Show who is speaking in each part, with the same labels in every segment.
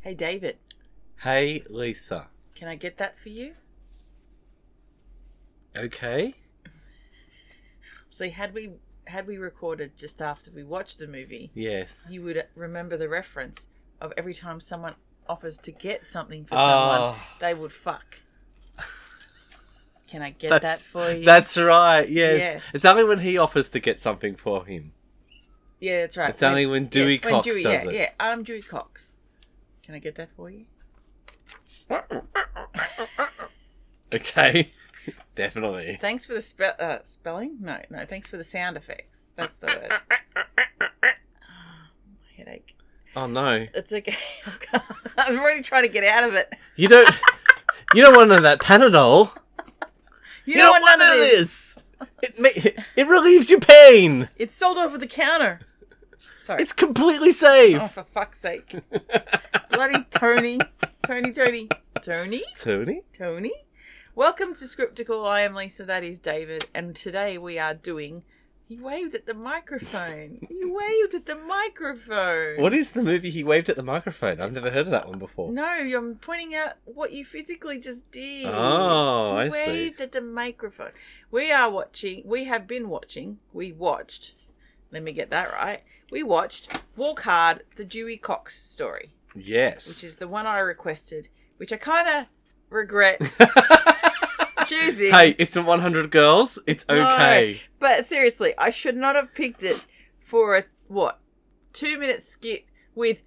Speaker 1: Hey, David,
Speaker 2: Hey, Lisa.
Speaker 1: can I get that for you?
Speaker 2: Okay.
Speaker 1: See, had we had we recorded just after we watched the movie,
Speaker 2: Yes.
Speaker 1: you would remember the reference of every time someone offers to get something for someone,
Speaker 2: Oh.
Speaker 1: they would fuck. Can I get
Speaker 2: That's
Speaker 1: that for you?
Speaker 2: that's right. Yes.
Speaker 1: Yes.
Speaker 2: It's only when he offers to get something for him.
Speaker 1: yeah, that's right.
Speaker 2: It's only when Dewey Cox does
Speaker 1: yeah,
Speaker 2: it.
Speaker 1: Yeah, I'm Dewey Cox. Can I get that for you?
Speaker 2: Okay. Definitely.
Speaker 1: Thanks for the spell uh, spelling. No, no. Thanks for the sound effects. That's the word. Ah, My headache.
Speaker 2: Oh no.
Speaker 1: It's okay. I'm already trying to get out of it.
Speaker 2: You don't You don't want none of that Panadol.
Speaker 1: You,
Speaker 2: You, don't, want none of this. It ma- it relieves your pain.
Speaker 1: It's sold over the counter. Sorry.
Speaker 2: It's completely safe.
Speaker 1: Oh, for fuck's sake. Bloody Tony. Tony, Tony. Tony?
Speaker 2: Tony?
Speaker 1: Tony? Welcome to Scriptical. I am Lisa. That is David. And today we are doing. He waved at the microphone. He waved at the microphone.
Speaker 2: What is the movie he waved at the microphone? I've never heard of that one before.
Speaker 1: No, I'm pointing out what you physically just did.
Speaker 2: Oh, I
Speaker 1: You
Speaker 2: see.
Speaker 1: Waved at the microphone. We are watching. We have been watching. We watched. Let me get that right. We watched Walk Hard: The Dewey Cox Story,
Speaker 2: Yes.
Speaker 1: which is the one I requested, which I kind of regret choosing.
Speaker 2: Hey, it's the 100 girls. It's
Speaker 1: No.
Speaker 2: okay.
Speaker 1: But seriously, I should not have picked it for a what two minute skit with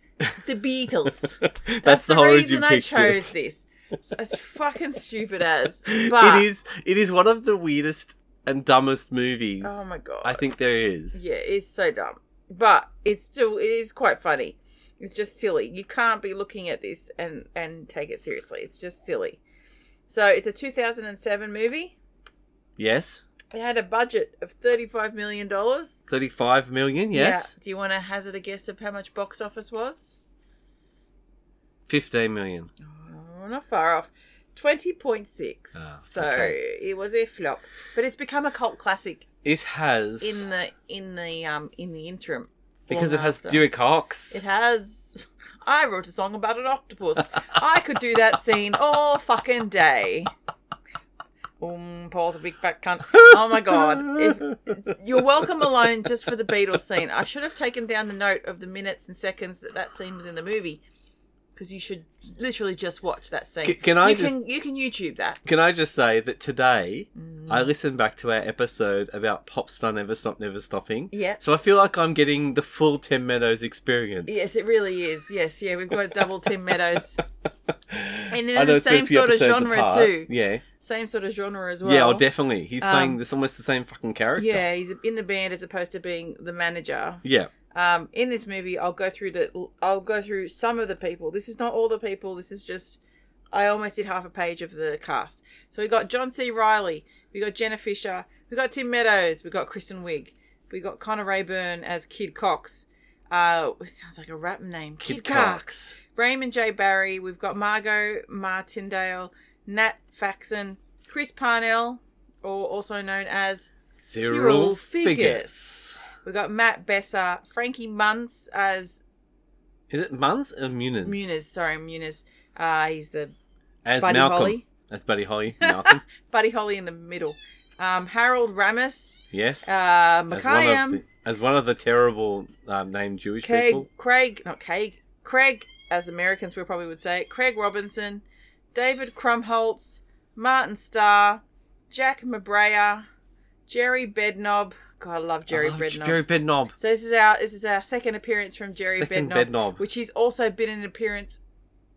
Speaker 1: the Beatles.
Speaker 2: That's, the, whole reason you
Speaker 1: I
Speaker 2: picked
Speaker 1: chose
Speaker 2: it.
Speaker 1: this. It's as fucking stupid as, but
Speaker 2: It is. It is one of the weirdest and dumbest movies.
Speaker 1: Oh my god!
Speaker 2: I think there is.
Speaker 1: yeah, it's so dumb, but it's still it is quite funny. It's just silly. You can't be looking at this and and take it seriously. It's just silly. So it's a 2007 movie.
Speaker 2: Yes,
Speaker 1: It had a budget of 35 million dollars.
Speaker 2: 35 million. Yes,
Speaker 1: Do you want to hazard a guess of how much box office was?
Speaker 2: 15 million.
Speaker 1: Oh, not far off. 20.6.
Speaker 2: Ah,
Speaker 1: so
Speaker 2: okay.
Speaker 1: it was a flop, but it's become a cult classic
Speaker 2: It has
Speaker 1: in the in the um in the interim
Speaker 2: because it
Speaker 1: Long
Speaker 2: has
Speaker 1: after.
Speaker 2: Dewey Cox.
Speaker 1: It has. I wrote a song about an octopus. I could do that scene all fucking day. Um, Paul's a big fat cunt. Oh my god! If, you're welcome alone just for the Beatles scene. I should have taken down the note of the minutes and seconds that that scene was in the movie, because you should literally just watch that scene.
Speaker 2: C- can I
Speaker 1: You
Speaker 2: just-
Speaker 1: can you can YouTube that.
Speaker 2: Can I just say that today
Speaker 1: Mm.
Speaker 2: I listened back to our episode about Popstar Never Stop Never Stopping.
Speaker 1: Yeah.
Speaker 2: So I feel like I'm getting the full Tim Meadows experience.
Speaker 1: Yes, it really is. Yes, yeah, we've got a double Tim Meadows, and
Speaker 2: I
Speaker 1: in
Speaker 2: know
Speaker 1: the
Speaker 2: it's been a
Speaker 1: same
Speaker 2: few
Speaker 1: sort of
Speaker 2: episodes
Speaker 1: genre
Speaker 2: apart.
Speaker 1: too.
Speaker 2: Yeah.
Speaker 1: Same sort of genre as well.
Speaker 2: yeah, oh, definitely. He's playing
Speaker 1: um,
Speaker 2: this almost the same fucking character.
Speaker 1: Yeah, he's in the band as opposed to being the manager.
Speaker 2: Yeah.
Speaker 1: Um, in this movie, I'll go through the I'll go through some of the people. This is not all the people. This is just I almost did half a page of the cast. So we got John C. Riley, we got Jenna Fisher, we got Tim Meadows, we got Kristen Wiig, we got Connor Rayburn as Kid Cox. Uh, it sounds like a rap name. Kid, Cox. Raymond J. Barry, we've got Margot Martindale, Nat Faxon, Chris Parnell, or also known as Cyril
Speaker 2: Cyril
Speaker 1: Figgis.
Speaker 2: Figgis.
Speaker 1: We've got Matt Besser, Frankie Munz as
Speaker 2: Is it Muns or Muniz?
Speaker 1: Muniz. Sorry, Muniz. Uh, he's the
Speaker 2: As
Speaker 1: Buddy
Speaker 2: Malcolm.
Speaker 1: Holly.
Speaker 2: As Buddy Holly. Malcolm.
Speaker 1: Buddy Holly in the middle. Um, Harold Ramis,
Speaker 2: yes.
Speaker 1: uh,
Speaker 2: as, one of
Speaker 1: Mackayam,
Speaker 2: the, as one of the terrible um, named Jewish
Speaker 1: Craig,
Speaker 2: people.
Speaker 1: Craig, not Craig, Craig, as Americans we probably would say, it, Craig Robinson, David Crumholtz, Martin Starr, Jack Mabrea, Jerry Bednob. God, I love Jerry
Speaker 2: Oh,
Speaker 1: Bednob.
Speaker 2: Jerry Bednob.
Speaker 1: So this is our this is our second appearance from Jerry
Speaker 2: Second
Speaker 1: Bednob,
Speaker 2: Bednob.
Speaker 1: which he's also been in an appearance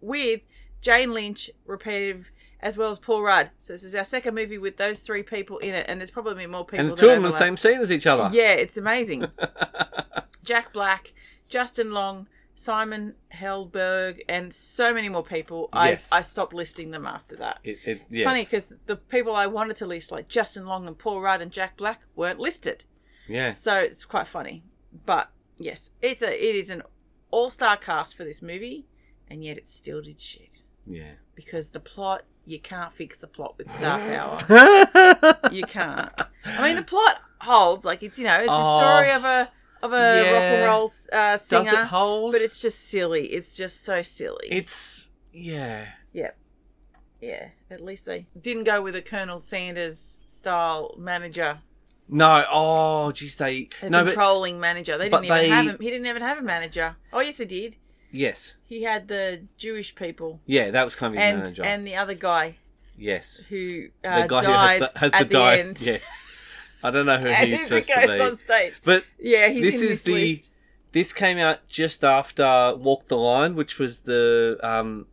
Speaker 1: with Jane Lynch, repetitive, as well as Paul Rudd. So this is our second movie with those three people in it, and there's probably more people.
Speaker 2: And the
Speaker 1: that
Speaker 2: two of them in the
Speaker 1: overlap.
Speaker 2: same scene as each other.
Speaker 1: Yeah, it's amazing. Jack Black, Justin Long, Simon Helberg, and so many more people.
Speaker 2: Yes.
Speaker 1: I I stopped listing them after that.
Speaker 2: It, it,
Speaker 1: It's funny 'cause funny because the people I wanted to list, like Justin Long and Paul Rudd and Jack Black, weren't listed.
Speaker 2: Yes.
Speaker 1: So it's quite funny. But yes, it's a it is an all star cast for this movie, and yet it still did shit
Speaker 2: Yeah.
Speaker 1: because the plot you can't fix the plot with star power.
Speaker 2: Yeah.
Speaker 1: You can't. I mean, the plot holds like it's you know it's a
Speaker 2: Oh.
Speaker 1: story of a of a rock
Speaker 2: Yeah.
Speaker 1: and roll uh, singer.
Speaker 2: Does it hold?
Speaker 1: But it's just silly. It's just so silly.
Speaker 2: It's yeah.
Speaker 1: Yep. Yeah. At least they didn't go with a Colonel Sanders style manager,
Speaker 2: No. Oh, geez, they
Speaker 1: a
Speaker 2: no. But
Speaker 1: controlling manager. They
Speaker 2: but
Speaker 1: didn't even have
Speaker 2: they-
Speaker 1: him. He didn't even have a manager. Oh yes, he did.
Speaker 2: yes.
Speaker 1: He had the Jewish people
Speaker 2: Yeah, that was kind of his
Speaker 1: and
Speaker 2: manager.
Speaker 1: and the other guy
Speaker 2: yes.
Speaker 1: who uh,
Speaker 2: the guy
Speaker 1: died
Speaker 2: who has the, has
Speaker 1: at
Speaker 2: the, dive.
Speaker 1: end.
Speaker 2: Yes. I don't know who
Speaker 1: and
Speaker 2: he's
Speaker 1: he's the
Speaker 2: supposed
Speaker 1: guy who's
Speaker 2: to
Speaker 1: on
Speaker 2: be.
Speaker 1: stage.
Speaker 2: But
Speaker 1: Yeah, he's
Speaker 2: this
Speaker 1: in
Speaker 2: is
Speaker 1: this
Speaker 2: the
Speaker 1: list.
Speaker 2: this came out just after Walk the Line, which was the um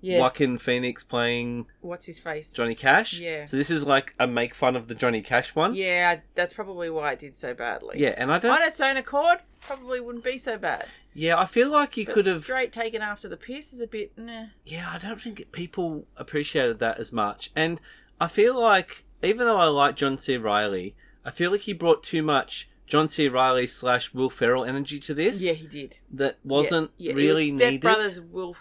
Speaker 1: Yes.
Speaker 2: Joaquin Phoenix playing
Speaker 1: What's his face?
Speaker 2: Johnny Cash.
Speaker 1: Yeah.
Speaker 2: So this is like a make fun of the Johnny Cash one.
Speaker 1: Yeah, that's probably why it did so badly.
Speaker 2: Yeah, and I don't.
Speaker 1: On its own accord, probably wouldn't be so bad.
Speaker 2: yeah, I feel like you
Speaker 1: But
Speaker 2: could have.
Speaker 1: straight taken after the piss is a bit. Nah.
Speaker 2: Yeah, I don't think people appreciated that as much. And I feel like, even though I like John C. Riley, I feel like he brought too much John C. Riley slash Will Ferrell energy to this.
Speaker 1: Yeah, he did.
Speaker 2: That wasn't
Speaker 1: yeah, yeah,
Speaker 2: really
Speaker 1: it was Step
Speaker 2: needed.
Speaker 1: Brothers Will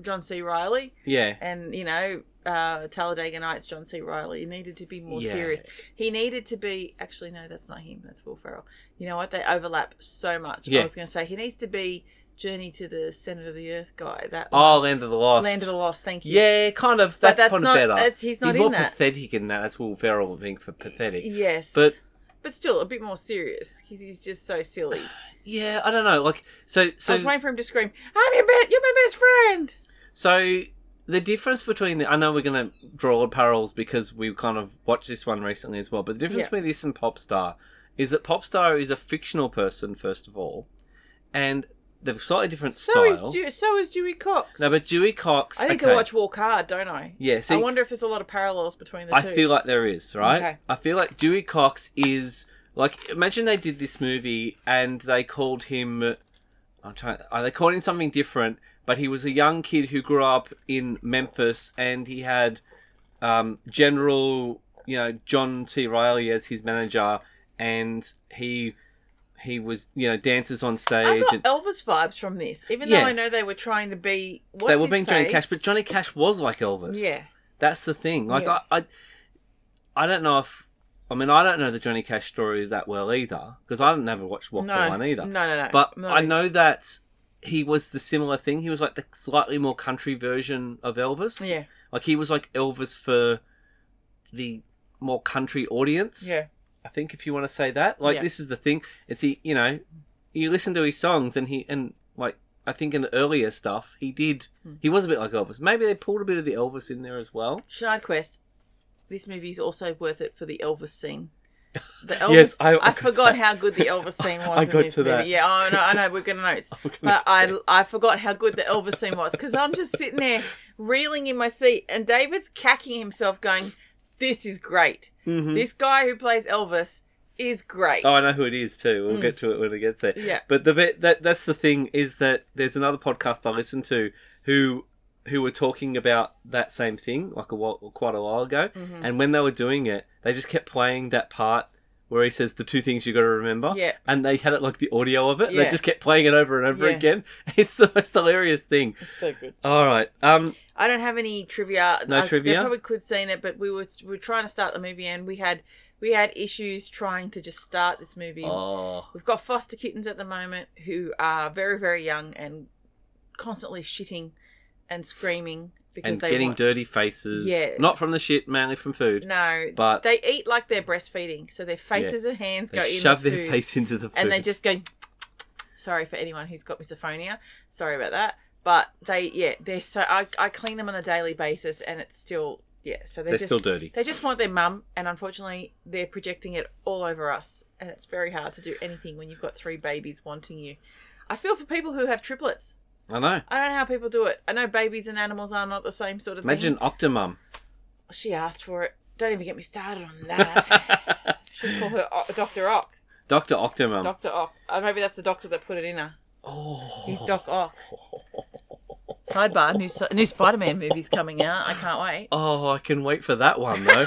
Speaker 1: John C. Riley,
Speaker 2: Yeah.
Speaker 1: and you know uh, Talladega Nights John C. Riley. He needed to be more
Speaker 2: Yeah.
Speaker 1: serious. He needed to be actually no, that's not him. That's Will Ferrell. You know what? They overlap so much.
Speaker 2: Yeah.
Speaker 1: I was going to say he needs to be Journey to the Center of the Earth guy. That
Speaker 2: Oh, Land of the Lost.
Speaker 1: Land of the Lost. Thank you.
Speaker 2: Yeah, kind of. That's,
Speaker 1: that's
Speaker 2: kind
Speaker 1: not-
Speaker 2: of better.
Speaker 1: that's- he's not in
Speaker 2: more
Speaker 1: that.
Speaker 2: pathetic in that. That's Will Ferrell being for pathetic.
Speaker 1: Yes.
Speaker 2: But-
Speaker 1: but still a bit more serious because he's just so silly.
Speaker 2: Yeah, I don't know. Like, so
Speaker 1: I
Speaker 2: so
Speaker 1: was waiting for him to scream, "I'm your best. You're my best friend."
Speaker 2: So the difference between the I know we're gonna draw parallels because we kind of watched this one recently as well, but the difference
Speaker 1: Yeah.
Speaker 2: between this and Popstar is that Popstar is a fictional person, first of all, and they've slightly different
Speaker 1: so
Speaker 2: style.
Speaker 1: Is Dew- so is Dewey Cox.
Speaker 2: no, but Dewey Cox
Speaker 1: I need
Speaker 2: okay,
Speaker 1: to watch Walk Hard, don't I?
Speaker 2: Yeah, see-
Speaker 1: I wonder if there's a lot of parallels between the
Speaker 2: I
Speaker 1: two.
Speaker 2: feel like there is, right?
Speaker 1: Okay.
Speaker 2: I feel like Dewey Cox is like imagine they did this movie and they called him I'm trying uh, they called him something different, but he was a young kid who grew up in Memphis and he had um, General, you know, John T. Riley as his manager and he he was, you know, dancers on
Speaker 1: I
Speaker 2: stage
Speaker 1: got
Speaker 2: and
Speaker 1: Elvis vibes from this, even
Speaker 2: Yeah.
Speaker 1: though I know they were trying to be. What's
Speaker 2: they were
Speaker 1: his
Speaker 2: being Johnny
Speaker 1: face?
Speaker 2: Cash, but Johnny Cash was like Elvis.
Speaker 1: Yeah.
Speaker 2: That's the thing. Like
Speaker 1: Yeah.
Speaker 2: I, I, I don't know if. I mean, I don't know the Johnny Cash story that well either because I never watched Walk the
Speaker 1: no,
Speaker 2: Line either.
Speaker 1: no, no, no.
Speaker 2: But
Speaker 1: No.
Speaker 2: I know that he was the similar thing. He was like the slightly more country version of Elvis.
Speaker 1: Yeah,
Speaker 2: Like he was like Elvis for the more country audience.
Speaker 1: yeah,
Speaker 2: I think if you want to say that, like
Speaker 1: Yeah.
Speaker 2: this is the thing. It's he, you know, you listen to his songs and he and like I think in the earlier stuff he did.
Speaker 1: Hmm.
Speaker 2: He was a bit like Elvis. Maybe they pulled a bit of the Elvis in there as well.
Speaker 1: Side quest. This movie is also worth it for the Elvis scene. The Elvis,
Speaker 2: Yes, I- I got
Speaker 1: forgot
Speaker 2: that.
Speaker 1: how good the Elvis scene was
Speaker 2: I
Speaker 1: in
Speaker 2: got
Speaker 1: this
Speaker 2: to
Speaker 1: movie.
Speaker 2: that.
Speaker 1: Yeah, I know, I know, we're gonna notice, but I, I forgot how good the Elvis scene was because I'm just sitting there reeling in my seat, and David's cacking himself, going, "This is great. This guy who plays Elvis is great."
Speaker 2: Mm-hmm. Oh, I know who it is too. We'll get to it when it gets there.
Speaker 1: Mm. Yeah.
Speaker 2: But the bit that that's the thing is that there's another podcast I listen to who who were talking about that same thing like a while, quite a while ago,
Speaker 1: Mm-hmm.
Speaker 2: and when they were doing it, they just kept playing that part. Where he says the two things you got to remember,
Speaker 1: Yeah.
Speaker 2: and they had it like the audio of it. They
Speaker 1: Yeah.
Speaker 2: just kept playing it over and over
Speaker 1: Yeah.
Speaker 2: again. It's the most hilarious thing.
Speaker 1: So good.
Speaker 2: All right, um,
Speaker 1: I don't have any trivia.
Speaker 2: No
Speaker 1: I,
Speaker 2: trivia?
Speaker 1: They probably could seen it, but we were we were trying to start the movie, and we had we had issues trying to just start this movie.
Speaker 2: oh,
Speaker 1: We've got foster kittens at the moment who are very very young and constantly shitting and screaming because
Speaker 2: and
Speaker 1: they
Speaker 2: getting
Speaker 1: want-
Speaker 2: dirty faces,
Speaker 1: Yeah.
Speaker 2: not from the shit, mainly from food.
Speaker 1: No,
Speaker 2: But-
Speaker 1: they eat like they're breastfeeding, so their faces and hands go
Speaker 2: They
Speaker 1: in
Speaker 2: shove
Speaker 1: the
Speaker 2: their
Speaker 1: food,
Speaker 2: face into the food,
Speaker 1: and they just go. Sorry for anyone who's got misophonia. Sorry about that. But they, yeah, they're so. I, I clean them on a daily basis, and it's still, yeah. So they're,
Speaker 2: they're
Speaker 1: just,
Speaker 2: still dirty.
Speaker 1: They just want their mum, and unfortunately, they're projecting it all over us. And it's very hard to do anything when you've got three babies wanting you. I feel for people who have triplets.
Speaker 2: I know.
Speaker 1: I don't know how people do it. I know babies and animals are not the same sort of
Speaker 2: Imagine
Speaker 1: thing.
Speaker 2: Octomum.
Speaker 1: She asked for it. Don't even get me started on that. Should call her O- Dr. Ock.
Speaker 2: Dr. Octomum.
Speaker 1: Dr. Ock. Uh, maybe that's the doctor that put it in her.
Speaker 2: oh.
Speaker 1: He's Doc Ock. Sidebar, new, si- new Spider-Man movie's coming out. I can't wait.
Speaker 2: oh, I can wait for that one, though.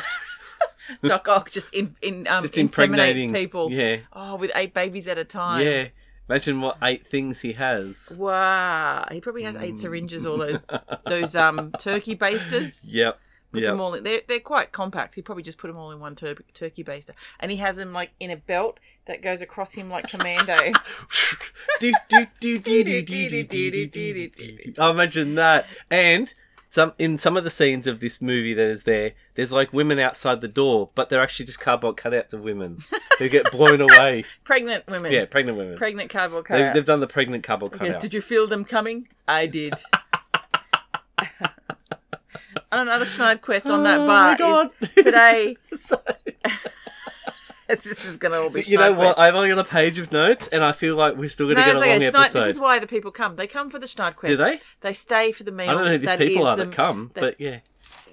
Speaker 1: Doc Ock just, in, in, um,
Speaker 2: Just
Speaker 1: inseminates
Speaker 2: impregnating.
Speaker 1: people.
Speaker 2: Yeah.
Speaker 1: Oh, with eight babies at a time.
Speaker 2: Yeah. Imagine what eight things he has. Hmm.
Speaker 1: Wow, he probably has eight syringes, all those those um turkey basters.
Speaker 2: Yep.
Speaker 1: puts
Speaker 2: Yeah.
Speaker 1: them all in. They're, they're quite compact. He probably just put them all in one tur- turkey baster. And he has them like in a belt that goes across him like commando.
Speaker 2: do, do, do, do, do, do, do, do, do, do, do. I imagine that. And some in some of the scenes of this movie that is there, there's like women outside the door, but they're actually just cardboard cutouts of women who get blown away.
Speaker 1: pregnant women.
Speaker 2: Yeah, pregnant women.
Speaker 1: Pregnant cardboard
Speaker 2: They've,
Speaker 1: cutout.
Speaker 2: they've done the pregnant cardboard
Speaker 1: Yes,
Speaker 2: cutout.
Speaker 1: did you feel them coming? I did. and another Schneid quest on that
Speaker 2: Oh
Speaker 1: bar
Speaker 2: my God.
Speaker 1: is today. It's- this is going to all be.
Speaker 2: you know
Speaker 1: Schneid
Speaker 2: what?
Speaker 1: quests.
Speaker 2: I've only got a page of notes, and I feel like we're still going to
Speaker 1: No,
Speaker 2: get a
Speaker 1: it's
Speaker 2: long
Speaker 1: okay. Schneid-
Speaker 2: episode.
Speaker 1: this is why the people come. They come for the Schneid quest.
Speaker 2: Do they?
Speaker 1: They stay for the meal.
Speaker 2: I don't know who these
Speaker 1: that
Speaker 2: people
Speaker 1: is
Speaker 2: are
Speaker 1: the-
Speaker 2: that come,
Speaker 1: that-
Speaker 2: but yeah,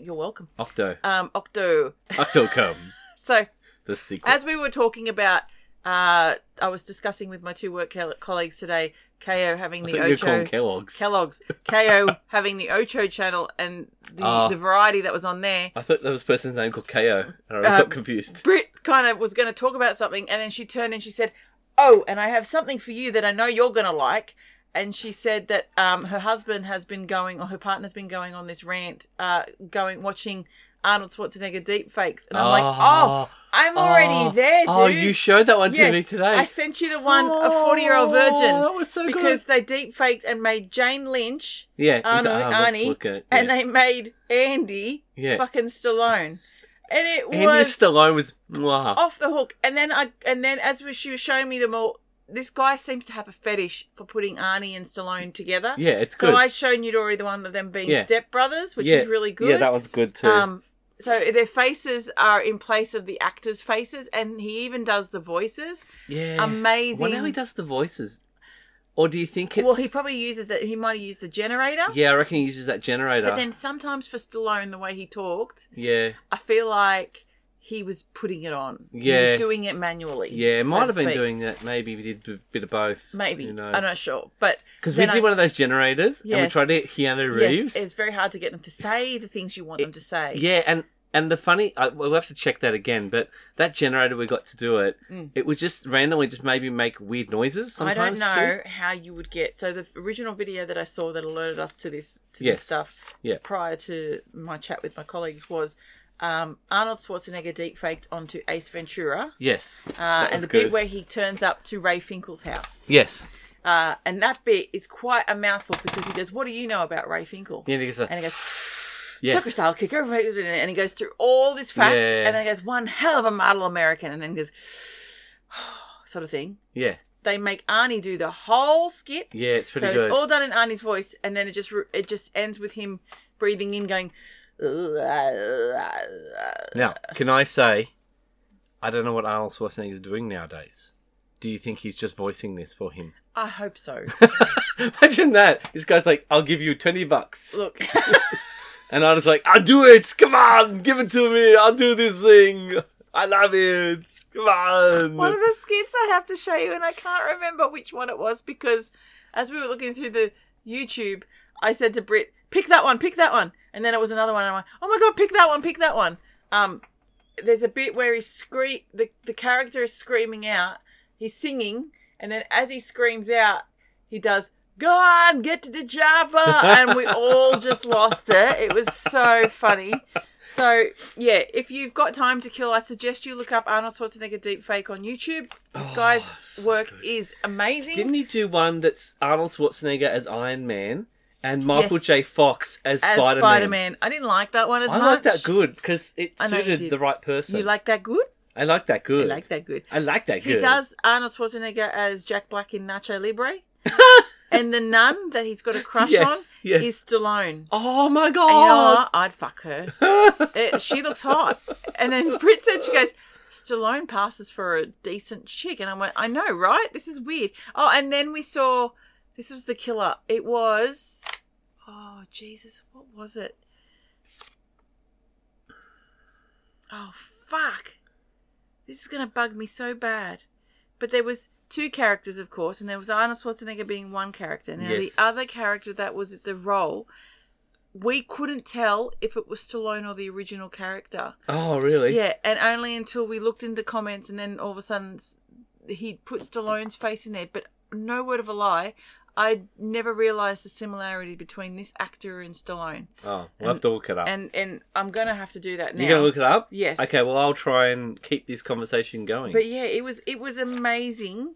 Speaker 1: You're welcome.
Speaker 2: Octo,
Speaker 1: Um, Octo.
Speaker 2: Octo come,
Speaker 1: So
Speaker 2: the sequel.
Speaker 1: as we were talking about, uh, I was discussing with my two work co- colleagues today. Ko having the
Speaker 2: I think you're calling
Speaker 1: Ocho.
Speaker 2: Kellogg's.
Speaker 1: Kellogg's KO having the Ocho channel and the,
Speaker 2: Ah.
Speaker 1: the variety that was on there.
Speaker 2: I thought there was a person's name called Ko, and I
Speaker 1: Uh,
Speaker 2: got confused.
Speaker 1: Brit kind of was going to talk about something, and then she turned and she said, "Oh, and I have something for you that I know you're going to like." And she said that um, her husband has been going, or her partner's been going on this rant, uh, going watching Arnold Schwarzenegger deepfakes, and I'm like, "Oh,
Speaker 2: Ah.
Speaker 1: I'm already
Speaker 2: Oh,
Speaker 1: there, dude."
Speaker 2: Oh, you showed that one to me today.
Speaker 1: I sent you the one a forty-year-old
Speaker 2: Oh,
Speaker 1: virgin.
Speaker 2: that was so good.
Speaker 1: because they deep faked and made Jane Lynch,
Speaker 2: yeah, into
Speaker 1: Arnold,
Speaker 2: Arnold's
Speaker 1: um, Arnie,
Speaker 2: look at-
Speaker 1: and
Speaker 2: yeah.
Speaker 1: they made Andy
Speaker 2: Yeah.
Speaker 1: fucking Stallone, and it
Speaker 2: Andy
Speaker 1: was Oh,
Speaker 2: Stallone was mwah.
Speaker 1: off the hook. And then I, and then as we- she was showing me them all, this guy seems to have a fetish for putting Arnie and Stallone together.
Speaker 2: yeah, it's
Speaker 1: So
Speaker 2: good.
Speaker 1: I showed you already the one of them being
Speaker 2: Yeah.
Speaker 1: stepbrothers, which
Speaker 2: yeah,
Speaker 1: is really good.
Speaker 2: Yeah, that one's good too.
Speaker 1: Um, so their faces are in place of the actors' faces, and he even does the voices.
Speaker 2: yeah,
Speaker 1: amazing.
Speaker 2: I wonder how he does the voices, or do you think it's?
Speaker 1: well, he probably uses that. He might have used the generator,
Speaker 2: yeah, I reckon he uses that generator.
Speaker 1: but then sometimes for Stallone, the way he talked,
Speaker 2: yeah,
Speaker 1: I feel like he was putting it on. he
Speaker 2: Yeah.
Speaker 1: was doing it manually.
Speaker 2: yeah,
Speaker 1: so
Speaker 2: might
Speaker 1: to
Speaker 2: have been
Speaker 1: speak.
Speaker 2: doing that. Maybe we did a bit of both.
Speaker 1: Maybe I'm not sure, but
Speaker 2: Because we
Speaker 1: then
Speaker 2: did
Speaker 1: I-
Speaker 2: one of those generators, and we
Speaker 1: Yes.
Speaker 2: tried to get Keanu Reeves.
Speaker 1: Yes, it's very hard to get them to say the things you want them to say.
Speaker 2: Yeah, and and the funny, I, we'll have to check that again. But that generator we got to do it, it would just randomly just maybe make weird noises.
Speaker 1: Mm. I don't
Speaker 2: Sometimes
Speaker 1: know
Speaker 2: too.
Speaker 1: how you would get. So the original video that I saw that alerted us to this to this
Speaker 2: Yes.
Speaker 1: stuff
Speaker 2: Yeah.
Speaker 1: prior to my chat with my colleagues was um, Arnold Schwarzenegger deepfaked onto Ace Ventura,
Speaker 2: Yes.
Speaker 1: uh,
Speaker 2: was
Speaker 1: and the
Speaker 2: good.
Speaker 1: bit where he turns up to Ray Finkel's house,
Speaker 2: Yes.
Speaker 1: uh, and that bit is quite a mouthful because he goes, "What do you know about Ray Finkel?"
Speaker 2: Yeah, because
Speaker 1: And he
Speaker 2: uh,
Speaker 1: goes,
Speaker 2: yes.
Speaker 1: soccer style kicker, and he goes through all this facts,
Speaker 2: Yeah.
Speaker 1: and then he goes one hell of a model American, and then goes sort of thing.
Speaker 2: yeah,
Speaker 1: They make Arnie do the whole skit,
Speaker 2: yeah, it's
Speaker 1: so
Speaker 2: pretty
Speaker 1: it's
Speaker 2: good.
Speaker 1: all done in Arnie's voice, and then it just re- it just ends with him breathing in, going.
Speaker 2: now,
Speaker 1: uh,
Speaker 2: can I say, I don't know what Arnold Schwarzenegger is doing nowadays. Do you think he's just voicing this for him?
Speaker 1: I hope so.
Speaker 2: Imagine that. This guy's like, "I'll give you twenty bucks,"
Speaker 1: Look,
Speaker 2: and Arnold's like, "I'll do it. Come on, give it to me. I'll do this thing. I love it. Come on."
Speaker 1: one of the skits I have to show you, and I can't remember which one it was because as we were looking through the YouTube, I said to Brit, "Pick that one, pick that one," and then it was another one, and I went, "Oh my god, pick that one, pick that one." Um, there's a bit where he scree the the character is screaming out, he's singing, and then as he screams out, he does. Go on, get to the jabber, and we all just lost it. It was so funny. So yeah, if you've got time to kill, I suggest you look up Arnold Schwarzenegger deepfake on YouTube. This guy's work is amazing.
Speaker 2: Oh, Didn't he do one that's Arnold Schwarzenegger as Iron Man and Michael
Speaker 1: Yes.
Speaker 2: J. Fox as,
Speaker 1: as
Speaker 2: Spider-Man?
Speaker 1: Spider Man. I didn't like that one as
Speaker 2: I
Speaker 1: much.
Speaker 2: like that good because it
Speaker 1: I know you
Speaker 2: suited
Speaker 1: did.
Speaker 2: the right person.
Speaker 1: You like that good?
Speaker 2: I like that
Speaker 1: I
Speaker 2: good.
Speaker 1: like that good.
Speaker 2: I like that
Speaker 1: He
Speaker 2: good.
Speaker 1: does Arnold Schwarzenegger as Jack Black in Nacho Libre. and the nun that he's got a crush
Speaker 2: Yes,
Speaker 1: on
Speaker 2: yes.
Speaker 1: is Stallone.
Speaker 2: Oh my
Speaker 1: And you know
Speaker 2: god!
Speaker 1: what? I'd fuck her. Uh, she looks hot. And then Brit said, she goes, Stallone passes for a decent chick. And I went, I know, right? This is weird. Oh, and then we saw, this was the killer. It was, oh, Jesus, what was it? Oh, fuck. This is going to bug me so bad. But there was two characters, of course, and there was Arnold Schwarzenegger being one character. Now,
Speaker 2: Yes.
Speaker 1: the other character that was the role we couldn't tell if it was Stallone or the original character.
Speaker 2: Oh really?
Speaker 1: Yeah, and only until we looked in the comments, and then all of a sudden s- he'd put Stallone's face in there. But no word of a lie, I never realized the similarity between this actor and Stallone.
Speaker 2: Oh, we'll have to look it up.
Speaker 1: And and I'm gonna have to do that now.
Speaker 2: You're going to look it up?
Speaker 1: Yes.
Speaker 2: Okay, well, I'll try and keep this conversation going.
Speaker 1: But yeah, it was it was amazing.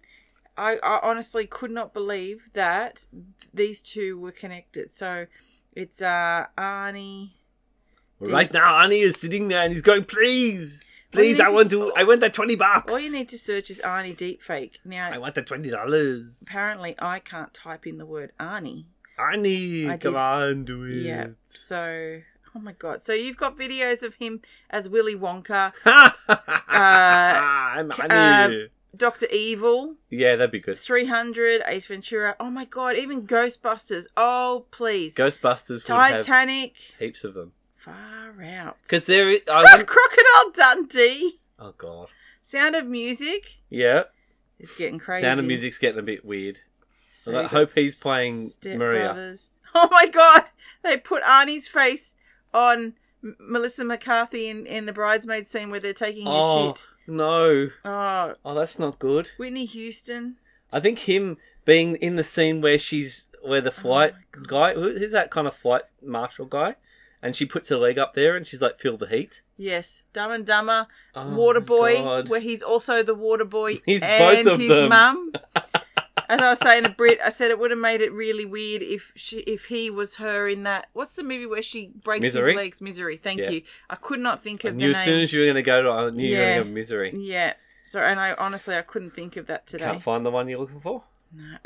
Speaker 1: I, I honestly could not believe that these two were connected. So it's uh Arnie.
Speaker 2: right now, Arnie is sitting there and he's going, please,
Speaker 1: Well, you
Speaker 2: please,
Speaker 1: need
Speaker 2: I
Speaker 1: to
Speaker 2: want
Speaker 1: s-
Speaker 2: to, I want that 20 bucks.
Speaker 1: All you need to search is Arnie deepfake.
Speaker 2: I
Speaker 1: Now,
Speaker 2: want that $20.
Speaker 1: apparently, I can't type in the word Arnie.
Speaker 2: Arnie,
Speaker 1: I
Speaker 2: come
Speaker 1: did-
Speaker 2: on, do it.
Speaker 1: Yeah. So, oh my god. So you've got videos of him as Willy Wonka,
Speaker 2: I'm
Speaker 1: Uh, um,
Speaker 2: Arnie.
Speaker 1: Doctor Evil,
Speaker 2: yeah, that'd be good.
Speaker 1: 300, Ace Ventura. Oh my god. Even Ghostbusters. Oh please.
Speaker 2: Ghostbusters would have
Speaker 1: Titanic.
Speaker 2: heaps of them.
Speaker 1: Far out.
Speaker 2: Because there is. I
Speaker 1: Ah,
Speaker 2: wouldn't-
Speaker 1: Crocodile Dundee.
Speaker 2: oh, God.
Speaker 1: Sound of Music.
Speaker 2: Yeah.
Speaker 1: It's getting crazy.
Speaker 2: Sound of music's getting a bit weird.
Speaker 1: So
Speaker 2: I
Speaker 1: you've
Speaker 2: hope
Speaker 1: got
Speaker 2: he's playing
Speaker 1: Step
Speaker 2: Maria.
Speaker 1: Brothers. Oh my god! They put Arnie's face on M- Melissa McCarthy in, in the bridesmaid scene where they're taking his
Speaker 2: Oh,
Speaker 1: shit.
Speaker 2: no.
Speaker 1: Oh,
Speaker 2: Oh, that's not good.
Speaker 1: Whitney Houston.
Speaker 2: I think him being in the scene where she's where the flight guy who, who's that kind of flight marshal guy, and she puts her leg up there and she's like, "Feel the heat."
Speaker 1: Yes, Dumb and Dumber,
Speaker 2: Oh,
Speaker 1: Waterboy,
Speaker 2: God.
Speaker 1: where he's also the Waterboy
Speaker 2: He's
Speaker 1: and
Speaker 2: both of
Speaker 1: his
Speaker 2: them.
Speaker 1: mum. As I was saying to Brit, I said it would have made it really weird if she, if he was her in that. What's the movie where she breaks
Speaker 2: Misery?
Speaker 1: his legs? Misery. Thank
Speaker 2: Yeah.
Speaker 1: you. I could not think
Speaker 2: I
Speaker 1: of the
Speaker 2: knew
Speaker 1: name.
Speaker 2: as soon as you were going to go to, I knew you were going
Speaker 1: Yeah.
Speaker 2: to go misery.
Speaker 1: Yeah. So, and I honestly I couldn't think of that today.
Speaker 2: Can't find the one you're looking for.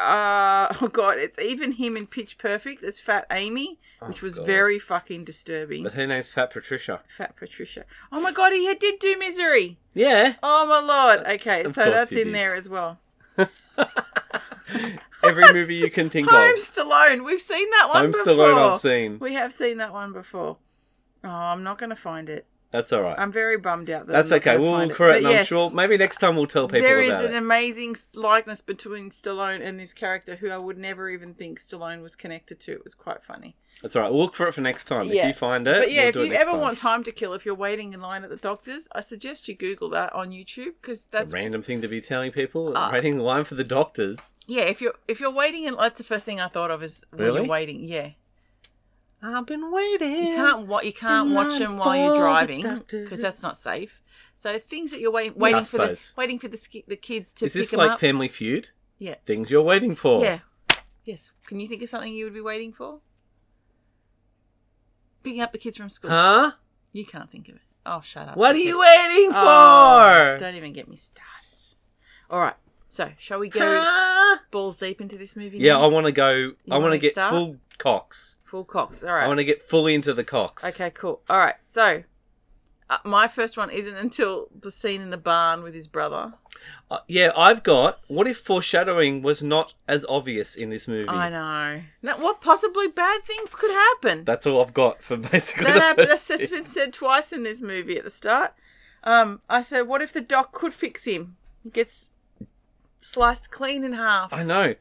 Speaker 1: Uh, oh god, it's even him in Pitch Perfect as Fat Amy, which was
Speaker 2: Oh God.
Speaker 1: very fucking disturbing.
Speaker 2: But her name's Fat Patricia.
Speaker 1: Fat Patricia. Oh my god, he did do Misery.
Speaker 2: Yeah,
Speaker 1: Oh my lord. Okay,
Speaker 2: Of
Speaker 1: so
Speaker 2: course
Speaker 1: that's
Speaker 2: he
Speaker 1: in
Speaker 2: did.
Speaker 1: there as well.
Speaker 2: every movie you can think
Speaker 1: Home
Speaker 2: of.
Speaker 1: Stallone. We've seen that one
Speaker 2: Home
Speaker 1: before.
Speaker 2: Stallone, I've seen.
Speaker 1: We have seen that one before. Oh, I'm not going to find it.
Speaker 2: That's all right.
Speaker 1: I'm very bummed out that
Speaker 2: That's
Speaker 1: I'm not
Speaker 2: okay.
Speaker 1: gonna
Speaker 2: We'll
Speaker 1: find it.
Speaker 2: correct.
Speaker 1: But
Speaker 2: and
Speaker 1: yeah,
Speaker 2: I'm sure maybe next time we'll tell people
Speaker 1: There is
Speaker 2: about
Speaker 1: an
Speaker 2: it.
Speaker 1: amazing s- likeness between Stallone and this character who I would never even think Stallone was connected to. It was quite funny.
Speaker 2: That's all right. We'll look for it for next time. If
Speaker 1: Yeah.
Speaker 2: you find it,
Speaker 1: But yeah,
Speaker 2: Eh, we'll
Speaker 1: if
Speaker 2: do it
Speaker 1: you
Speaker 2: next
Speaker 1: ever
Speaker 2: time.
Speaker 1: want time to kill, if you're waiting in line at the doctor's, I suggest you Google that on YouTube because
Speaker 2: a
Speaker 1: that's Ah.
Speaker 2: random thing to be telling people, waiting the line for the doctors.
Speaker 1: yeah. If you're if you're waiting, in that's the first thing I thought of is when
Speaker 2: Really?
Speaker 1: you're waiting. Yeah,
Speaker 2: I've been waiting.
Speaker 1: you can't wa- you can't
Speaker 2: in
Speaker 1: watch
Speaker 2: line
Speaker 1: them while you're
Speaker 2: for the
Speaker 1: driving because
Speaker 2: doctors.
Speaker 1: that's not safe. So things that you're waiting waiting for the
Speaker 2: suppose.
Speaker 1: waiting for the ski, the kids to
Speaker 2: Is
Speaker 1: pick
Speaker 2: this
Speaker 1: them
Speaker 2: like
Speaker 1: up.
Speaker 2: Family Feud?
Speaker 1: yeah,
Speaker 2: Things you're waiting for.
Speaker 1: yeah, yes. Can you think of something you would be waiting for? Picking up the kids from school.
Speaker 2: Huh?
Speaker 1: You can't think of it. Oh, shut up.
Speaker 2: What are
Speaker 1: Okay.
Speaker 2: you waiting for?
Speaker 1: Oh, don't even get me started. All right. So, shall we go
Speaker 2: Huh?
Speaker 1: balls deep into this movie?
Speaker 2: Yeah,
Speaker 1: now?
Speaker 2: I want to go. I want
Speaker 1: wanna
Speaker 2: to get
Speaker 1: start?
Speaker 2: full cocks.
Speaker 1: Full cocks. All
Speaker 2: I
Speaker 1: right.
Speaker 2: want to get fully into the cocks.
Speaker 1: Okay, cool. All right. So, uh, my first one isn't until the scene in the barn with his brother.
Speaker 2: Uh, yeah, I've got. What if foreshadowing was not as obvious in this movie?
Speaker 1: I know. Now, what possibly bad things could happen?
Speaker 2: That's all I've got for basically.
Speaker 1: That
Speaker 2: the
Speaker 1: hap-
Speaker 2: first
Speaker 1: that's,
Speaker 2: scene.
Speaker 1: that's been said twice in this movie at the start. Um, I said, what if the doc could fix him? He gets sliced clean in half.
Speaker 2: I know.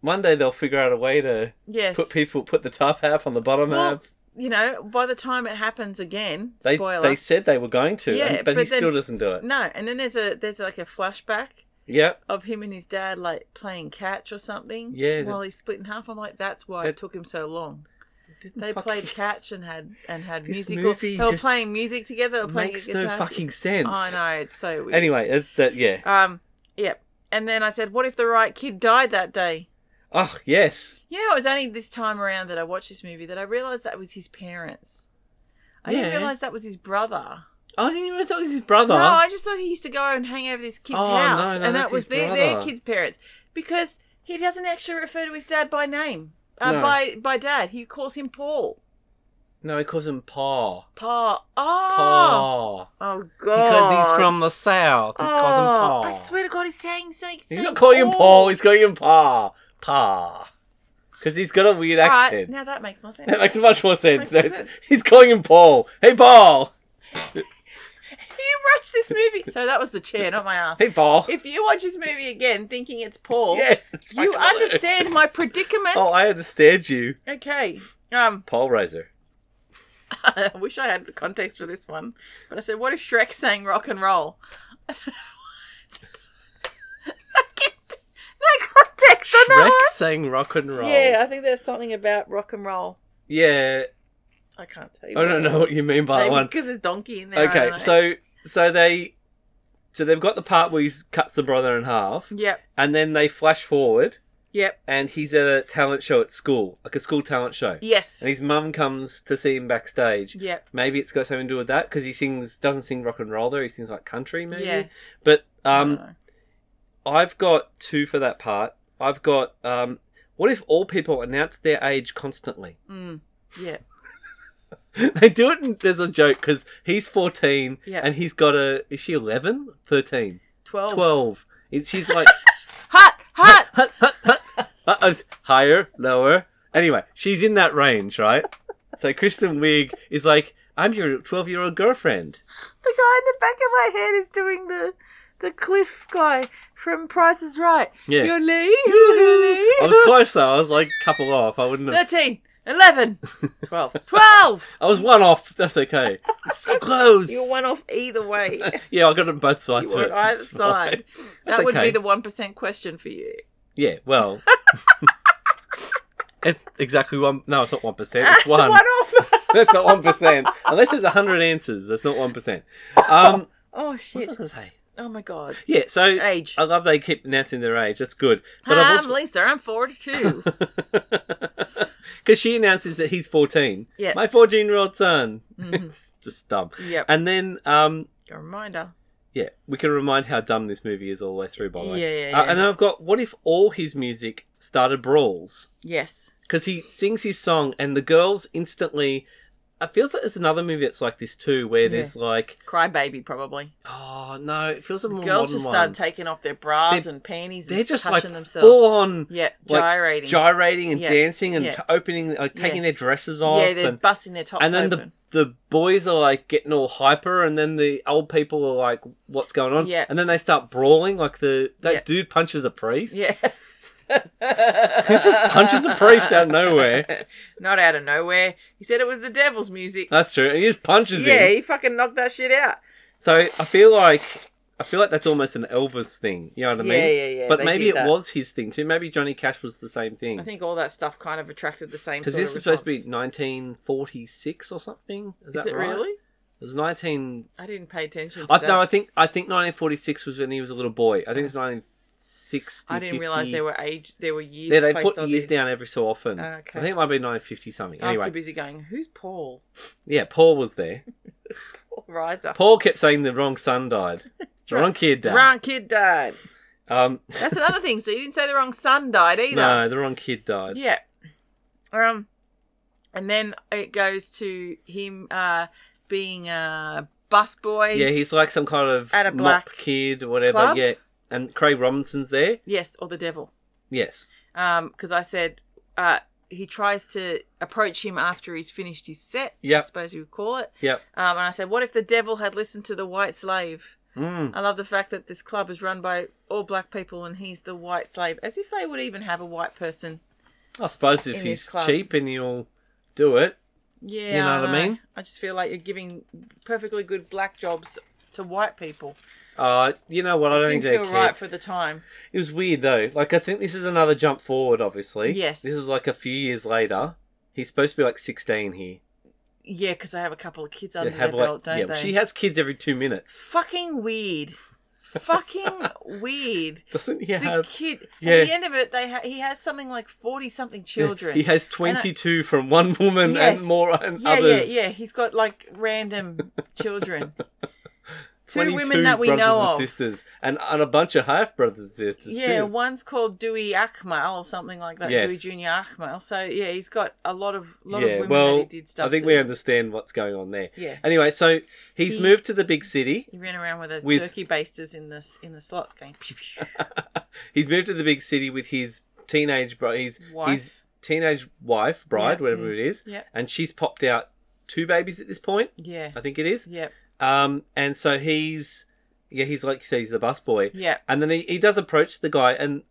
Speaker 2: One day they'll figure out a way to
Speaker 1: yes.
Speaker 2: put people put the top half on the bottom
Speaker 1: Well,
Speaker 2: half.
Speaker 1: you know, by the time it happens again,
Speaker 2: They
Speaker 1: spoiler.
Speaker 2: they said they were going to,
Speaker 1: Yeah,
Speaker 2: and- but,
Speaker 1: but
Speaker 2: he still
Speaker 1: then-
Speaker 2: doesn't do it.
Speaker 1: No, and then there's a there's like a flashback
Speaker 2: Yep.
Speaker 1: of him and his dad like playing catch or something.
Speaker 2: Yeah, the-
Speaker 1: While he's split in half, I'm like, that's why
Speaker 2: That-
Speaker 1: it took him so long.
Speaker 2: Didn't
Speaker 1: They
Speaker 2: fucking-
Speaker 1: played catch and had and had
Speaker 2: This
Speaker 1: musical.
Speaker 2: movie
Speaker 1: They were
Speaker 2: just
Speaker 1: playing music together. They were playing a
Speaker 2: makes no
Speaker 1: guitar.
Speaker 2: fucking sense.
Speaker 1: I know it's so weird.
Speaker 2: Anyway, it, that yeah.
Speaker 1: um, yep. And then I said, what if the right kid died that day?
Speaker 2: Oh yes,
Speaker 1: You know, it was only this time around that I watched this movie that I realized that was his parents. I didn't
Speaker 2: Yeah.
Speaker 1: realize that was his brother.
Speaker 2: I Oh, didn't even know it was his brother.
Speaker 1: No, I just thought he used to go and hang over this kid's
Speaker 2: Oh, no,
Speaker 1: house,
Speaker 2: no,
Speaker 1: and
Speaker 2: that's
Speaker 1: that was
Speaker 2: his
Speaker 1: their, their
Speaker 2: brother.
Speaker 1: kid's parents because he doesn't actually refer to his dad by name, uh,
Speaker 2: No.
Speaker 1: by by dad. He calls him Paul.
Speaker 2: No, he calls him Pa.
Speaker 1: Pa. Oh.
Speaker 2: Pa.
Speaker 1: Oh God.
Speaker 2: Because he's from the south. He
Speaker 1: Oh,
Speaker 2: calls him Pa.
Speaker 1: I swear to God, he's saying saying.
Speaker 2: He's not calling him Paul. He's calling him Pa. Pa. Because he's got a weird accent.
Speaker 1: Right, now that makes more sense.
Speaker 2: That makes much more
Speaker 1: Makes
Speaker 2: sense.
Speaker 1: more
Speaker 2: It's-
Speaker 1: sense.
Speaker 2: He's calling him Paul. Hey, Paul.
Speaker 1: if you watch this movie, so that was the chair, not my ass.
Speaker 2: Hey, Paul.
Speaker 1: If you watch this movie again, thinking it's Paul,
Speaker 2: Yeah, it's
Speaker 1: you
Speaker 2: fucking hilarious.
Speaker 1: understand my predicament.
Speaker 2: Oh, I understand you.
Speaker 1: Okay. Um.
Speaker 2: Paul Razor.
Speaker 1: I wish I had the context for this one, but I said, "What if Shrek sang rock and roll?" I don't know. why I said that. I get no context. I on that
Speaker 2: Shrek
Speaker 1: one?
Speaker 2: sang rock and roll.
Speaker 1: Yeah, I think there's something about rock and roll.
Speaker 2: Yeah.
Speaker 1: I can't tell you.
Speaker 2: I don't know what you mean by that one.
Speaker 1: Because there's donkey in there. I don't
Speaker 2: Okay,
Speaker 1: know.
Speaker 2: so so they so they've got the part where he cuts the brother in half,
Speaker 1: Yep,
Speaker 2: and then they flash forward,
Speaker 1: yep,
Speaker 2: and he's at a talent show at school, like a school talent show,
Speaker 1: yes,
Speaker 2: and his mum comes to see him backstage.
Speaker 1: yep.
Speaker 2: Maybe it's got something to do with that because he sings doesn't sing rock and roll though. He sings like country maybe.
Speaker 1: Yeah.
Speaker 2: But
Speaker 1: I
Speaker 2: um,
Speaker 1: don't know.
Speaker 2: I've got two for that part. I've got um, what if all people announce their age constantly?
Speaker 1: Mm, yeah,
Speaker 2: they do it. In, there's a joke because he's 14
Speaker 1: Yeah. Oh.
Speaker 2: and he's got a. Is she 11? 13?
Speaker 1: 12.
Speaker 2: 12. It's, she's like
Speaker 1: Hot, hot!
Speaker 2: hut, hut, hut. Uh, it's higher, lower. Anyway, she's in that range, right? So Kristen Wiig is like, I'm your 12 year old girlfriend.
Speaker 1: the guy in the back of my head is doing the the cliff guy from Price is Right.
Speaker 2: Yeah.
Speaker 1: You're Lee, you're
Speaker 2: I was close though. I was like a couple off. I wouldn't. Have,
Speaker 1: 13, 11, 12. 12!
Speaker 2: I was one off. That's okay. so close.
Speaker 1: You're one off either way.
Speaker 2: Yeah, I got on both
Speaker 1: You
Speaker 2: sides. of
Speaker 1: were on
Speaker 2: it.
Speaker 1: either
Speaker 2: It's
Speaker 1: side.
Speaker 2: fine.
Speaker 1: That would be
Speaker 2: okay.
Speaker 1: the 1% question for you.
Speaker 2: Yeah, well, it's exactly one. No, it's not one percent. It's
Speaker 1: That's
Speaker 2: one.
Speaker 1: one off.
Speaker 2: That's not one percent. Unless there's hundred answers, that's not one percent. Um,
Speaker 1: oh,
Speaker 2: what
Speaker 1: shit.
Speaker 2: was I gonna say?
Speaker 1: Oh, my God.
Speaker 2: Yeah, so
Speaker 1: Age.
Speaker 2: I love they keep announcing their age. That's good. But
Speaker 1: Hi,
Speaker 2: I've
Speaker 1: I'm Lisa. I'm 42.
Speaker 2: because she announces that he's fourteen.
Speaker 1: Yeah. Mm-hmm.
Speaker 2: my fourteen-year-old son. it's just dumb.
Speaker 1: Yep.
Speaker 2: And then, um,
Speaker 1: A reminder.
Speaker 2: yeah, we can remind how dumb this movie is all the way through. By the way,
Speaker 1: Yeah, yeah,
Speaker 2: Uh,
Speaker 1: yeah.
Speaker 2: and then I've got what if all his music started brawls?
Speaker 1: Yes.
Speaker 2: because he sings his song and the girls instantly i feels like there's another movie that's like this too where there's like
Speaker 1: Crybaby, probably.
Speaker 2: oh no it feels a more
Speaker 1: Girls
Speaker 2: modern
Speaker 1: just
Speaker 2: one.
Speaker 1: started taking off their bras
Speaker 2: They're-
Speaker 1: and panties and
Speaker 2: they're just like
Speaker 1: touching themselves.
Speaker 2: full on
Speaker 1: yeah,
Speaker 2: like,
Speaker 1: gyrating.
Speaker 2: gyrating and
Speaker 1: Yeah.
Speaker 2: dancing and
Speaker 1: Yeah.
Speaker 2: t- opening like taking
Speaker 1: Yeah.
Speaker 2: their dresses off
Speaker 1: yeah, they're
Speaker 2: and,
Speaker 1: busting their tops
Speaker 2: and then
Speaker 1: open.
Speaker 2: the the boys are like getting all hyper and then the old people are like what's going on
Speaker 1: Yeah.
Speaker 2: and then they start brawling like the that
Speaker 1: Yeah.
Speaker 2: dude punches a priest
Speaker 1: Yeah.
Speaker 2: he just punches a priest out of nowhere
Speaker 1: Not out of nowhere. He said it was the devil's music.
Speaker 2: that's true he just punches him
Speaker 1: yeah, he fucking knocked that shit out.
Speaker 2: So I feel like I feel like that's almost an Elvis thing. You know what I mean?
Speaker 1: Yeah, yeah, yeah,
Speaker 2: But
Speaker 1: they
Speaker 2: maybe
Speaker 1: did
Speaker 2: it
Speaker 1: that.
Speaker 2: was his thing too. Maybe Johnny Cash was the same
Speaker 1: I
Speaker 2: thing.
Speaker 1: think all that stuff kind of attracted the same.
Speaker 2: Because
Speaker 1: Because
Speaker 2: this is supposed to be 1946 or something. Is,
Speaker 1: Is
Speaker 2: that
Speaker 1: it
Speaker 2: right?
Speaker 1: really?
Speaker 2: It was 19.
Speaker 1: I didn't pay attention. To
Speaker 2: I,
Speaker 1: that.
Speaker 2: no, I think I think 1946 was when he was a little boy. I think it was 1960.
Speaker 1: I didn't realize
Speaker 2: 50.
Speaker 1: there were age. There were years.
Speaker 2: Yeah, they
Speaker 1: placed
Speaker 2: put
Speaker 1: on
Speaker 2: years
Speaker 1: this.
Speaker 2: down every so often.
Speaker 1: Ah, okay.
Speaker 2: I think it might be 1950 something.
Speaker 1: I was
Speaker 2: Anyway,
Speaker 1: too busy going. Who's Paul?
Speaker 2: yeah, Paul was there.
Speaker 1: Paul Reiser.
Speaker 2: Paul kept saying the wrong son died. The wrong kid died.
Speaker 1: Wrong kid died.
Speaker 2: Um,
Speaker 1: That's another thing. So you didn't say the wrong son died either.
Speaker 2: no, the wrong kid died.
Speaker 1: Yeah. Um, and then it goes to him uh, being a busboy.
Speaker 2: Yeah, he's like some kind of
Speaker 1: At a black
Speaker 2: mop kid or whatever.
Speaker 1: club?
Speaker 2: Yeah, and Craig Robinson's there.
Speaker 1: Yes, or the devil.
Speaker 2: Yes,
Speaker 1: Because Um, I said uh, he tries to approach him after he's finished his set. I
Speaker 2: Yep.
Speaker 1: suppose you would call it.
Speaker 2: yep.
Speaker 1: Um, and I said, what if the devil had listened to the white slave?
Speaker 2: Mm.
Speaker 1: I love the fact that this club is run by all black people and he's the white slave, as if they would even have a white person.
Speaker 2: I suppose if
Speaker 1: In
Speaker 2: he's
Speaker 1: this club.
Speaker 2: cheap and you'll do it.
Speaker 1: Yeah,
Speaker 2: You know what I mean?
Speaker 1: I just feel like you're giving perfectly good black jobs to white people.
Speaker 2: Uh, you know what? I don't
Speaker 1: Didn't
Speaker 2: think they
Speaker 1: feel
Speaker 2: care.
Speaker 1: right for the time.
Speaker 2: It was weird though. Like I think this is another jump forward. Obviously,
Speaker 1: Yes.
Speaker 2: This is like a few years later. He's supposed to be like sixteen here.
Speaker 1: Yeah, because they have a couple of kids
Speaker 2: They
Speaker 1: under
Speaker 2: have
Speaker 1: their
Speaker 2: like-
Speaker 1: belt, don't
Speaker 2: yeah,
Speaker 1: they?
Speaker 2: she has kids every two minutes.
Speaker 1: Fucking weird. Fucking weird.
Speaker 2: Doesn't he
Speaker 1: The
Speaker 2: have?
Speaker 1: kid.
Speaker 2: yeah.
Speaker 1: At the end of it, they ha- he has something like forty something children.
Speaker 2: He has
Speaker 1: And I-
Speaker 2: twenty-two from one woman
Speaker 1: Yes.
Speaker 2: and more and
Speaker 1: yeah,
Speaker 2: others.
Speaker 1: yeah, yeah. He's got like random children. Two
Speaker 2: 22
Speaker 1: women that we
Speaker 2: brothers
Speaker 1: know
Speaker 2: and
Speaker 1: of.
Speaker 2: sisters, and, and a bunch of half brothers and sisters
Speaker 1: Yeah,
Speaker 2: too.
Speaker 1: one's called Dewey Akmal or something like that.
Speaker 2: Yes.
Speaker 1: Dewey Junior Akmal. So yeah, he's got a lot of lot of
Speaker 2: yeah,
Speaker 1: women
Speaker 2: well,
Speaker 1: that he did stuff.
Speaker 2: I think
Speaker 1: to.
Speaker 2: we understand what's going on there.
Speaker 1: Yeah.
Speaker 2: Anyway, so he's
Speaker 1: He-
Speaker 2: moved to the big city.
Speaker 1: He ran around with those
Speaker 2: With-
Speaker 1: turkey basters in this in the slots going. Pew, pew.
Speaker 2: He's moved to the big city with his teenage bro, his
Speaker 1: Wife.
Speaker 2: his teenage wife, bride,
Speaker 1: Yeah,
Speaker 2: whatever
Speaker 1: mm,
Speaker 2: it is,
Speaker 1: yeah.
Speaker 2: and she's popped out two babies at this point.
Speaker 1: Yeah,
Speaker 2: I think it is.
Speaker 1: yeah,
Speaker 2: Um, and so he's yeah, he's like you say, he's the busboy.
Speaker 1: yeah.
Speaker 2: And then he, he does approach the guy, and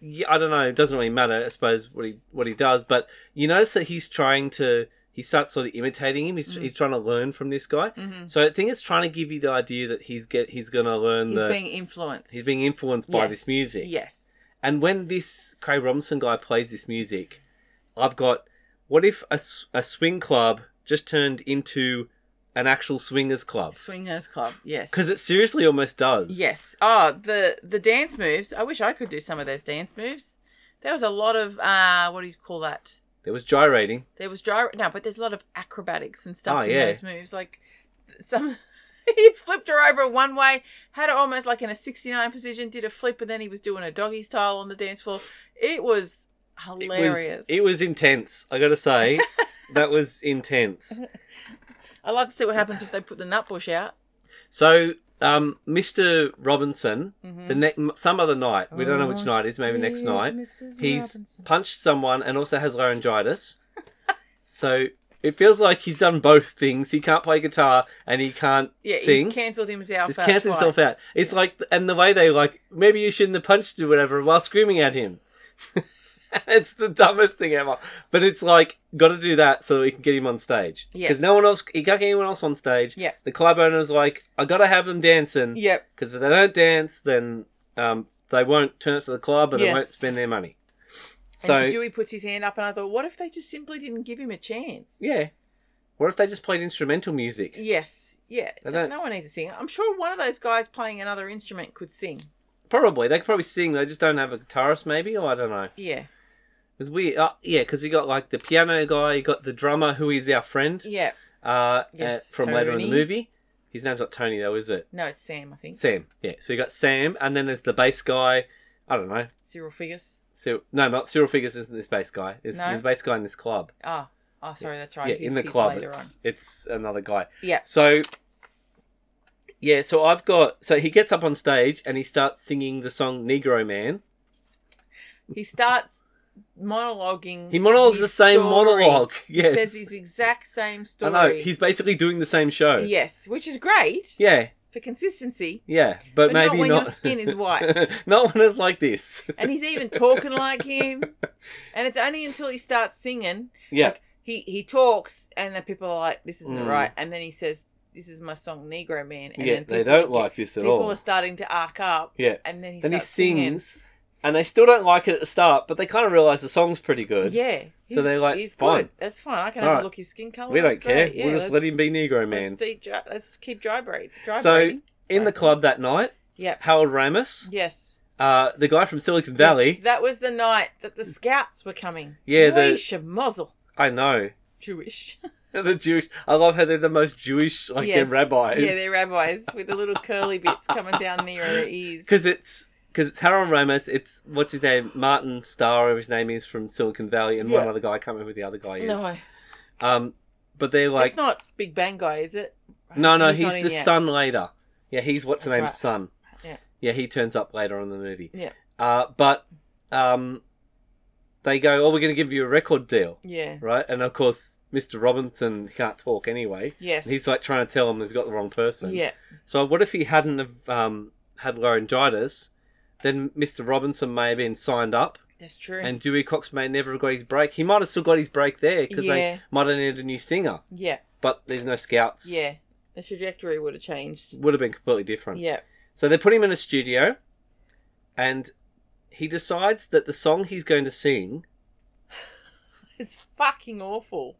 Speaker 2: yeah, I don't know, it doesn't really matter, I suppose, what he what he does. But you notice that he's trying to, he starts sort of imitating him. He's,
Speaker 1: Mm.
Speaker 2: he's trying to learn from this guy.
Speaker 1: Mm-hmm.
Speaker 2: So I think it's trying to give you the idea that he's get he's going to learn
Speaker 1: He's
Speaker 2: that
Speaker 1: being influenced.
Speaker 2: he's being influenced by
Speaker 1: Yes,
Speaker 2: this music.
Speaker 1: Yes.
Speaker 2: And when this Craig Robinson guy plays this music, I've got what if a, s- a swing club just turned into an actual swingers club?
Speaker 1: Swingers Club. Yes.
Speaker 2: Because it seriously almost does.
Speaker 1: Yes. Oh, the the dance moves. I wish I could do some of those dance moves. There was a lot of uh, what do you call that?
Speaker 2: There was gyrating.
Speaker 1: There was gyro. No, but there's a lot of acrobatics and stuff
Speaker 2: Oh,
Speaker 1: in
Speaker 2: yeah.
Speaker 1: those moves. Like some, he flipped her over one way, had her almost like in a 69 position, did a flip, and then he was doing a doggy style on the dance floor. It was
Speaker 2: It
Speaker 1: hilarious.
Speaker 2: was, it was intense, I gotta say. that was intense.
Speaker 1: I love to see what happens if they put the nut bush out.
Speaker 2: So, um, Mr. Robinson, the ne- some other night, we don't know which
Speaker 1: Mm-hmm. Oh,
Speaker 2: night it is, maybe next
Speaker 1: please,
Speaker 2: night,
Speaker 1: Mrs.
Speaker 2: he's
Speaker 1: Robinson.
Speaker 2: punched someone and also has laryngitis. so it feels like he's done both things. He can't play guitar and he can't
Speaker 1: Yeah,
Speaker 2: sing.
Speaker 1: he's cancelled himself
Speaker 2: Just
Speaker 1: out.
Speaker 2: cancel himself out.
Speaker 1: twice.
Speaker 2: It's like, and the way they like, maybe you shouldn't have punched or whatever while screaming at him. it's the dumbest thing ever. But it's like, got to do that so that we can get him on stage. Because
Speaker 1: Yes.
Speaker 2: no one else, he can't get anyone else on stage.
Speaker 1: Yeah.
Speaker 2: The club owner's like, I got to have them dancing.
Speaker 1: Yep.
Speaker 2: Because if they don't dance, then um, they won't turn up to the club and they
Speaker 1: Yes.
Speaker 2: won't spend their money. So,
Speaker 1: and Dewey puts his hand up, and I thought, what if they just simply didn't give him a chance?
Speaker 2: yeah. What if they just played instrumental music?
Speaker 1: Yes, yeah.
Speaker 2: They don't-
Speaker 1: No one needs to sing. I'm sure one of those guys playing another instrument could sing.
Speaker 2: Probably. They could probably sing. They just don't have a guitarist, maybe? Or I don't know.
Speaker 1: Yeah,
Speaker 2: It was weird. Uh, yeah, because you got like the piano guy, you got the drummer who is our friend
Speaker 1: yeah.
Speaker 2: uh,
Speaker 1: Yes,
Speaker 2: uh, from later in the
Speaker 1: Tony.
Speaker 2: movie. His name's not Tony though, is it?
Speaker 1: No, it's Sam, I think.
Speaker 2: Sam. Yeah. So you got Sam, and then there's the bass guy. I don't know.
Speaker 1: Cyril Figgis.
Speaker 2: Cyril, no, not Cyril Figures isn't this bass guy. It's
Speaker 1: No?
Speaker 2: the bass guy in this club.
Speaker 1: Ah, oh, sorry, that's right.
Speaker 2: yeah,
Speaker 1: He's-
Speaker 2: in the
Speaker 1: he's
Speaker 2: club.
Speaker 1: Later on.
Speaker 2: It's, it's another guy.
Speaker 1: Yeah,
Speaker 2: So yeah, so I've got so he gets up on stage and he starts singing the song Negro Man.
Speaker 1: he starts monologuing.
Speaker 2: He monologues
Speaker 1: his
Speaker 2: the same
Speaker 1: story.
Speaker 2: monologue. Yes.
Speaker 1: He says his exact same
Speaker 2: I
Speaker 1: story.
Speaker 2: know. He's basically doing the same show.
Speaker 1: yes, which is great
Speaker 2: Yeah.
Speaker 1: for consistency.
Speaker 2: Yeah,
Speaker 1: But
Speaker 2: but,
Speaker 1: not
Speaker 2: maybe
Speaker 1: when your skin is white.
Speaker 2: not when it's like this.
Speaker 1: And he's even talking like him. And it's only until he starts singing
Speaker 2: yeah,
Speaker 1: Like, he he talks, and then people are like, "This isn't
Speaker 2: Mm.
Speaker 1: right." And then he says, "This is my song, Negro Man." And
Speaker 2: yeah,
Speaker 1: then
Speaker 2: they
Speaker 1: people
Speaker 2: don't
Speaker 1: get-
Speaker 2: like this at
Speaker 1: people
Speaker 2: all.
Speaker 1: are starting to arc up.
Speaker 2: Yeah,
Speaker 1: And then he
Speaker 2: then he
Speaker 1: starts
Speaker 2: sings, and they still don't like it at the start, but they kind of realize the song's pretty good.
Speaker 1: Singing. Yeah. he's-
Speaker 2: they're like,
Speaker 1: he's
Speaker 2: "Fine.
Speaker 1: good. That's fine. I can
Speaker 2: All
Speaker 1: have
Speaker 2: right.
Speaker 1: a look at his skin color.
Speaker 2: we don't
Speaker 1: That's
Speaker 2: care.
Speaker 1: great. Yeah,
Speaker 2: we'll just let
Speaker 1: let's-
Speaker 2: him be Negro Man.
Speaker 1: Let's, deep dry, let's keep dry braid. Dry
Speaker 2: So-
Speaker 1: braiding.
Speaker 2: In the club that night,
Speaker 1: Yep.
Speaker 2: Harold Ramis,
Speaker 1: Yes.
Speaker 2: uh, the guy from Silicon Valley.
Speaker 1: That was the night that the scouts were coming.
Speaker 2: Yeah,
Speaker 1: We
Speaker 2: the-
Speaker 1: shemozzle.
Speaker 2: I know
Speaker 1: Jewish.
Speaker 2: the Jewish. I love how they're the most Jewish, like
Speaker 1: Yes.
Speaker 2: they're rabbis.
Speaker 1: Yeah, they're rabbis with the little curly bits coming down near their ears.
Speaker 2: because it's because it's Harold Ramis. It's what's his name, Martin Starr, whoever his name is from Silicon Valley, and one
Speaker 1: Yeah.
Speaker 2: other guy. I can't remember who the other guy is.
Speaker 1: No,
Speaker 2: Um, but they're like,
Speaker 1: it's not Big Bang Guy, is it?
Speaker 2: no, no, he's,
Speaker 1: not in
Speaker 2: the
Speaker 1: yet.
Speaker 2: son later. Yeah, he's what's the
Speaker 1: That's
Speaker 2: name's
Speaker 1: right.
Speaker 2: son.
Speaker 1: Yeah.
Speaker 2: yeah, he turns up later on in the movie.
Speaker 1: Yeah.
Speaker 2: Uh, but um, they go, "Oh, we're going to give you a record deal,
Speaker 1: Yeah.
Speaker 2: right?" And of course, Mister Robinson can't talk anyway.
Speaker 1: Yes.
Speaker 2: And he's like trying to tell him he's got the wrong person.
Speaker 1: yeah.
Speaker 2: So what if he hadn't have um, had laryngitis? Then Mister Robinson may have been signed up,
Speaker 1: That's true.
Speaker 2: and Dewey Cox may never have got his break. He might have still got his break there because
Speaker 1: Yeah.
Speaker 2: they might have needed a new singer.
Speaker 1: yeah.
Speaker 2: But there's no scouts.
Speaker 1: Yeah. The trajectory would have changed.
Speaker 2: would have been completely different.
Speaker 1: Yeah.
Speaker 2: So they put him in a studio, and he decides that the song he's going to sing.
Speaker 1: It's fucking awful.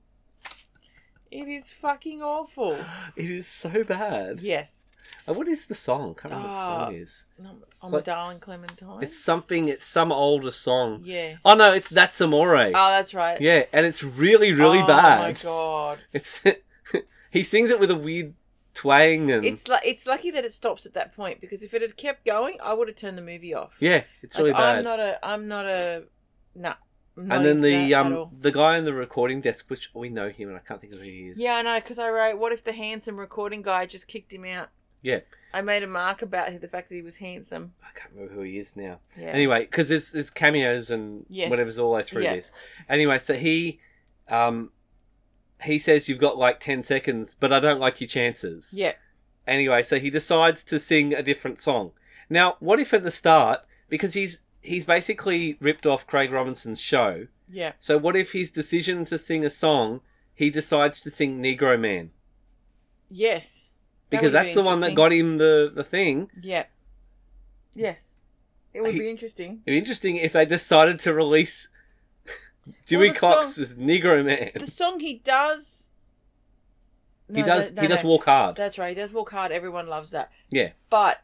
Speaker 1: It is fucking awful.
Speaker 2: It is so bad.
Speaker 1: Yes.
Speaker 2: And what is the song? I can't remember what the song
Speaker 1: Ah.
Speaker 2: is.
Speaker 1: No,
Speaker 2: It's
Speaker 1: I'm
Speaker 2: like-
Speaker 1: a darling Clementine.
Speaker 2: It's something. It's some older song.
Speaker 1: yeah.
Speaker 2: Oh no, it's That's Amore.
Speaker 1: Oh, that's right.
Speaker 2: yeah, and it's really, really
Speaker 1: oh,
Speaker 2: bad.
Speaker 1: my god.
Speaker 2: It's he sings it with a weird twang and
Speaker 1: It's like it's lucky that it stops at that point because if it had kept going, I would have turned the movie off.
Speaker 2: yeah, it's
Speaker 1: Like,
Speaker 2: really bad.
Speaker 1: I'm not a. I'm not a. Nah. I'm not
Speaker 2: and then
Speaker 1: into that
Speaker 2: the
Speaker 1: at
Speaker 2: um
Speaker 1: all.
Speaker 2: the guy on the recording desk, which we know him, and I can't think of who he is.
Speaker 1: Yeah, I know, because I wrote, what if the handsome recording guy just kicked him out?
Speaker 2: yeah.
Speaker 1: I made a mark about the fact that he was handsome.
Speaker 2: I can't remember who he is now.
Speaker 1: Yeah.
Speaker 2: Anyway, because there's, there's cameos and
Speaker 1: Yes.
Speaker 2: whatever's all the way through
Speaker 1: Yeah.
Speaker 2: this. Anyway, so he, um, he says you've got like ten seconds, but I don't like your chances.
Speaker 1: Yeah.
Speaker 2: Anyway, so he decides to sing a different song. Now, what if at the start, because he's he's basically ripped off Craig Robinson's show.
Speaker 1: Yeah.
Speaker 2: So what if his decision to sing a song, he decides to sing Negro Man
Speaker 1: Yes. That would've
Speaker 2: because that's
Speaker 1: been
Speaker 2: the one that
Speaker 1: interesting.
Speaker 2: got him the the thing.
Speaker 1: Yeah. Yes. It would
Speaker 2: He-
Speaker 1: be interesting.
Speaker 2: It'd be interesting if they decided to release Dewey
Speaker 1: Well, the
Speaker 2: Cox
Speaker 1: song-
Speaker 2: as Negro Man.
Speaker 1: The song he does.
Speaker 2: he
Speaker 1: No,
Speaker 2: does.
Speaker 1: that- no,
Speaker 2: he does
Speaker 1: no.
Speaker 2: walk hard.
Speaker 1: That's right. He does walk hard. Everyone loves that.
Speaker 2: yeah,
Speaker 1: But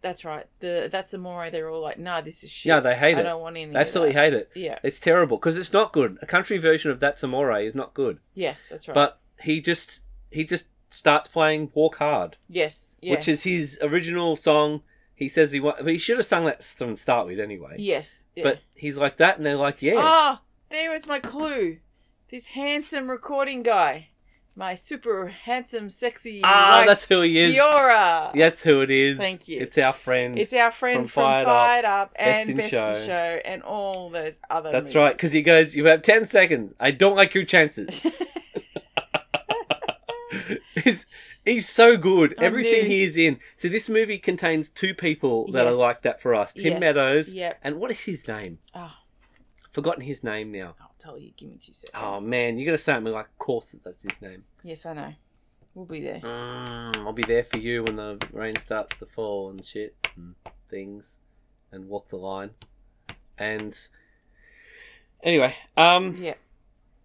Speaker 1: that's right. The that's Amore. They're all like, nah, this is shit.
Speaker 2: Yeah, they hate
Speaker 1: I
Speaker 2: it.
Speaker 1: don't want any.
Speaker 2: they absolutely
Speaker 1: of that.
Speaker 2: hate it.
Speaker 1: Yeah.
Speaker 2: It's terrible because it's not good. A country version of That's Amore is not good.
Speaker 1: Yes, that's right.
Speaker 2: But he just he just starts playing Walk Hard,
Speaker 1: yes, yeah.
Speaker 2: which is his original song. He says he wa- he should have sung that from the start with anyway.
Speaker 1: yes. Yeah.
Speaker 2: But he's like that, and they're like, yeah.
Speaker 1: Ah, there was my clue. This handsome recording guy. My super handsome, sexy.
Speaker 2: Ah,
Speaker 1: like,
Speaker 2: that's who he is.
Speaker 1: Diora.
Speaker 2: That's who it is.
Speaker 1: Thank you.
Speaker 2: It's our friend.
Speaker 1: It's our friend
Speaker 2: From
Speaker 1: from,
Speaker 2: Fired
Speaker 1: Fired,
Speaker 2: Up,
Speaker 1: Up,
Speaker 2: Best in
Speaker 1: and Best
Speaker 2: Show.
Speaker 1: in Show and all those other
Speaker 2: That's right, because he goes, You have 10 seconds. I don't like your chances. he's, he's so good.
Speaker 1: I
Speaker 2: Everything
Speaker 1: knew.
Speaker 2: he is in. So, this movie contains two people that are
Speaker 1: Yes.
Speaker 2: like that for us Tim
Speaker 1: Yes,
Speaker 2: Meadows.
Speaker 1: yep.
Speaker 2: And what is his name?
Speaker 1: Oh,
Speaker 2: Forgotten his name now.
Speaker 1: I'll tell you. Give me two seconds.
Speaker 2: Oh, man. You're going to say it and be like, Of course that's his name.
Speaker 1: Yes, I know. We'll be there.
Speaker 2: Mm, I'll be there for you when the rain starts to fall and shit and things and walk the line. And anyway, um.
Speaker 1: Yeah,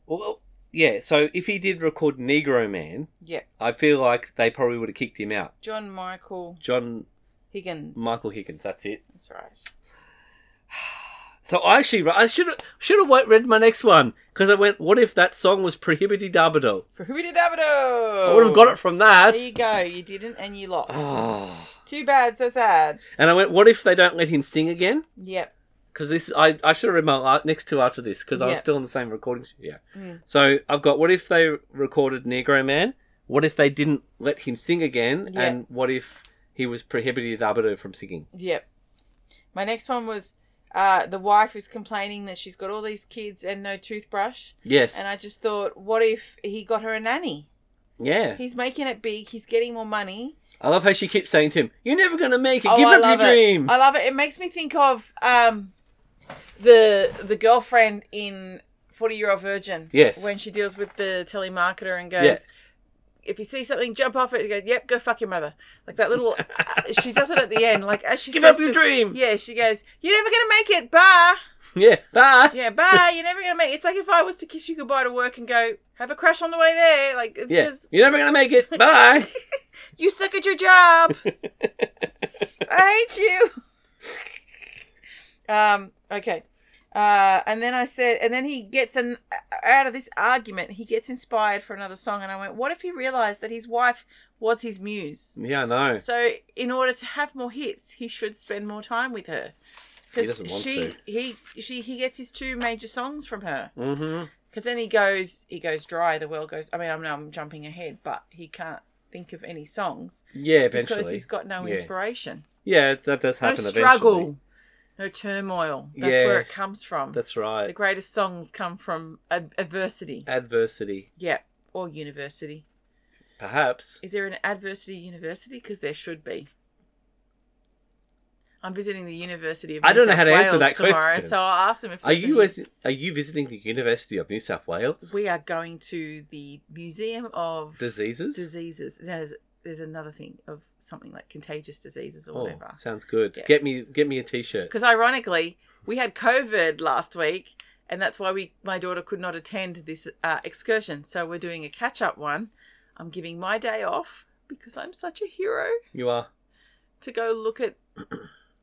Speaker 2: Well, yeah. So if he did record Negro Man,
Speaker 1: yeah.
Speaker 2: I feel like they probably would have kicked him out.
Speaker 1: John Michael
Speaker 2: John
Speaker 1: Higgins.
Speaker 2: Michael Higgins. That's it.
Speaker 1: That's right.
Speaker 2: So I actually, I should have should have wait- read my next one because I went, what if that song was Prohibited Dabado?
Speaker 1: Prohibited Abado.
Speaker 2: I would have got it from that.
Speaker 1: There you go. You didn't, and you lost.
Speaker 2: Ah.
Speaker 1: Too bad. So sad.
Speaker 2: And I went, what if they don't let him sing again?
Speaker 1: Yep.
Speaker 2: Because this, I, I should have read my la- next two after this because I was
Speaker 1: Yeah.
Speaker 2: still in the same recording studio.
Speaker 1: Mm.
Speaker 2: So I've got what if they recorded Negro Man? What if they didn't let him sing again?
Speaker 1: Yeah.
Speaker 2: And what if he was prohibited Abado from singing?
Speaker 1: Yep. My next one was uh, the wife is complaining that she's got all these kids and no toothbrush.
Speaker 2: Yes.
Speaker 1: And I just thought, what if he got her a nanny?
Speaker 2: yeah.
Speaker 1: He's making it big. He's getting more money.
Speaker 2: I love how she keeps saying to him, "You're never gonna make it.
Speaker 1: Oh,
Speaker 2: Give
Speaker 1: I
Speaker 2: up
Speaker 1: love
Speaker 2: your
Speaker 1: it.
Speaker 2: dream."
Speaker 1: I love it. It makes me think of um, the the girlfriend in Forty Year Old Virgin.
Speaker 2: Yes.
Speaker 1: When she deals with the telemarketer and goes.
Speaker 2: Yeah.
Speaker 1: If you see something, jump off it. You go, yep, go fuck your mother. Like that little. uh, she does it at the end. Like as she
Speaker 2: Give
Speaker 1: says
Speaker 2: up your
Speaker 1: to-
Speaker 2: dream. Yeah.
Speaker 1: Yeah, she goes, You're never gonna make it, bye.
Speaker 2: Bye.
Speaker 1: Yeah, bye, you're never gonna make It's like if I was to kiss you goodbye to work and go, have a crash on the way there. Like it's
Speaker 2: yeah.
Speaker 1: just
Speaker 2: You're never gonna make it. Bye.
Speaker 1: you suck at your job. I hate you. um, okay. Uh, and then I said, and then he gets an out of this argument, he gets inspired for another song, and I went, "What if he realized that his wife was his muse?
Speaker 2: yeah, I know.
Speaker 1: So, in order to have more hits, he should spend more time with her.
Speaker 2: He doesn't want
Speaker 1: she,
Speaker 2: to.
Speaker 1: he, she, he gets his two major songs from her.
Speaker 2: Mm-hmm.
Speaker 1: Because then he goes, he goes dry. The world goes. I mean, I know I'm jumping ahead, but he can't think of any songs
Speaker 2: Yeah,
Speaker 1: because
Speaker 2: eventually.
Speaker 1: he's got no
Speaker 2: Yeah.
Speaker 1: inspiration,
Speaker 2: Yeah, that does
Speaker 1: no
Speaker 2: happen.
Speaker 1: struggle,
Speaker 2: Eventually.
Speaker 1: no turmoil. That's
Speaker 2: Yeah.
Speaker 1: where it comes from.
Speaker 2: That's
Speaker 1: the
Speaker 2: right.
Speaker 1: greatest songs come from ad- adversity.
Speaker 2: Adversity,
Speaker 1: yeah, or university.
Speaker 2: perhaps.
Speaker 1: Is there an adversity university? Because there should be. I'm visiting the University of
Speaker 2: I
Speaker 1: New
Speaker 2: don't know
Speaker 1: South
Speaker 2: how to answer
Speaker 1: Wales
Speaker 2: that
Speaker 1: tomorrow,
Speaker 2: question.
Speaker 1: so I'll ask them if
Speaker 2: Are
Speaker 1: there's
Speaker 2: you
Speaker 1: any-
Speaker 2: as, are you visiting the University of New South Wales?
Speaker 1: we are going to the Museum of
Speaker 2: Diseases.
Speaker 1: diseases. There's there's another thing of something like contagious diseases or
Speaker 2: Oh,
Speaker 1: whatever.
Speaker 2: sounds good.
Speaker 1: Yes.
Speaker 2: Get me get me a t-shirt.
Speaker 1: Because ironically, we had COVID last week, and that's why we my daughter could not attend this uh, excursion. So we're doing a catch up one. I'm giving my day off because I'm such a hero
Speaker 2: You are.
Speaker 1: to go look at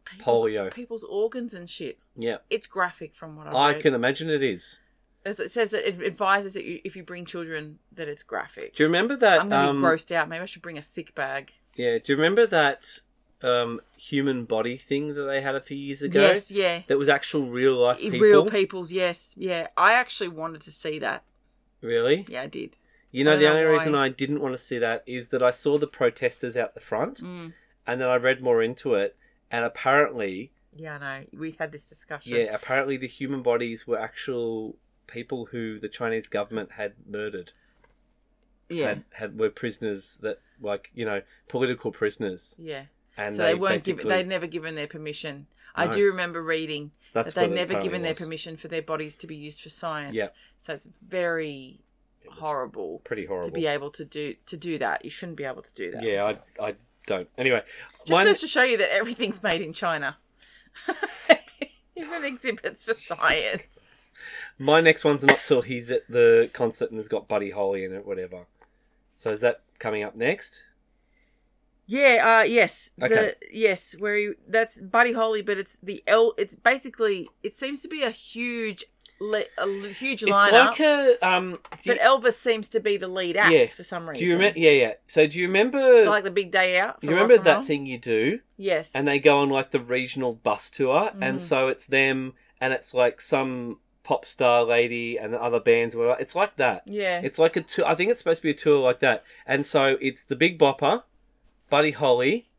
Speaker 1: people's,
Speaker 2: Polio.
Speaker 1: people's organs and shit.
Speaker 2: Yeah.
Speaker 1: It's graphic from what I've
Speaker 2: I
Speaker 1: read.
Speaker 2: can imagine it is.
Speaker 1: As it says that it advises that you, if you bring children, that it's graphic.
Speaker 2: Do you remember that
Speaker 1: I'm gonna
Speaker 2: um,
Speaker 1: be grossed out. Maybe I should bring a sick bag.
Speaker 2: Yeah, do you remember that um, human body thing that they had a few years ago?
Speaker 1: Yes, yeah.
Speaker 2: That was actual real life people.
Speaker 1: real people's yes yeah i actually wanted to see that
Speaker 2: Really?
Speaker 1: yeah i did
Speaker 2: You
Speaker 1: I
Speaker 2: know,
Speaker 1: don't
Speaker 2: the
Speaker 1: know
Speaker 2: only
Speaker 1: why.
Speaker 2: reason I didn't want to see that is that I saw the protesters out the front
Speaker 1: mm.
Speaker 2: and then I read more into it and apparently,
Speaker 1: yeah i know we had this discussion
Speaker 2: yeah, apparently the human bodies were actual people who the Chinese government had murdered.
Speaker 1: yeah
Speaker 2: Had, had were prisoners that like, you know, political prisoners.
Speaker 1: yeah
Speaker 2: And
Speaker 1: so they, weren't
Speaker 2: basically-
Speaker 1: given they'd never given their permission i
Speaker 2: No.
Speaker 1: do remember reading
Speaker 2: That's
Speaker 1: that they'd
Speaker 2: what it
Speaker 1: never
Speaker 2: apparently
Speaker 1: given their
Speaker 2: was.
Speaker 1: permission for their bodies to be used for science
Speaker 2: Yeah.
Speaker 1: so it's very
Speaker 2: was
Speaker 1: horrible,
Speaker 2: Pretty horrible.
Speaker 1: to be able to do to do that you shouldn't be able to do that
Speaker 2: yeah, I I don't. Anyway,
Speaker 1: just goes to show you that everything's made in china Even exhibits for science.
Speaker 2: My next one's not till he's at the concert and has got Buddy Holly in it, whatever. So is that coming up next?
Speaker 1: Yeah, uh yes.
Speaker 2: Okay.
Speaker 1: The yes, where he that's Buddy Holly, but it's the L it's basically it seems to be a huge le, a l- huge lineup.
Speaker 2: It's like a um. Do
Speaker 1: but
Speaker 2: you,
Speaker 1: Elvis seems to be the lead act
Speaker 2: Yeah.
Speaker 1: for some reason.
Speaker 2: do you remember? Yeah, yeah. So do you remember?
Speaker 1: It's like the big day out. for
Speaker 2: you
Speaker 1: rock
Speaker 2: remember
Speaker 1: and
Speaker 2: that
Speaker 1: roll?
Speaker 2: thing you do,
Speaker 1: Yes.
Speaker 2: and they go on like the regional bus tour,
Speaker 1: Mm.
Speaker 2: and so it's them, and it's like some pop star lady and other bands. or Whatever. It's like that.
Speaker 1: yeah.
Speaker 2: It's like a tour. I think it's supposed to be a tour like that. And so it's the Big Bopper, Buddy Holly,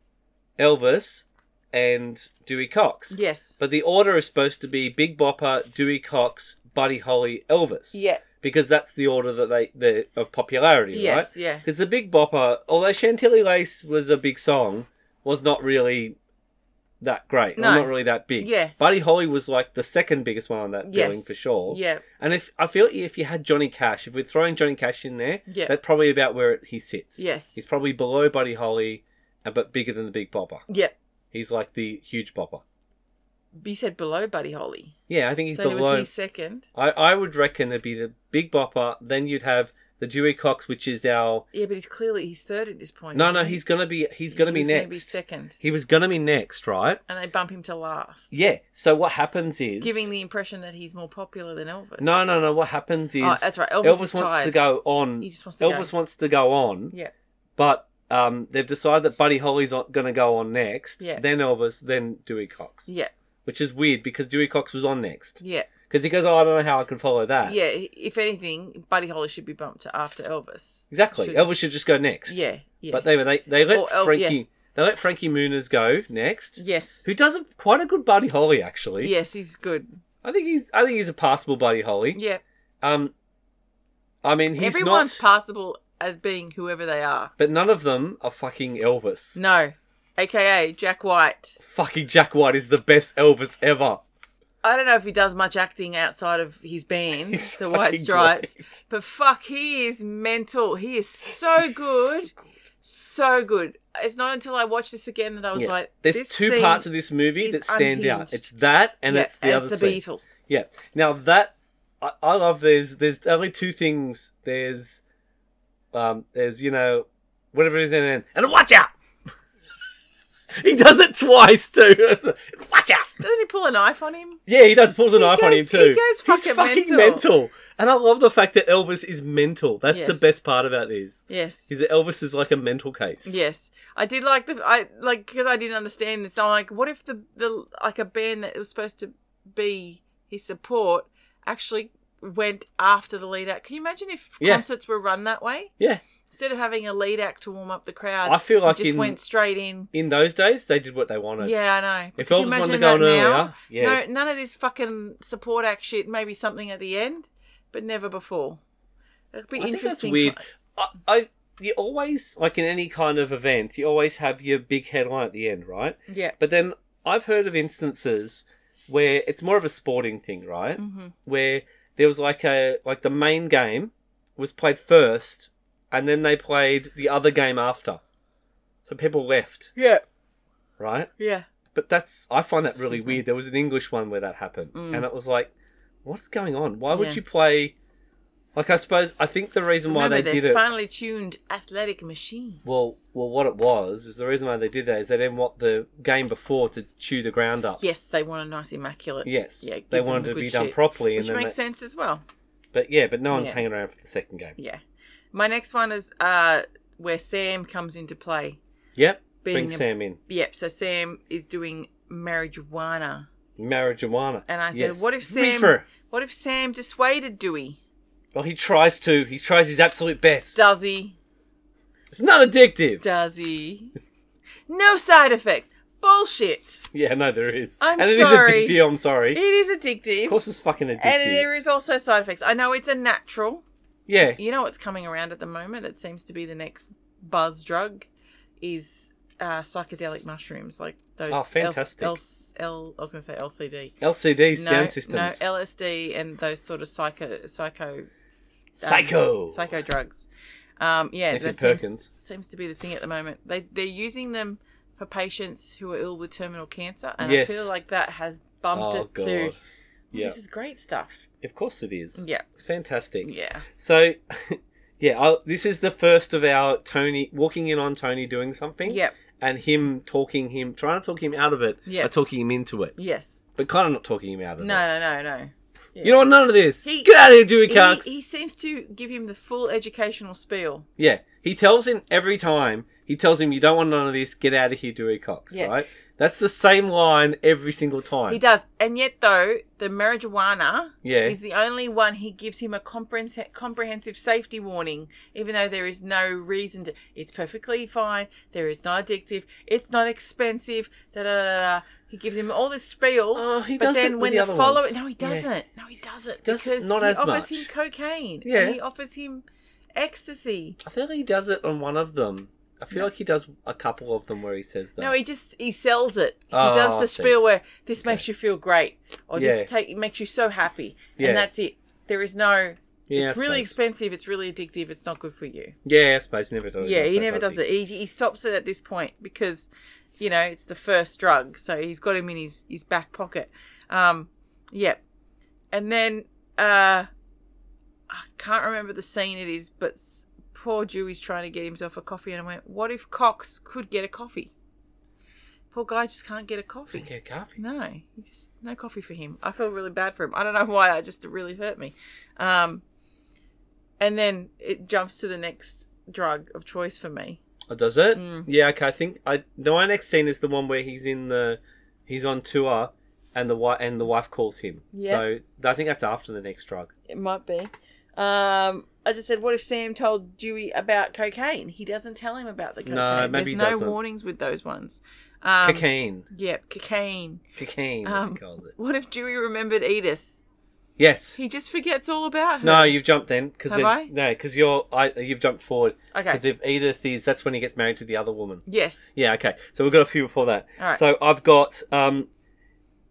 Speaker 2: Elvis, and Dewey Cox.
Speaker 1: yes.
Speaker 2: But the order is supposed to be Big Bopper, Dewey Cox, Buddy Holly, Elvis.
Speaker 1: Yeah.
Speaker 2: Because that's the order that they they're of popularity,
Speaker 1: Yes,
Speaker 2: right?
Speaker 1: yeah.
Speaker 2: Because the Big Bopper, although Chantilly Lace was a big song, was not really that great. or
Speaker 1: No.
Speaker 2: not really that big.
Speaker 1: Yeah.
Speaker 2: Buddy Holly was like the second biggest one on that
Speaker 1: Yes.
Speaker 2: billing for sure.
Speaker 1: Yeah.
Speaker 2: And if I feel if you had Johnny Cash, if we're throwing Johnny Cash in there,
Speaker 1: Yeah.
Speaker 2: that's probably about where it, he sits.
Speaker 1: Yes.
Speaker 2: he's probably below Buddy Holly, uh, but bigger than the Big Bopper.
Speaker 1: Yeah.
Speaker 2: He's like the huge Bopper.
Speaker 1: You said below Buddy Holly.
Speaker 2: Yeah, I think he's
Speaker 1: so he
Speaker 2: below.
Speaker 1: was his second.
Speaker 2: I I would reckon it'd be the Big Bopper. Then you'd have the Dewey Cox, which is our
Speaker 1: Yeah, but he's clearly he's third at this point.
Speaker 2: no
Speaker 1: isn't
Speaker 2: no.
Speaker 1: he?
Speaker 2: He's gonna be he's gonna
Speaker 1: He
Speaker 2: be
Speaker 1: was
Speaker 2: next.
Speaker 1: Gonna be second,
Speaker 2: He was gonna be next, right?
Speaker 1: and they bump him to last,
Speaker 2: Yeah. So what happens is
Speaker 1: giving the impression that he's more popular than Elvis.
Speaker 2: no no no. What happens is
Speaker 1: Oh, that's right. Elvis is
Speaker 2: Elvis wants
Speaker 1: tired.
Speaker 2: to go on.
Speaker 1: He just wants to go.
Speaker 2: Elvis wants to go on.
Speaker 1: Yeah.
Speaker 2: But um, they've decided that Buddy Holly's going to go on next,
Speaker 1: Yeah.
Speaker 2: then Elvis, then Dewey Cox,
Speaker 1: Yeah.
Speaker 2: which is weird because Dewey Cox was on next
Speaker 1: Yeah.
Speaker 2: because he goes, "Oh, I don't know how I can follow that."
Speaker 1: Yeah. If anything, Buddy Holly should be bumped to after Elvis.
Speaker 2: exactly.
Speaker 1: Should
Speaker 2: Elvis
Speaker 1: just-
Speaker 2: should just go next.
Speaker 1: Yeah. Yeah.
Speaker 2: but they they they let
Speaker 1: Or El-
Speaker 2: Frankie
Speaker 1: yeah.
Speaker 2: they let Frankie Muniz go next,
Speaker 1: yes.
Speaker 2: who does a, quite a good Buddy Holly actually.
Speaker 1: Yes, he's good.
Speaker 2: I think he's I think he's a passable Buddy Holly.
Speaker 1: Yeah.
Speaker 2: Um, I mean he's
Speaker 1: Everyone's
Speaker 2: not,
Speaker 1: passable as being whoever they are.
Speaker 2: but none of them are fucking Elvis.
Speaker 1: No. AKA Jack White.
Speaker 2: Fucking Jack White is the best Elvis ever.
Speaker 1: I don't know if he does much acting outside of his band,
Speaker 2: He's
Speaker 1: the White
Speaker 2: fucking
Speaker 1: Stripes, but fuck, he is mental. He is so good. So good. It's not until I watched this again that I was
Speaker 2: Yeah.
Speaker 1: like,
Speaker 2: There's
Speaker 1: this
Speaker 2: two
Speaker 1: scene
Speaker 2: parts of this movie
Speaker 1: is
Speaker 2: that stand out.
Speaker 1: unhinged.
Speaker 2: It's that and
Speaker 1: Yeah,
Speaker 2: it's the
Speaker 1: and
Speaker 2: other
Speaker 1: it's the
Speaker 2: scene.
Speaker 1: Beatles.
Speaker 2: Yeah. Now that I, I love there's there's only two things. There's um there's you know whatever it is in it and watch out. he does it twice too. watch out.
Speaker 1: Doesn't he pull a knife on him?
Speaker 2: Yeah, he does pulls a knife on him
Speaker 1: goes-
Speaker 2: too.
Speaker 1: he goes
Speaker 2: He's
Speaker 1: fucking
Speaker 2: fucking mental.
Speaker 1: mental.
Speaker 2: And I love the fact that Elvis is mental. That's the
Speaker 1: Yes.
Speaker 2: best part about this.
Speaker 1: Yes.
Speaker 2: Is that Elvis is like a mental case.
Speaker 1: Yes, I did like the I like because I didn't understand this. I'm like, what if the the like a band that was supposed to be his support actually went after the lead act? Can you imagine if
Speaker 2: Yeah.
Speaker 1: concerts were run that way
Speaker 2: Yeah.
Speaker 1: instead of having a lead act to warm up the crowd?
Speaker 2: I feel
Speaker 1: it
Speaker 2: like
Speaker 1: just
Speaker 2: in-
Speaker 1: went straight in.
Speaker 2: In those days, they did what they wanted.
Speaker 1: Yeah, I know.
Speaker 2: If
Speaker 1: Could you
Speaker 2: Elvis wanted to
Speaker 1: imagine
Speaker 2: go on
Speaker 1: that now?
Speaker 2: earlier, yeah.
Speaker 1: No, none of this fucking support act shit. Maybe something at the end, but never before. It'd be
Speaker 2: I think that's
Speaker 1: interesting.
Speaker 2: weird. I, I you always like in any kind of event, you always have your big headline at the end, right?
Speaker 1: Yeah.
Speaker 2: But then I've heard of instances where it's more of a sporting thing, right? Mm-hmm. Where there was like a like the main game was played first, and then they played the other game after, so people left,
Speaker 1: Yeah.
Speaker 2: right?
Speaker 1: Yeah.
Speaker 2: But that's I find that really
Speaker 1: Excuse me. Mm.
Speaker 2: weird. There was an English one where that happened, and it was like, what's going on? Why would
Speaker 1: Yeah.
Speaker 2: you play? Like I suppose I think the reason why
Speaker 1: Remember,
Speaker 2: they
Speaker 1: they're
Speaker 2: did it
Speaker 1: finely tuned athletic machines.
Speaker 2: Well, well, what it was is the reason why they did that is they didn't want the game before to chew the ground up.
Speaker 1: Yes, they want a nice immaculate.
Speaker 2: Yes,
Speaker 1: yeah,
Speaker 2: they
Speaker 1: give
Speaker 2: wanted
Speaker 1: them
Speaker 2: to
Speaker 1: good
Speaker 2: be done
Speaker 1: shit.
Speaker 2: properly, and
Speaker 1: which
Speaker 2: then
Speaker 1: makes
Speaker 2: they-
Speaker 1: sense as well.
Speaker 2: But yeah, but no one's
Speaker 1: Yeah.
Speaker 2: hanging around for the second game.
Speaker 1: Yeah, my next one is uh, where Sam comes into play.
Speaker 2: Yep,
Speaker 1: Being
Speaker 2: bring
Speaker 1: a-
Speaker 2: Sam in.
Speaker 1: Yep, so Sam is doing marijuana,
Speaker 2: Marijuana.
Speaker 1: and I said,
Speaker 2: Yes.
Speaker 1: "What if Sam?
Speaker 2: Reefer.
Speaker 1: What if Sam dissuaded Dewey?
Speaker 2: Well, he tries to. He tries his absolute best.
Speaker 1: Does he?
Speaker 2: It's not addictive.
Speaker 1: Does he? no side effects. Bullshit.
Speaker 2: Yeah, no, there is.
Speaker 1: I'm
Speaker 2: and
Speaker 1: sorry.
Speaker 2: it is addictive. I'm sorry.
Speaker 1: It is
Speaker 2: Of
Speaker 1: addictive,
Speaker 2: course, it's fucking addictive.
Speaker 1: and there is also side effects. I know it's a natural."
Speaker 2: yeah,
Speaker 1: you know what's coming around at the moment that seems to be the next buzz drug is uh, psychedelic mushrooms like those
Speaker 2: Oh, fantastic.
Speaker 1: L, L, I was going to say LCD
Speaker 2: LCD
Speaker 1: no,
Speaker 2: sound systems.
Speaker 1: no LSD and those sort of psycho psycho um,
Speaker 2: Psycho.
Speaker 1: psycho drugs um, yeah
Speaker 2: Anthony
Speaker 1: that seems,
Speaker 2: Perkins.
Speaker 1: seems to be the thing at the moment they they're using them for patients who are ill with terminal cancer, and
Speaker 2: Yes.
Speaker 1: I feel like that has bumped
Speaker 2: Oh,
Speaker 1: it to
Speaker 2: God. Yeah.
Speaker 1: this is great stuff.
Speaker 2: Of course it is.
Speaker 1: Yeah.
Speaker 2: It's fantastic.
Speaker 1: Yeah,
Speaker 2: So, yeah, I, this is the first of our Tony walking in on Tony doing something.
Speaker 1: Yep.
Speaker 2: And him talking him, trying to talk him out of it,
Speaker 1: Yep.
Speaker 2: by talking him into it,
Speaker 1: yes.
Speaker 2: but kind of not talking him out of
Speaker 1: No,
Speaker 2: it.
Speaker 1: no, no, no.
Speaker 2: You know what? None of this.
Speaker 1: He-
Speaker 2: Get out of here, Dewey
Speaker 1: He,
Speaker 2: Cox.
Speaker 1: he seems to give him the full educational spiel.
Speaker 2: Yeah. He tells him every time, he tells him, You don't want none of this, get out of here, Dewey Cox,
Speaker 1: Yeah.
Speaker 2: right? That's the same line every single time.
Speaker 1: He does, and yet though the marijuana
Speaker 2: Yeah.
Speaker 1: is the only one he gives him a comprehens- comprehensive safety warning, even though there is no reason to. It's perfectly fine. There is not addictive. It's not expensive. Da da da. da. He gives him all this spiel.
Speaker 2: Oh, he doesn't with the other
Speaker 1: follow-
Speaker 2: ones.
Speaker 1: no, he
Speaker 2: Yeah.
Speaker 1: doesn't. No, he doesn't.
Speaker 2: Does-
Speaker 1: because
Speaker 2: not
Speaker 1: he
Speaker 2: as
Speaker 1: offers
Speaker 2: much.
Speaker 1: him cocaine. and
Speaker 2: Yeah.
Speaker 1: he offers him ecstasy.
Speaker 2: I feel like he does it on one of them. I feel like he does a couple of them where he says that.
Speaker 1: No, he just he sells it. He
Speaker 2: Oh,
Speaker 1: does
Speaker 2: I
Speaker 1: the
Speaker 2: see.
Speaker 1: spiel where this makes you feel great, or
Speaker 2: Yeah.
Speaker 1: this take makes you so happy,
Speaker 2: Yeah.
Speaker 1: and that's it. There is no.
Speaker 2: Yeah,
Speaker 1: it's
Speaker 2: I
Speaker 1: really
Speaker 2: suppose.
Speaker 1: expensive. It's really addictive. It's not good for you.
Speaker 2: Yeah, I suppose he never does.
Speaker 1: yeah, he
Speaker 2: that,
Speaker 1: never does
Speaker 2: he?
Speaker 1: it. He, he stops it at this point because, you know, it's the first drug, so he's got him in his his back pocket. Um, yeah, and then uh, I can't remember the scene it is, but s- poor Dewey's trying to get himself a coffee, and I went, "What if Cox could get a coffee?" Poor guy just can't get a coffee.
Speaker 2: Drink a coffee.
Speaker 1: No, he just no coffee for him. I feel really bad for him. I don't know why. That just really hurt me. Um, and then it jumps to the next drug of choice for me.
Speaker 2: Oh, does it?
Speaker 1: Mm.
Speaker 2: Yeah, okay. I think I the my next scene is the one where he's in the he's on tour and the wife and the wife calls him.
Speaker 1: Yeah.
Speaker 2: So I think that's after the next drug.
Speaker 1: It might be. Um, I just said, what if Sam told Dewey about cocaine? He doesn't tell him about the cocaine.
Speaker 2: maybe
Speaker 1: There's
Speaker 2: he
Speaker 1: no
Speaker 2: doesn't.
Speaker 1: warnings with those ones. Um,
Speaker 2: cocaine,
Speaker 1: Yep, cocaine.
Speaker 2: cocaine. as
Speaker 1: Um,
Speaker 2: he calls it.
Speaker 1: what if Dewey remembered Edith?
Speaker 2: Yes.
Speaker 1: He just forgets all about her.
Speaker 2: No, you've jumped then because
Speaker 1: Have I?
Speaker 2: no, because you're I you've jumped forward.
Speaker 1: Okay.
Speaker 2: Because if Edith is, that's when he gets married to the other woman.
Speaker 1: Yes.
Speaker 2: Yeah, okay. So we've got a few before that.
Speaker 1: Alright.
Speaker 2: So I've got um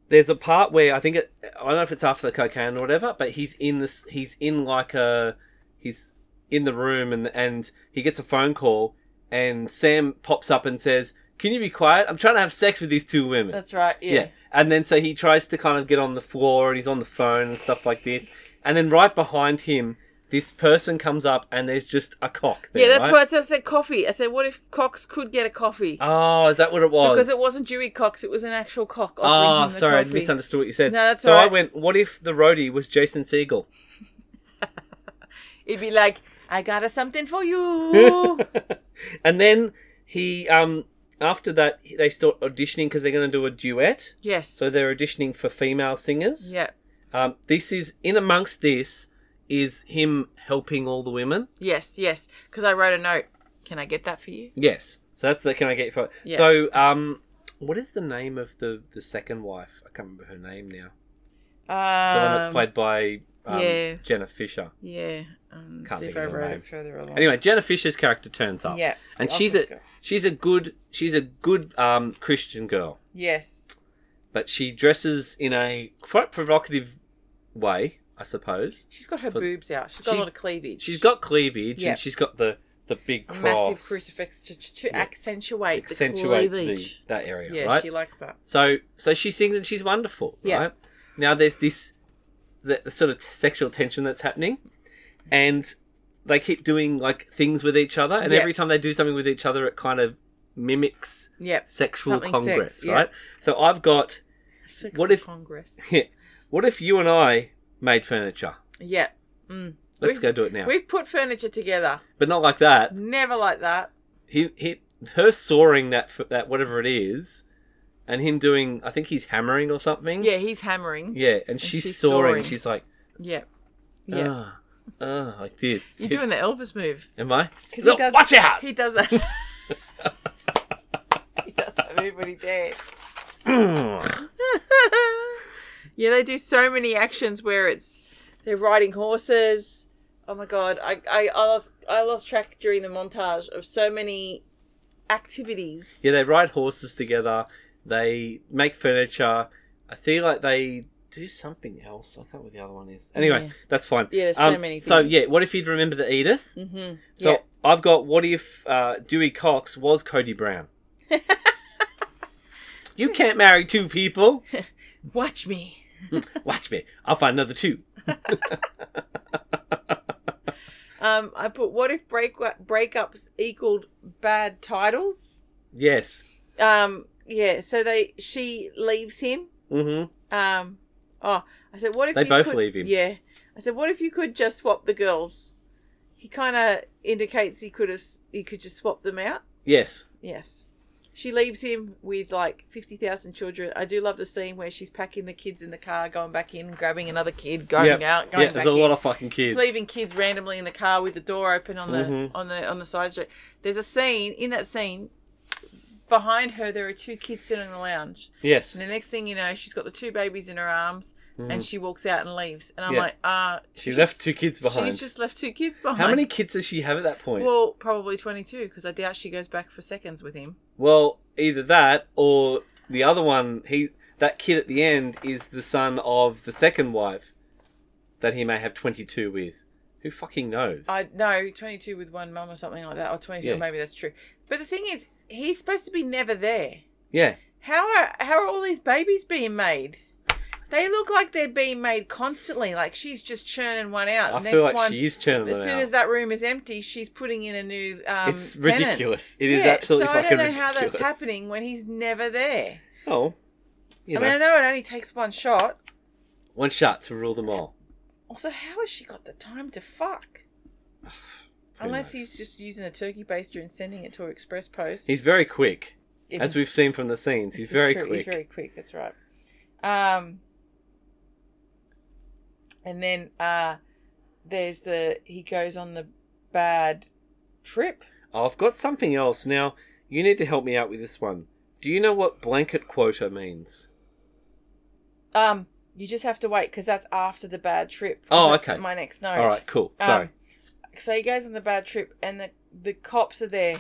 Speaker 2: there's a part where I think it, I don't know if it's after the cocaine or whatever, but he's in this he's in like a he's in the room and and he gets a phone call and Sam pops up and says, "Can you be quiet? I'm trying to have sex with these two women."
Speaker 1: That's right. Yeah.
Speaker 2: yeah. And then so he tries to kind of get on the floor and he's on the phone and stuff like this. And then right behind him this person comes up and there's just a cock there.
Speaker 1: Yeah, that's
Speaker 2: right?
Speaker 1: why I said- I said coffee. I said, what if Cox could get a coffee?
Speaker 2: Oh, is that what it was?
Speaker 1: Because it wasn't Dewey Cox, it was an actual cock. offering
Speaker 2: Ah,
Speaker 1: him the
Speaker 2: sorry,
Speaker 1: coffee.
Speaker 2: I misunderstood what you said.
Speaker 1: No, that's
Speaker 2: so
Speaker 1: all right.
Speaker 2: I went, what if the roadie was Jason Siegel?
Speaker 1: It'd be like, I got a something for you.
Speaker 2: And then he, um, after that, they start auditioning because they're going to do a duet.
Speaker 1: yes.
Speaker 2: So they're auditioning for female singers.
Speaker 1: yeah.
Speaker 2: Um, this is, in amongst this, is him helping all the women.
Speaker 1: Yes, yes. Because I wrote a note. Can I get that for you?
Speaker 2: Yes. So that's the can I get for
Speaker 1: Yeah.
Speaker 2: So, um, what is the name of the, the second wife? I can't remember her name now.
Speaker 1: Um,
Speaker 2: The one that's played by um,
Speaker 1: yeah.
Speaker 2: Jenna Fisher.
Speaker 1: Yeah. Um,
Speaker 2: Can't
Speaker 1: see if
Speaker 2: think
Speaker 1: I
Speaker 2: of her
Speaker 1: wrote
Speaker 2: name.
Speaker 1: it further along.
Speaker 2: Anyway, Jenna Fisher's character turns up.
Speaker 1: Yeah,
Speaker 2: and
Speaker 1: the
Speaker 2: she's
Speaker 1: office
Speaker 2: a
Speaker 1: girl.
Speaker 2: she's a good she's a good um, Christian girl,
Speaker 1: Yes.
Speaker 2: but she dresses in a quite provocative way, I suppose.
Speaker 1: She's got her boobs out. She's got
Speaker 2: She-
Speaker 1: a lot of cleavage.
Speaker 2: She's got cleavage
Speaker 1: Yeah.
Speaker 2: and she's got the the big
Speaker 1: a
Speaker 2: cross,
Speaker 1: massive crucifix to, to to accentuate,
Speaker 2: accentuate
Speaker 1: the
Speaker 2: the,
Speaker 1: cleavage.
Speaker 2: that area,
Speaker 1: yeah,
Speaker 2: right?
Speaker 1: she likes that.
Speaker 2: So so she sings and she's wonderful,
Speaker 1: Yeah.
Speaker 2: right? Now there's this the, the sort of t- sexual tension that's happening, and they keep doing like things with each other, and
Speaker 1: Yeah.
Speaker 2: every time they do something with each other, it kind of mimics
Speaker 1: Yep.
Speaker 2: sexual
Speaker 1: Something
Speaker 2: congress,
Speaker 1: sex, yeah.
Speaker 2: right? So I've got
Speaker 1: Sexual
Speaker 2: What if-
Speaker 1: Congress?
Speaker 2: what if you and I made furniture?
Speaker 1: Yeah. Mm.
Speaker 2: Let's
Speaker 1: We've-
Speaker 2: go do it now,
Speaker 1: We've put furniture together.
Speaker 2: but not like that.
Speaker 1: Never like that.
Speaker 2: He, he, her sawing that f- that whatever it is, and him doing, I think he's hammering or something.
Speaker 1: Yeah, he's hammering.
Speaker 2: yeah, and she's,
Speaker 1: she's
Speaker 2: sawing.
Speaker 1: sawing.
Speaker 2: She's like,
Speaker 1: Yeah. Yeah.
Speaker 2: ah, ah, like this.
Speaker 1: You're doing the Elvis move.
Speaker 2: Am I?
Speaker 1: 'Cause he
Speaker 2: Look,
Speaker 1: does-
Speaker 2: watch out!
Speaker 1: He does that. he does that move when he dances. yeah, they do so many actions where it's they're riding horses. Oh my god, I, I, I lost I lost track during the montage of so many activities.
Speaker 2: yeah, they ride horses together. They make furniture. I feel like they do something else. I can't remember what the other one is. Anyway,
Speaker 1: Yeah.
Speaker 2: that's fine. Um,
Speaker 1: Yeah, there's so many
Speaker 2: So
Speaker 1: things.
Speaker 2: yeah, what if you'd remembered Edith?
Speaker 1: Mm-hmm.
Speaker 2: So
Speaker 1: yeah.
Speaker 2: I've got what if uh, Dewey Cox was Cody Brown? You can't marry two people.
Speaker 1: Watch me.
Speaker 2: Watch me. I'll find another two.
Speaker 1: Um, I put what if break breakups equaled bad titles?
Speaker 2: Yes.
Speaker 1: Um, yeah. So they she leaves him.
Speaker 2: Mm-hmm.
Speaker 1: Um, oh, I said what if
Speaker 2: They
Speaker 1: you
Speaker 2: both
Speaker 1: could-
Speaker 2: leave him.
Speaker 1: Yeah. I said what if you could just swap the girls? He kind of indicates he could have he could just swap them out.
Speaker 2: Yes.
Speaker 1: Yes. She leaves him with like 50,000 children. I do love the scene where she's packing the kids in the car, going back in, grabbing another kid, going
Speaker 2: Yep.
Speaker 1: out, going
Speaker 2: Yeah.
Speaker 1: back
Speaker 2: There's a lot
Speaker 1: in.
Speaker 2: of fucking kids.
Speaker 1: Just leaving kids randomly in the car with the door open on the
Speaker 2: Mhm.
Speaker 1: on the on the side street. There's a scene in that scene behind her. There are two kids sitting in the lounge,
Speaker 2: Yes.
Speaker 1: and the next thing you know, she's got the two babies in her arms, and she walks out and leaves. And I'm
Speaker 2: Hmm. Yeah.
Speaker 1: like, ah,
Speaker 2: She left two kids behind.
Speaker 1: She's just left two kids behind.
Speaker 2: How many kids does she have at that point? Well,
Speaker 1: Well, probably 22, because I doubt she goes back for seconds with him.
Speaker 2: either that or the other one. He that kid at the end is the son of the second wife that he may have twenty-two with. Who fucking knows?
Speaker 1: I no, twenty two with one mum or something like that, or twenty two.
Speaker 2: Yeah.
Speaker 1: Maybe that's true. But the thing is, he's supposed to be never there.
Speaker 2: yeah.
Speaker 1: How are how are all these babies being made? They look like they're being made constantly. Like she's just churning one out.
Speaker 2: I
Speaker 1: Next
Speaker 2: feel like
Speaker 1: one,
Speaker 2: she is churning
Speaker 1: as
Speaker 2: them
Speaker 1: soon
Speaker 2: out.
Speaker 1: as that room is empty, she's putting in a new. Um,
Speaker 2: it's
Speaker 1: tenant.
Speaker 2: ridiculous. It is
Speaker 1: yeah,
Speaker 2: absolutely
Speaker 1: so I
Speaker 2: fucking
Speaker 1: don't know
Speaker 2: ridiculous.
Speaker 1: how that's happening when he's never there.
Speaker 2: Oh, you
Speaker 1: I
Speaker 2: know,
Speaker 1: mean, I know it only takes one shot.
Speaker 2: one shot to rule them all.
Speaker 1: Also, how has she got the time to fuck? Unless
Speaker 2: much.
Speaker 1: he's just using a turkey baster and sending it to her express post.
Speaker 2: He's very quick,
Speaker 1: If-
Speaker 2: as we've seen from the scenes. He's
Speaker 1: This is
Speaker 2: very
Speaker 1: true.
Speaker 2: quick.
Speaker 1: He's very quick. That's right. Um, and then uh, there's the he goes on the bad trip.
Speaker 2: Oh, I've got something else now. You need to help me out with this one. Do you know what blanket quota means?
Speaker 1: Um, you just have to wait because that's after the bad trip. 'Cause
Speaker 2: Oh,
Speaker 1: that's
Speaker 2: okay.
Speaker 1: My next note.
Speaker 2: All right, cool.
Speaker 1: Um,
Speaker 2: Sorry.
Speaker 1: so he goes on the bad trip, and the the cops are there.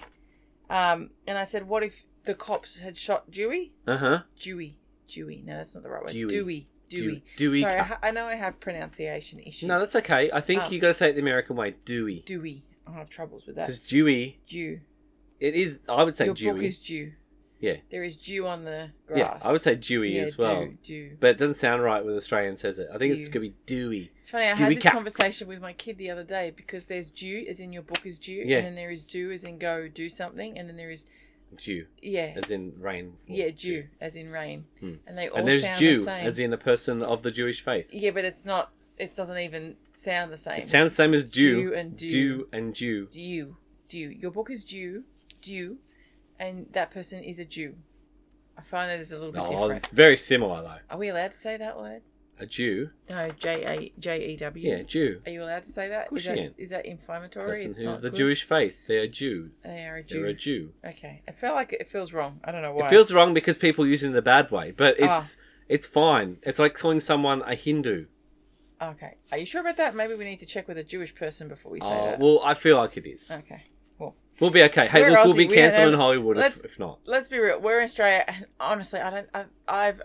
Speaker 1: Um, and I said, what if the cops had shot Dewey?
Speaker 2: uh huh.
Speaker 1: Dewey. Dewey. No, that's not the right word.
Speaker 2: Dewey.
Speaker 1: Dewey. Dewey.
Speaker 2: Dew- Dewey
Speaker 1: Sorry, I, ha- I
Speaker 2: cuts.
Speaker 1: know I have pronunciation issues.
Speaker 2: No, that's okay. I think
Speaker 1: Um,
Speaker 2: you got to say it the American way, Dewey,
Speaker 1: Dewey. I have troubles with that.
Speaker 2: because Dewey.
Speaker 1: Dew.
Speaker 2: It is. I would say
Speaker 1: Your book
Speaker 2: Dewey.
Speaker 1: is dew.
Speaker 2: Yeah.
Speaker 1: There is dew on the
Speaker 2: Yeah,
Speaker 1: grass.
Speaker 2: I would say Dewey
Speaker 1: Yeah,
Speaker 2: as well,
Speaker 1: Dew, dew.
Speaker 2: but it doesn't sound right when Australian says it. I think it's
Speaker 1: Dew.
Speaker 2: gonna be Dewey.
Speaker 1: It's funny. I
Speaker 2: Dewy
Speaker 1: had this
Speaker 2: cats.
Speaker 1: conversation with my kid the other day because there's dew as in your book is due,
Speaker 2: Yeah.
Speaker 1: and then there is do as in go do something, and then there is
Speaker 2: Dew,
Speaker 1: yeah,
Speaker 2: as in rain. or
Speaker 1: yeah, dew as in rain, and they all
Speaker 2: Hmm. And there's
Speaker 1: sound
Speaker 2: Jew,
Speaker 1: the same.
Speaker 2: as in a person of the Jewish faith.
Speaker 1: yeah, but it's not. It doesn't even sound the same.
Speaker 2: It sounds the same as Jew,
Speaker 1: Jew and Dew.
Speaker 2: Jew and Jew.
Speaker 1: dew, dew. Your book is due, dew, and that person is a Jew. I find that is a little bit
Speaker 2: Oh,
Speaker 1: different.
Speaker 2: it's very similar though.
Speaker 1: Are we allowed to say that word?
Speaker 2: A Jew,
Speaker 1: No, J A J E W.
Speaker 2: yeah, Jew.
Speaker 1: Are you allowed to say that?
Speaker 2: course
Speaker 1: Is
Speaker 2: you
Speaker 1: that,
Speaker 2: can.
Speaker 1: is that inflammatory?
Speaker 2: Person
Speaker 1: It's
Speaker 2: who's
Speaker 1: not
Speaker 2: the
Speaker 1: good?
Speaker 2: Jewish faith. They're a Jew.
Speaker 1: They are a
Speaker 2: They're a
Speaker 1: Jew.
Speaker 2: Jew.
Speaker 1: Okay. I felt like it feels wrong. I don't know why. Ah.
Speaker 2: It feels wrong because people use it in a bad way, but it's it's fine. It's like calling someone a Hindu.
Speaker 1: okay. Are you sure about that? Maybe we need to check with a Jewish person before we say
Speaker 2: Oh,
Speaker 1: that.
Speaker 2: well, I feel like it is.
Speaker 1: okay. Well,
Speaker 2: We'll be okay. Hey,
Speaker 1: We're
Speaker 2: look, we'll be
Speaker 1: Aussie. We don't
Speaker 2: cancelled in
Speaker 1: have-
Speaker 2: Hollywood if,
Speaker 1: Let's-
Speaker 2: if not.
Speaker 1: let's be real. We're in Australia, and honestly, I don't. I, I've.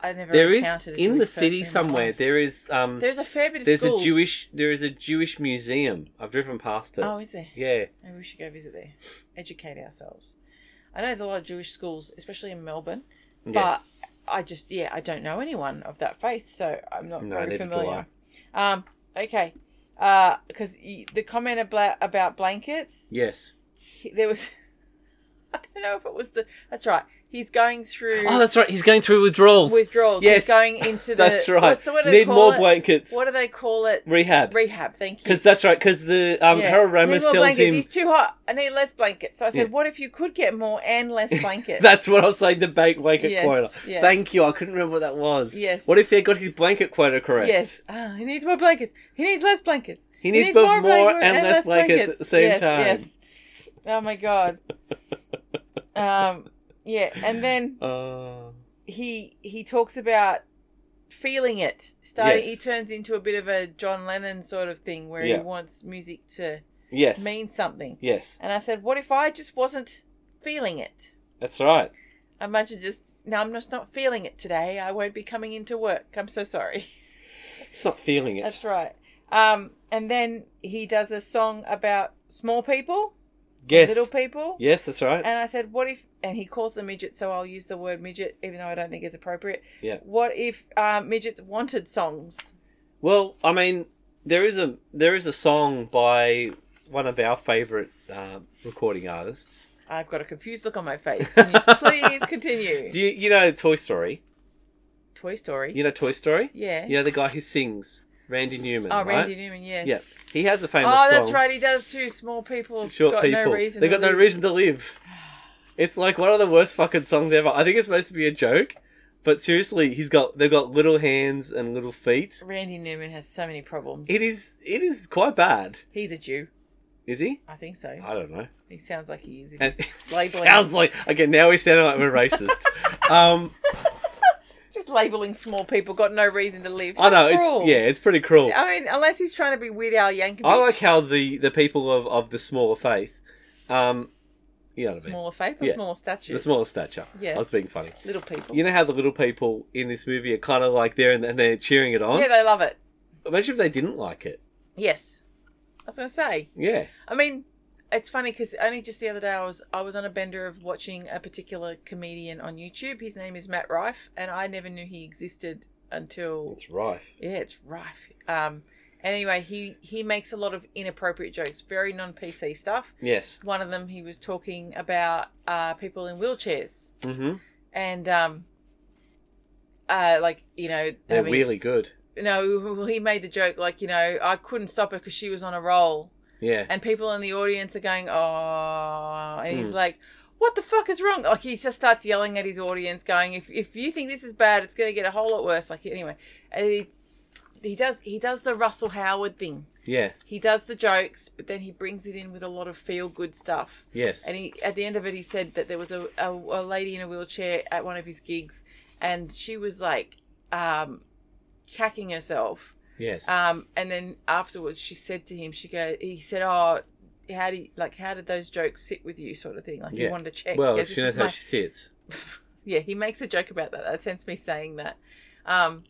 Speaker 1: I never.
Speaker 2: There is
Speaker 1: encountered a
Speaker 2: in the
Speaker 1: Jewish
Speaker 2: city
Speaker 1: person in my
Speaker 2: somewhere.
Speaker 1: life.
Speaker 2: There is um.
Speaker 1: There's a fair bit of
Speaker 2: There's
Speaker 1: schools.
Speaker 2: a Jewish. There is a Jewish museum. I've driven past it.
Speaker 1: Oh, is there?
Speaker 2: yeah.
Speaker 1: Maybe we should go visit there, educate ourselves. I know there's a lot of Jewish schools, especially in Melbourne, but I just yeah I don't know anyone of that faith, so I'm not
Speaker 2: No,
Speaker 1: very
Speaker 2: neither do
Speaker 1: familiar. Um, okay, because y the comment about about blankets,
Speaker 2: Yes.
Speaker 1: he- there was I don't know if it was the that's right. He's going through
Speaker 2: Oh, that's right. He's going through withdrawals.
Speaker 1: withdrawals.
Speaker 2: Yes.
Speaker 1: He's going into the
Speaker 2: that's right.
Speaker 1: What's the, what do they
Speaker 2: Need
Speaker 1: call
Speaker 2: more
Speaker 1: it?
Speaker 2: blankets.
Speaker 1: What do they call it?
Speaker 2: Rehab.
Speaker 1: Rehab. Thank you.
Speaker 2: Because that's right. Because the um,
Speaker 1: Yeah.
Speaker 2: Harold
Speaker 1: Need
Speaker 2: Ramis
Speaker 1: more
Speaker 2: tells
Speaker 1: blankets.
Speaker 2: him.
Speaker 1: he's too hot. I need less blankets. So I said,
Speaker 2: Yeah.
Speaker 1: what if you could get more and less blankets?
Speaker 2: That's what I was saying. The bank blanket
Speaker 1: Yes,
Speaker 2: quota.
Speaker 1: yeah.
Speaker 2: Thank you. I couldn't remember what that was.
Speaker 1: Yes.
Speaker 2: What if they got his blanket quota correct?
Speaker 1: yes. Ah, he needs more blankets. He needs less blankets.
Speaker 2: He needs both more
Speaker 1: blanket-
Speaker 2: and less blankets at the same
Speaker 1: yes,
Speaker 2: time.
Speaker 1: Yes. Oh my god. um. Yeah, and then
Speaker 2: Uh,
Speaker 1: he he talks about feeling it. Starting,
Speaker 2: Yes.
Speaker 1: he turns into a bit of a John Lennon sort of thing where
Speaker 2: Yeah.
Speaker 1: he wants music to
Speaker 2: yes.
Speaker 1: mean something.
Speaker 2: Yes.
Speaker 1: And I said, what if I just wasn't feeling it?
Speaker 2: That's right.
Speaker 1: I imagine just no, I'm just not feeling it today. I won't be coming into work. I'm so sorry.
Speaker 2: It's not feeling it.
Speaker 1: That's right. Um, and then he does a song about small people.
Speaker 2: Yes.
Speaker 1: little people.
Speaker 2: Yes, that's right.
Speaker 1: And I said, "What if?" And he calls them midget, so I'll use the word midget, even though I don't think it's appropriate.
Speaker 2: Yeah.
Speaker 1: What if um, midgets wanted songs?
Speaker 2: Well, I mean, there is a there is a song by one of our favorite um, recording artists.
Speaker 1: I've got a confused look on my face. Can you please continue?
Speaker 2: Do you you know Toy Story?
Speaker 1: Toy Story.
Speaker 2: You know Toy Story?
Speaker 1: yeah.
Speaker 2: You know the guy who sings, Randy Newman.
Speaker 1: oh,
Speaker 2: right?
Speaker 1: Randy Newman. Yes.
Speaker 2: Yeah, he has a famous
Speaker 1: Oh,
Speaker 2: song.
Speaker 1: that's right. He does too. Small people. have
Speaker 2: Short
Speaker 1: got
Speaker 2: people.
Speaker 1: No reason
Speaker 2: they
Speaker 1: to
Speaker 2: got no
Speaker 1: live.
Speaker 2: reason to live. It's like one of the worst fucking songs ever. I think it's supposed to be a joke, but seriously, he's got they've got little hands and little feet.
Speaker 1: Randy Newman has so many problems.
Speaker 2: It is it is quite bad.
Speaker 1: He's a Jew.
Speaker 2: Is he?
Speaker 1: I think so.
Speaker 2: I don't know.
Speaker 1: He sounds like he is. If
Speaker 2: And
Speaker 1: he's labeling,
Speaker 2: sounds like okay. Now we sound like we're racist. um,
Speaker 1: just labeling small people got no reason to live.
Speaker 2: I know
Speaker 1: Cruel.
Speaker 2: it's yeah, it's pretty cruel.
Speaker 1: I mean, unless he's trying to be Weird Al Yankovic.
Speaker 2: I like how the the people of of the smaller faith, um, you know what I mean,
Speaker 1: smaller faith or
Speaker 2: Yeah.
Speaker 1: smaller statue.
Speaker 2: the smaller stature.
Speaker 1: Yes.
Speaker 2: I was being funny.
Speaker 1: Little people.
Speaker 2: You know how the little people in this movie are kind of like there and, and they're cheering it on.
Speaker 1: yeah, they love it.
Speaker 2: Imagine if they didn't like it.
Speaker 1: Yes, I was going to say.
Speaker 2: Yeah.
Speaker 1: I mean, it's funny because only just the other day I was I was on a bender of watching a particular comedian on YouTube. His name is Matt Rife, and I never knew he existed until
Speaker 2: It's rife.
Speaker 1: yeah, it's Rife. Um, anyway, he he makes a lot of inappropriate jokes, very non PC stuff.
Speaker 2: Yes.
Speaker 1: One of them, he was talking about uh, people in wheelchairs.
Speaker 2: Mm-hmm.
Speaker 1: and um uh like you know
Speaker 2: They're
Speaker 1: having-
Speaker 2: really good.
Speaker 1: no well, he made the joke like you know i couldn't stop her because she was on a roll
Speaker 2: Yeah.
Speaker 1: and people in the audience are going oh and he's like what the fuck is wrong like he just starts yelling at his audience going if if you think this is bad it's going to get a whole lot worse like anyway and he he does he does the russell howard thing
Speaker 2: yeah.
Speaker 1: he does the jokes but then he brings it in with a lot of feel good stuff
Speaker 2: Yes.
Speaker 1: and he, at the end of it, he said that there was a, a, a lady in a wheelchair at one of his gigs, and she was like um, cacking herself.
Speaker 2: yes.
Speaker 1: Um, and then afterwards, she said to him, "She go." He said, "Oh, how do you, like how did those jokes sit with you?" Sort of thing. Like he
Speaker 2: Yeah.
Speaker 1: wanted to check.
Speaker 2: well,
Speaker 1: Yes, this
Speaker 2: she knows
Speaker 1: is
Speaker 2: how
Speaker 1: my-
Speaker 2: she sits.
Speaker 1: yeah, he makes a joke about that. That's hence me saying that. Um,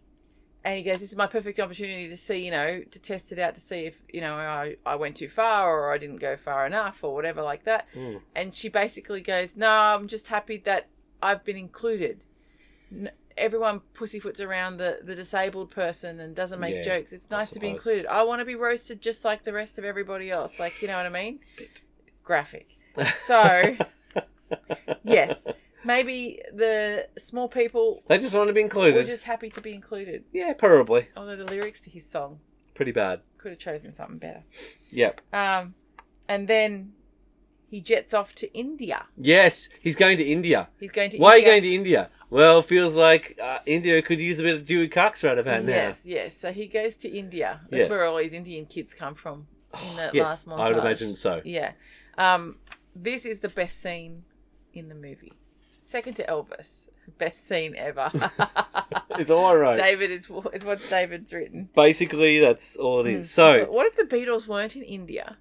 Speaker 1: and he goes, "This is my perfect opportunity to see, you know, to test it out to see if you know I, I went too far or I didn't go far enough or whatever like that."
Speaker 2: Mm.
Speaker 1: And she basically goes, "No, I'm just happy that I've been included. N- everyone pussyfoots around the the disabled person and doesn't make
Speaker 2: Yeah,
Speaker 1: jokes. It's
Speaker 2: I
Speaker 1: nice to be
Speaker 2: suppose.
Speaker 1: included. I want to be roasted just like the rest of everybody else. Like you know what I mean? Graphic. So." yes, maybe the small people
Speaker 2: They just want to be
Speaker 1: were
Speaker 2: included.
Speaker 1: just happy to be included.
Speaker 2: Yeah, probably.
Speaker 1: Although the lyrics to his song
Speaker 2: Pretty bad.
Speaker 1: could have chosen something better.
Speaker 2: Yep.
Speaker 1: Um, and then he jets off to India.
Speaker 2: Yes, he's going to India.
Speaker 1: He's going to.
Speaker 2: Why are you
Speaker 1: India.
Speaker 2: going to India? Well, feels like uh, India could use a bit of Dewey Cox right about now.
Speaker 1: Yes, yes. So he goes to India. That's
Speaker 2: Yeah. Oh,
Speaker 1: where all these Indian kids come from in the
Speaker 2: Yes,
Speaker 1: last montage.
Speaker 2: I would imagine so.
Speaker 1: Yeah. Um, this is the best scene in the movie, second to Elvis. Best scene ever.
Speaker 2: It's all right.
Speaker 1: David is is what David's written.
Speaker 2: Basically, that's all it is.
Speaker 1: But
Speaker 2: So,
Speaker 1: what if the Beatles weren't in India?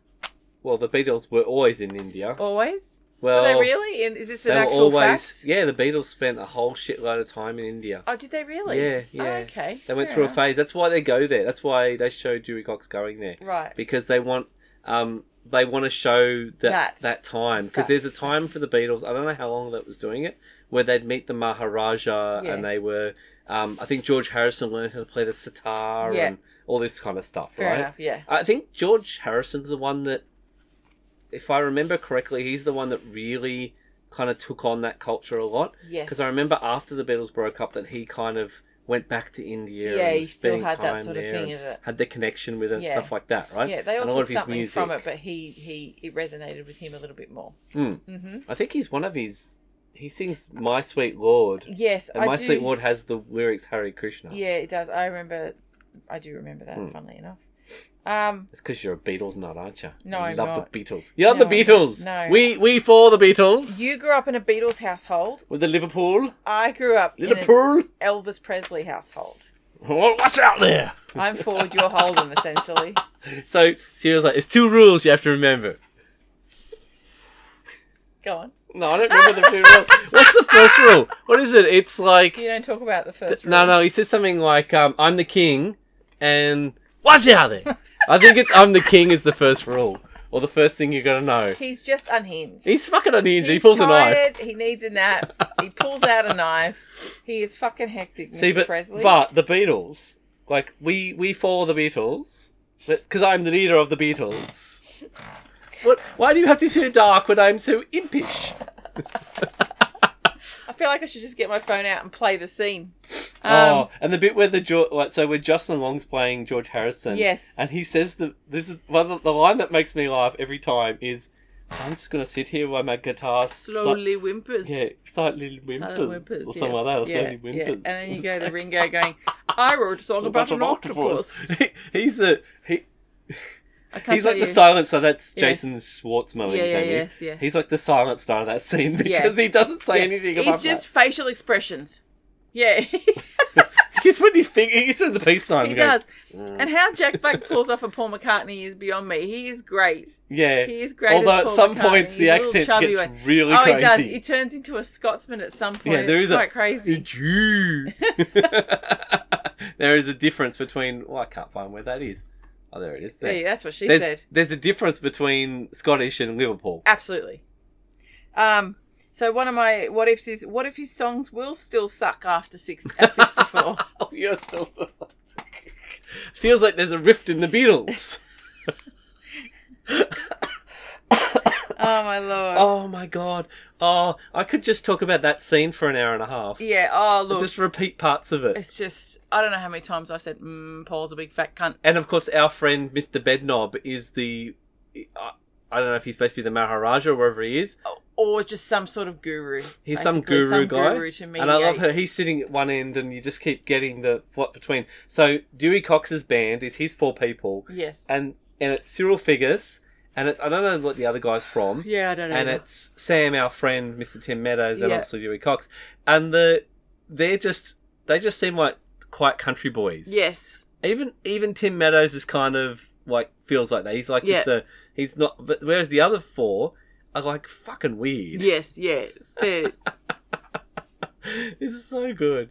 Speaker 2: well, the Beatles were always in India.
Speaker 1: Always?
Speaker 2: Well,
Speaker 1: Were they really? And is this an
Speaker 2: Oh, they were
Speaker 1: actual
Speaker 2: always.
Speaker 1: fact?
Speaker 2: Yeah, the Beatles spent a whole shitload of time in India.
Speaker 1: Oh, did they really?
Speaker 2: Yeah,
Speaker 1: Oh,
Speaker 2: yeah.
Speaker 1: okay.
Speaker 2: They went
Speaker 1: Fair
Speaker 2: through a
Speaker 1: enough.
Speaker 2: phase. That's why they go there. That's why they show Dewey Cox going there
Speaker 1: Right.
Speaker 2: because they want. Um, they want to show that
Speaker 1: That.
Speaker 2: that, time because
Speaker 1: That.
Speaker 2: there's a time for the Beatles. I don't know how long that was doing it, where they'd meet the Maharaja
Speaker 1: Yeah.
Speaker 2: and they were. Um, I think George Harrison learned how to play the sitar
Speaker 1: Yeah.
Speaker 2: and all this kind of stuff.
Speaker 1: Fair
Speaker 2: right?
Speaker 1: enough, yeah.
Speaker 2: I think George Harrison's the one that, if I remember correctly, he's the one that really kind of took on that culture a lot.
Speaker 1: Yes.
Speaker 2: Because I remember after the Beatles broke up that he kind of went back to India.
Speaker 1: Yeah,
Speaker 2: and
Speaker 1: he
Speaker 2: was
Speaker 1: still
Speaker 2: spending
Speaker 1: had that
Speaker 2: time
Speaker 1: sort of
Speaker 2: there
Speaker 1: thing,
Speaker 2: and
Speaker 1: is it?
Speaker 2: Had the connection with it and
Speaker 1: Yeah.
Speaker 2: stuff like that, right?
Speaker 1: Yeah, they all
Speaker 2: and a lot
Speaker 1: took
Speaker 2: of his
Speaker 1: something
Speaker 2: music. Hmm.
Speaker 1: from it, but he, he it resonated with him a little bit more. Mm-hmm.
Speaker 2: I think he's one of his. He sings "My Sweet Lord,"
Speaker 1: Yes,
Speaker 2: and
Speaker 1: I
Speaker 2: "My
Speaker 1: do.
Speaker 2: Sweet Lord" has the lyrics Harry Krishna.
Speaker 1: Yeah, it does. I remember. I do remember
Speaker 2: Hmm.
Speaker 1: that. Funnily enough. Um.
Speaker 2: It's because you're a Beatles nut, aren't you?
Speaker 1: No,
Speaker 2: you
Speaker 1: I'm
Speaker 2: love
Speaker 1: not.
Speaker 2: the Beatles. You love
Speaker 1: No,
Speaker 2: the
Speaker 1: I'm-
Speaker 2: Beatles.
Speaker 1: no.
Speaker 2: we we for the Beatles
Speaker 1: You grew up in a Beatles household.
Speaker 2: with the Liverpool,
Speaker 1: I grew up in an
Speaker 2: Liverpool.
Speaker 1: Elvis Presley household.
Speaker 2: Oh, watch out there!
Speaker 1: I'm forward, you're holding, essentially.
Speaker 2: So, she was like, "It's two rules you have to remember."
Speaker 1: Go on.
Speaker 2: No, I don't remember the two rules. What's the first rule? What is it? It's like
Speaker 1: You don't talk about the first.
Speaker 2: no,
Speaker 1: rule.
Speaker 2: no. He says something like, um, "I'm the king," and watch out there. I think it's "I'm the king" is the first rule, or the first thing you got to know.
Speaker 1: He's just unhinged.
Speaker 2: He's fucking unhinged. he
Speaker 1: He's
Speaker 2: pulls a knife.
Speaker 1: tired, He needs a nap. he pulls out a knife. He is fucking hectic, Mr.
Speaker 2: See, but
Speaker 1: Presley.
Speaker 2: but the Beatles, like we we follow the Beatles because I'm the leader of the Beatles. What? Why do you have to feel dark when I'm so impish?
Speaker 1: I feel like I should just get my phone out and play the scene. Um,
Speaker 2: oh, and the bit where the Geor- like, so where Justin Long's playing George Harrison.
Speaker 1: Yes.
Speaker 2: and he says the this is well, the, the line that makes me laugh every time is, "I'm just gonna sit here while my guitar sli-
Speaker 1: slowly whimpers.
Speaker 2: yeah, slightly whimpers,
Speaker 1: Silent whimpers,
Speaker 2: or something
Speaker 1: yes.
Speaker 2: like that, or
Speaker 1: Yeah,
Speaker 2: slowly
Speaker 1: yeah. And
Speaker 2: whimpers."
Speaker 1: then you go to Ringo going, I wrote a song about, an octopus.
Speaker 2: He's the he,
Speaker 1: I can't
Speaker 2: he's
Speaker 1: tell
Speaker 2: like
Speaker 1: you.
Speaker 2: the silent star. That's
Speaker 1: Yes.
Speaker 2: Jason Schwartzman.
Speaker 1: Yeah,
Speaker 2: his
Speaker 1: yeah,
Speaker 2: name is.
Speaker 1: yes, yes.
Speaker 2: He's like the silent star of that scene because
Speaker 1: Yes.
Speaker 2: he doesn't say
Speaker 1: Yeah.
Speaker 2: anything
Speaker 1: He's
Speaker 2: about
Speaker 1: just facial expressions. Yeah, he
Speaker 2: that. He's putting his finger. He's doing the peace sign. and going,
Speaker 1: does.
Speaker 2: "Mm."
Speaker 1: And how Jack Black pulls off a Paul McCartney is beyond me. He is great.
Speaker 2: Yeah.
Speaker 1: He is great.
Speaker 2: Although
Speaker 1: as
Speaker 2: at
Speaker 1: Paul
Speaker 2: some
Speaker 1: McCartney.
Speaker 2: points the
Speaker 1: He's a little
Speaker 2: accent
Speaker 1: chubby
Speaker 2: gets
Speaker 1: one.
Speaker 2: really
Speaker 1: oh,
Speaker 2: crazy.
Speaker 1: he does. He turns into a Scotsman at some point.
Speaker 2: Yeah, there
Speaker 1: it's
Speaker 2: is a-
Speaker 1: quite crazy.
Speaker 2: Jew. there is a difference between. Well, I can't find where that is. Oh, there it is. There.
Speaker 1: Yeah, that's what she
Speaker 2: there's,
Speaker 1: said.
Speaker 2: there's a difference between Scottish and Liverpool.
Speaker 1: Absolutely. Um. So one of my what ifs is what if his songs will still suck after six at sixty four?
Speaker 2: Oh, you're still so. Feels like there's a rift in the Beatles.
Speaker 1: oh my lord.
Speaker 2: oh my god. Oh, I could just talk about that scene for an hour and a half.
Speaker 1: Yeah. Oh look.
Speaker 2: Just repeat parts of it.
Speaker 1: It's just I don't know how many times I said, mm, "Paul's a big fat cunt."
Speaker 2: And of course, our friend Mr. Bedknob is the. I- I don't know if he's supposed to be the Maharaja or wherever he is.
Speaker 1: or just some sort of guru.
Speaker 2: He's some
Speaker 1: Basically,
Speaker 2: guru guy,
Speaker 1: guru to
Speaker 2: and I love
Speaker 1: mediate.
Speaker 2: her. He's sitting at one end, and you just keep getting the what between. So Dewey Cox's band is his four people,
Speaker 1: Yes.
Speaker 2: and and it's Cyril Figgis, and it's I don't know what the other guy's from,
Speaker 1: yeah, I don't know.
Speaker 2: and it's Sam, our friend, Mr. Tim Meadows, and
Speaker 1: Yeah.
Speaker 2: obviously Dewey Cox, and the they're just they just seem like quite country boys.
Speaker 1: yes,
Speaker 2: even even Tim Meadows is kind of like feels like that. He's like
Speaker 1: Yeah.
Speaker 2: just a he's not. But whereas the other four are like fucking weird.
Speaker 1: yes, yeah. The,
Speaker 2: this is so good.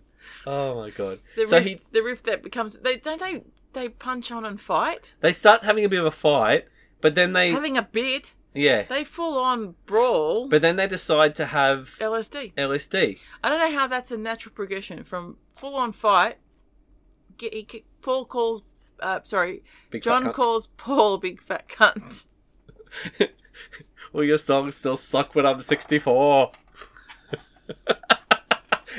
Speaker 2: Oh my god!
Speaker 1: the
Speaker 2: so
Speaker 1: rift,
Speaker 2: he,
Speaker 1: the rift that becomes they don't they they punch on and fight,
Speaker 2: they start having a bit of a fight, but then they
Speaker 1: having a bit.
Speaker 2: yeah,
Speaker 1: They full on brawl.
Speaker 2: but then they decide to have
Speaker 1: LSD.
Speaker 2: LSD.
Speaker 1: I don't know how that's a natural progression from full on fight. Get, he, ki- Paul calls. Uh, sorry,
Speaker 2: Big fat
Speaker 1: John
Speaker 2: cunt.
Speaker 1: calls Paul a big fat cunt.
Speaker 2: All your songs still suck when I'm 64.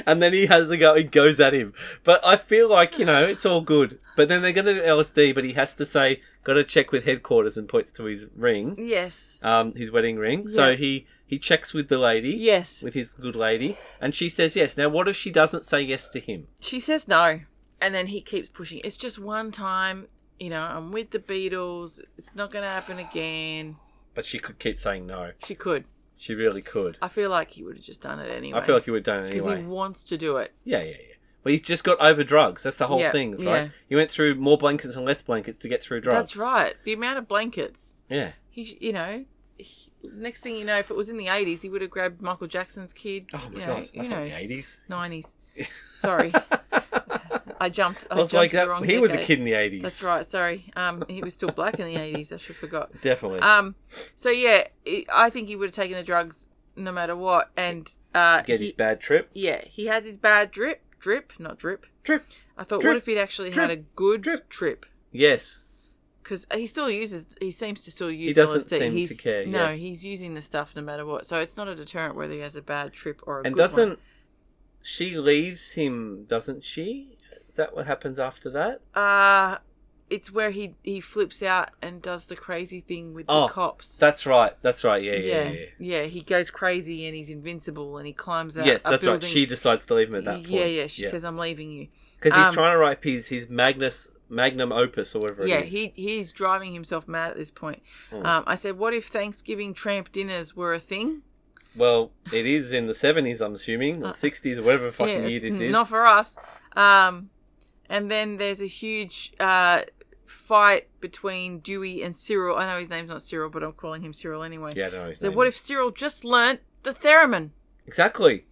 Speaker 2: and then he has a go. He goes at him, but I feel like you know it's all good. But then they're gonna do LSD, but he has to say, "Got to check with headquarters," and points to his ring,
Speaker 1: Yes,
Speaker 2: um, his wedding ring. So
Speaker 1: Yeah.
Speaker 2: he he checks with the lady.
Speaker 1: yes.
Speaker 2: with his good lady, and she says yes. Now, what if she doesn't say yes to him?
Speaker 1: She says no, and then he keeps pushing. It's just one time, you know, I'm with the Beatles. It's not going to happen again.
Speaker 2: But she could keep saying no.
Speaker 1: She could.
Speaker 2: She really could.
Speaker 1: I feel like he would have just done it anyway.
Speaker 2: I feel like he would have done it
Speaker 1: because
Speaker 2: anyway.
Speaker 1: Oh, he wants to do it.
Speaker 2: Yeah, yeah, yeah. But he's just got over drugs. That's the whole
Speaker 1: Yeah,
Speaker 2: thing, right?
Speaker 1: yeah.
Speaker 2: He went through more blankets and less blankets to get through drugs.
Speaker 1: That's right. The amount of blankets.
Speaker 2: Yeah.
Speaker 1: He, sh- you know, he, next thing you know, if it was in the 80s, he would have grabbed Michael Jackson's kid.
Speaker 2: Oh my
Speaker 1: you know,
Speaker 2: god,
Speaker 1: you
Speaker 2: that's
Speaker 1: know,
Speaker 2: not the eighties.
Speaker 1: 90s. Sorry. I jumped. I,
Speaker 2: I was
Speaker 1: jumped
Speaker 2: like
Speaker 1: to
Speaker 2: that.
Speaker 1: the wrong
Speaker 2: He was a
Speaker 1: decade.
Speaker 2: kid in the eighties.
Speaker 1: That's right. Sorry. Um, he was still black in the 80s. I should have forgot.
Speaker 2: Definitely.
Speaker 1: Um. So yeah, it, I think he would have taken the drugs no matter what, and uh,
Speaker 2: get
Speaker 1: he,
Speaker 2: his bad trip.
Speaker 1: yeah, he has his bad drip, drip, not drip.
Speaker 2: Trip.
Speaker 1: I thought,
Speaker 2: Drip,
Speaker 1: what if he'd actually
Speaker 2: drip,
Speaker 1: had a good
Speaker 2: drip.
Speaker 1: trip?
Speaker 2: Yes.
Speaker 1: Because he still uses, he seems to still use
Speaker 2: doesn't
Speaker 1: LSD.
Speaker 2: seem to
Speaker 1: he's,
Speaker 2: care,
Speaker 1: No,
Speaker 2: yeah.
Speaker 1: he's using the stuff no matter what. So it's not a deterrent whether he has a bad trip or a
Speaker 2: And
Speaker 1: good
Speaker 2: doesn't
Speaker 1: one.
Speaker 2: she leaves him? Doesn't she? Is that what happens after that?
Speaker 1: Uh, it's where he he flips out and does the crazy thing with
Speaker 2: Oh,
Speaker 1: the cops.
Speaker 2: That's right. That's right. Yeah. Yeah.
Speaker 1: yeah,
Speaker 2: yeah, yeah.
Speaker 1: yeah, He goes crazy and he's invincible and he climbs out.
Speaker 2: Yes,
Speaker 1: a
Speaker 2: that's
Speaker 1: building.
Speaker 2: right. She decides to leave him at that point.
Speaker 1: Yeah, yeah. She says, "I'm leaving you."
Speaker 2: because he's
Speaker 1: um,
Speaker 2: trying to write his his Magnus magnum opus or whatever.
Speaker 1: yeah,
Speaker 2: it is.
Speaker 1: he he's driving himself mad at this point.
Speaker 2: Hmm.
Speaker 1: Um, I said, "What if Thanksgiving tramp dinners were a thing?"
Speaker 2: Well, it is in the seventies, I'm assuming, or sixties, or whatever fucking
Speaker 1: Uh, yeah,
Speaker 2: year
Speaker 1: it's
Speaker 2: this is.
Speaker 1: not for us. Um, and then there's a huge uh, fight between Dewey and Cyril. I know his name's not Cyril, but I'm calling him Cyril anyway.
Speaker 2: yeah, I don't know. his
Speaker 1: So
Speaker 2: name.
Speaker 1: what if Cyril just learnt the theremin?
Speaker 2: exactly?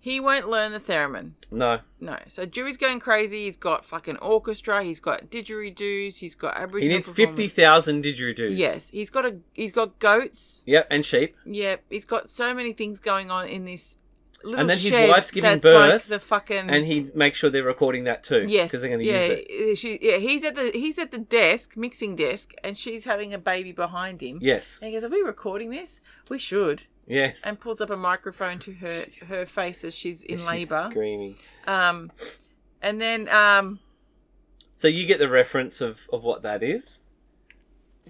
Speaker 1: He won't learn the theremin.
Speaker 2: No.
Speaker 1: No. So Dewey's going crazy. He's got fucking orchestra. He's got didgeridoos. He's got
Speaker 2: He
Speaker 1: Aboriginal.
Speaker 2: needs
Speaker 1: performers.
Speaker 2: 50,000 didgeridoos.
Speaker 1: Yes, he's got a he's got goats.
Speaker 2: Yep, and sheep.
Speaker 1: Yep, he's got so many things going on in this little
Speaker 2: And then his
Speaker 1: shed
Speaker 2: wife's giving
Speaker 1: that's like
Speaker 2: birth,
Speaker 1: the fucking
Speaker 2: And he makes sure they're recording that too.
Speaker 1: Mm. yes,
Speaker 2: Because they're going to
Speaker 1: yeah,
Speaker 2: use it.
Speaker 1: She, yeah, he's at the he's at the desk mixing desk, and she's having a baby behind him.
Speaker 2: Yes.
Speaker 1: And he goes, "Are we recording this? We should."
Speaker 2: Yes.
Speaker 1: And pulls up a microphone to her her face as she's in
Speaker 2: She's
Speaker 1: labour.
Speaker 2: screaming.
Speaker 1: Um, and then um,
Speaker 2: So you get the reference of, of what that is?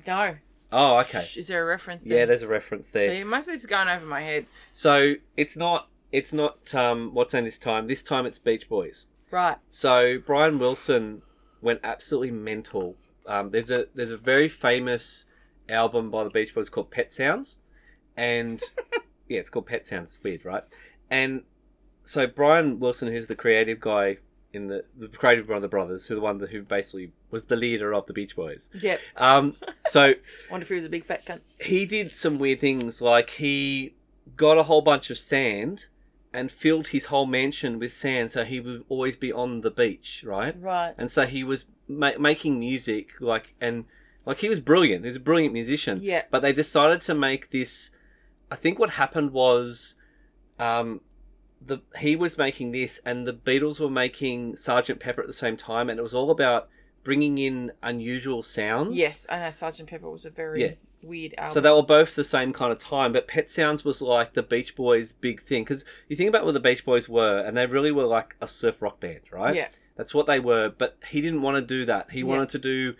Speaker 1: no,
Speaker 2: Oh, okay.
Speaker 1: is there a reference?
Speaker 2: Yeah,
Speaker 1: there?
Speaker 2: there's a reference there.
Speaker 1: So most of this is going over my head.
Speaker 2: So it's not it's not um what's on this time. This time it's Beach Boys.
Speaker 1: Right.
Speaker 2: So Brian Wilson went absolutely mental. Um, there's a there's a very famous album by the Beach Boys called Pet Sounds, and yeah, it's called Pet Sounds. It's weird, right? And so Brian Wilson, who's the creative guy in the the creative one of the brothers, who the one that, who basically was the leader of the Beach Boys.
Speaker 1: Yep.
Speaker 2: Um, so
Speaker 1: Wonder if he was a big fat cunt.
Speaker 2: he did some weird things like he got a whole bunch of sand and filled his whole mansion with sand so he would always be on the beach right
Speaker 1: Right.
Speaker 2: and so he was ma- making music like and like he was brilliant he was a brilliant musician
Speaker 1: Yeah.
Speaker 2: but they decided to make this i think what happened was um the he was making this and the beatles were making sergeant pepper at the same time and it was all about bringing in unusual sounds
Speaker 1: Yes, um, I know Sergeant Pepper was a very
Speaker 2: Yeah.
Speaker 1: weird album.
Speaker 2: so they were both the same kind of time, but Pet Sounds was like the Beach Boys' big thing because you think about what the Beach Boys were, and they really were like a surf rock band, right?
Speaker 1: yeah,
Speaker 2: that's what they were. But he didn't want to do that. He
Speaker 1: Yeah.
Speaker 2: wanted to do,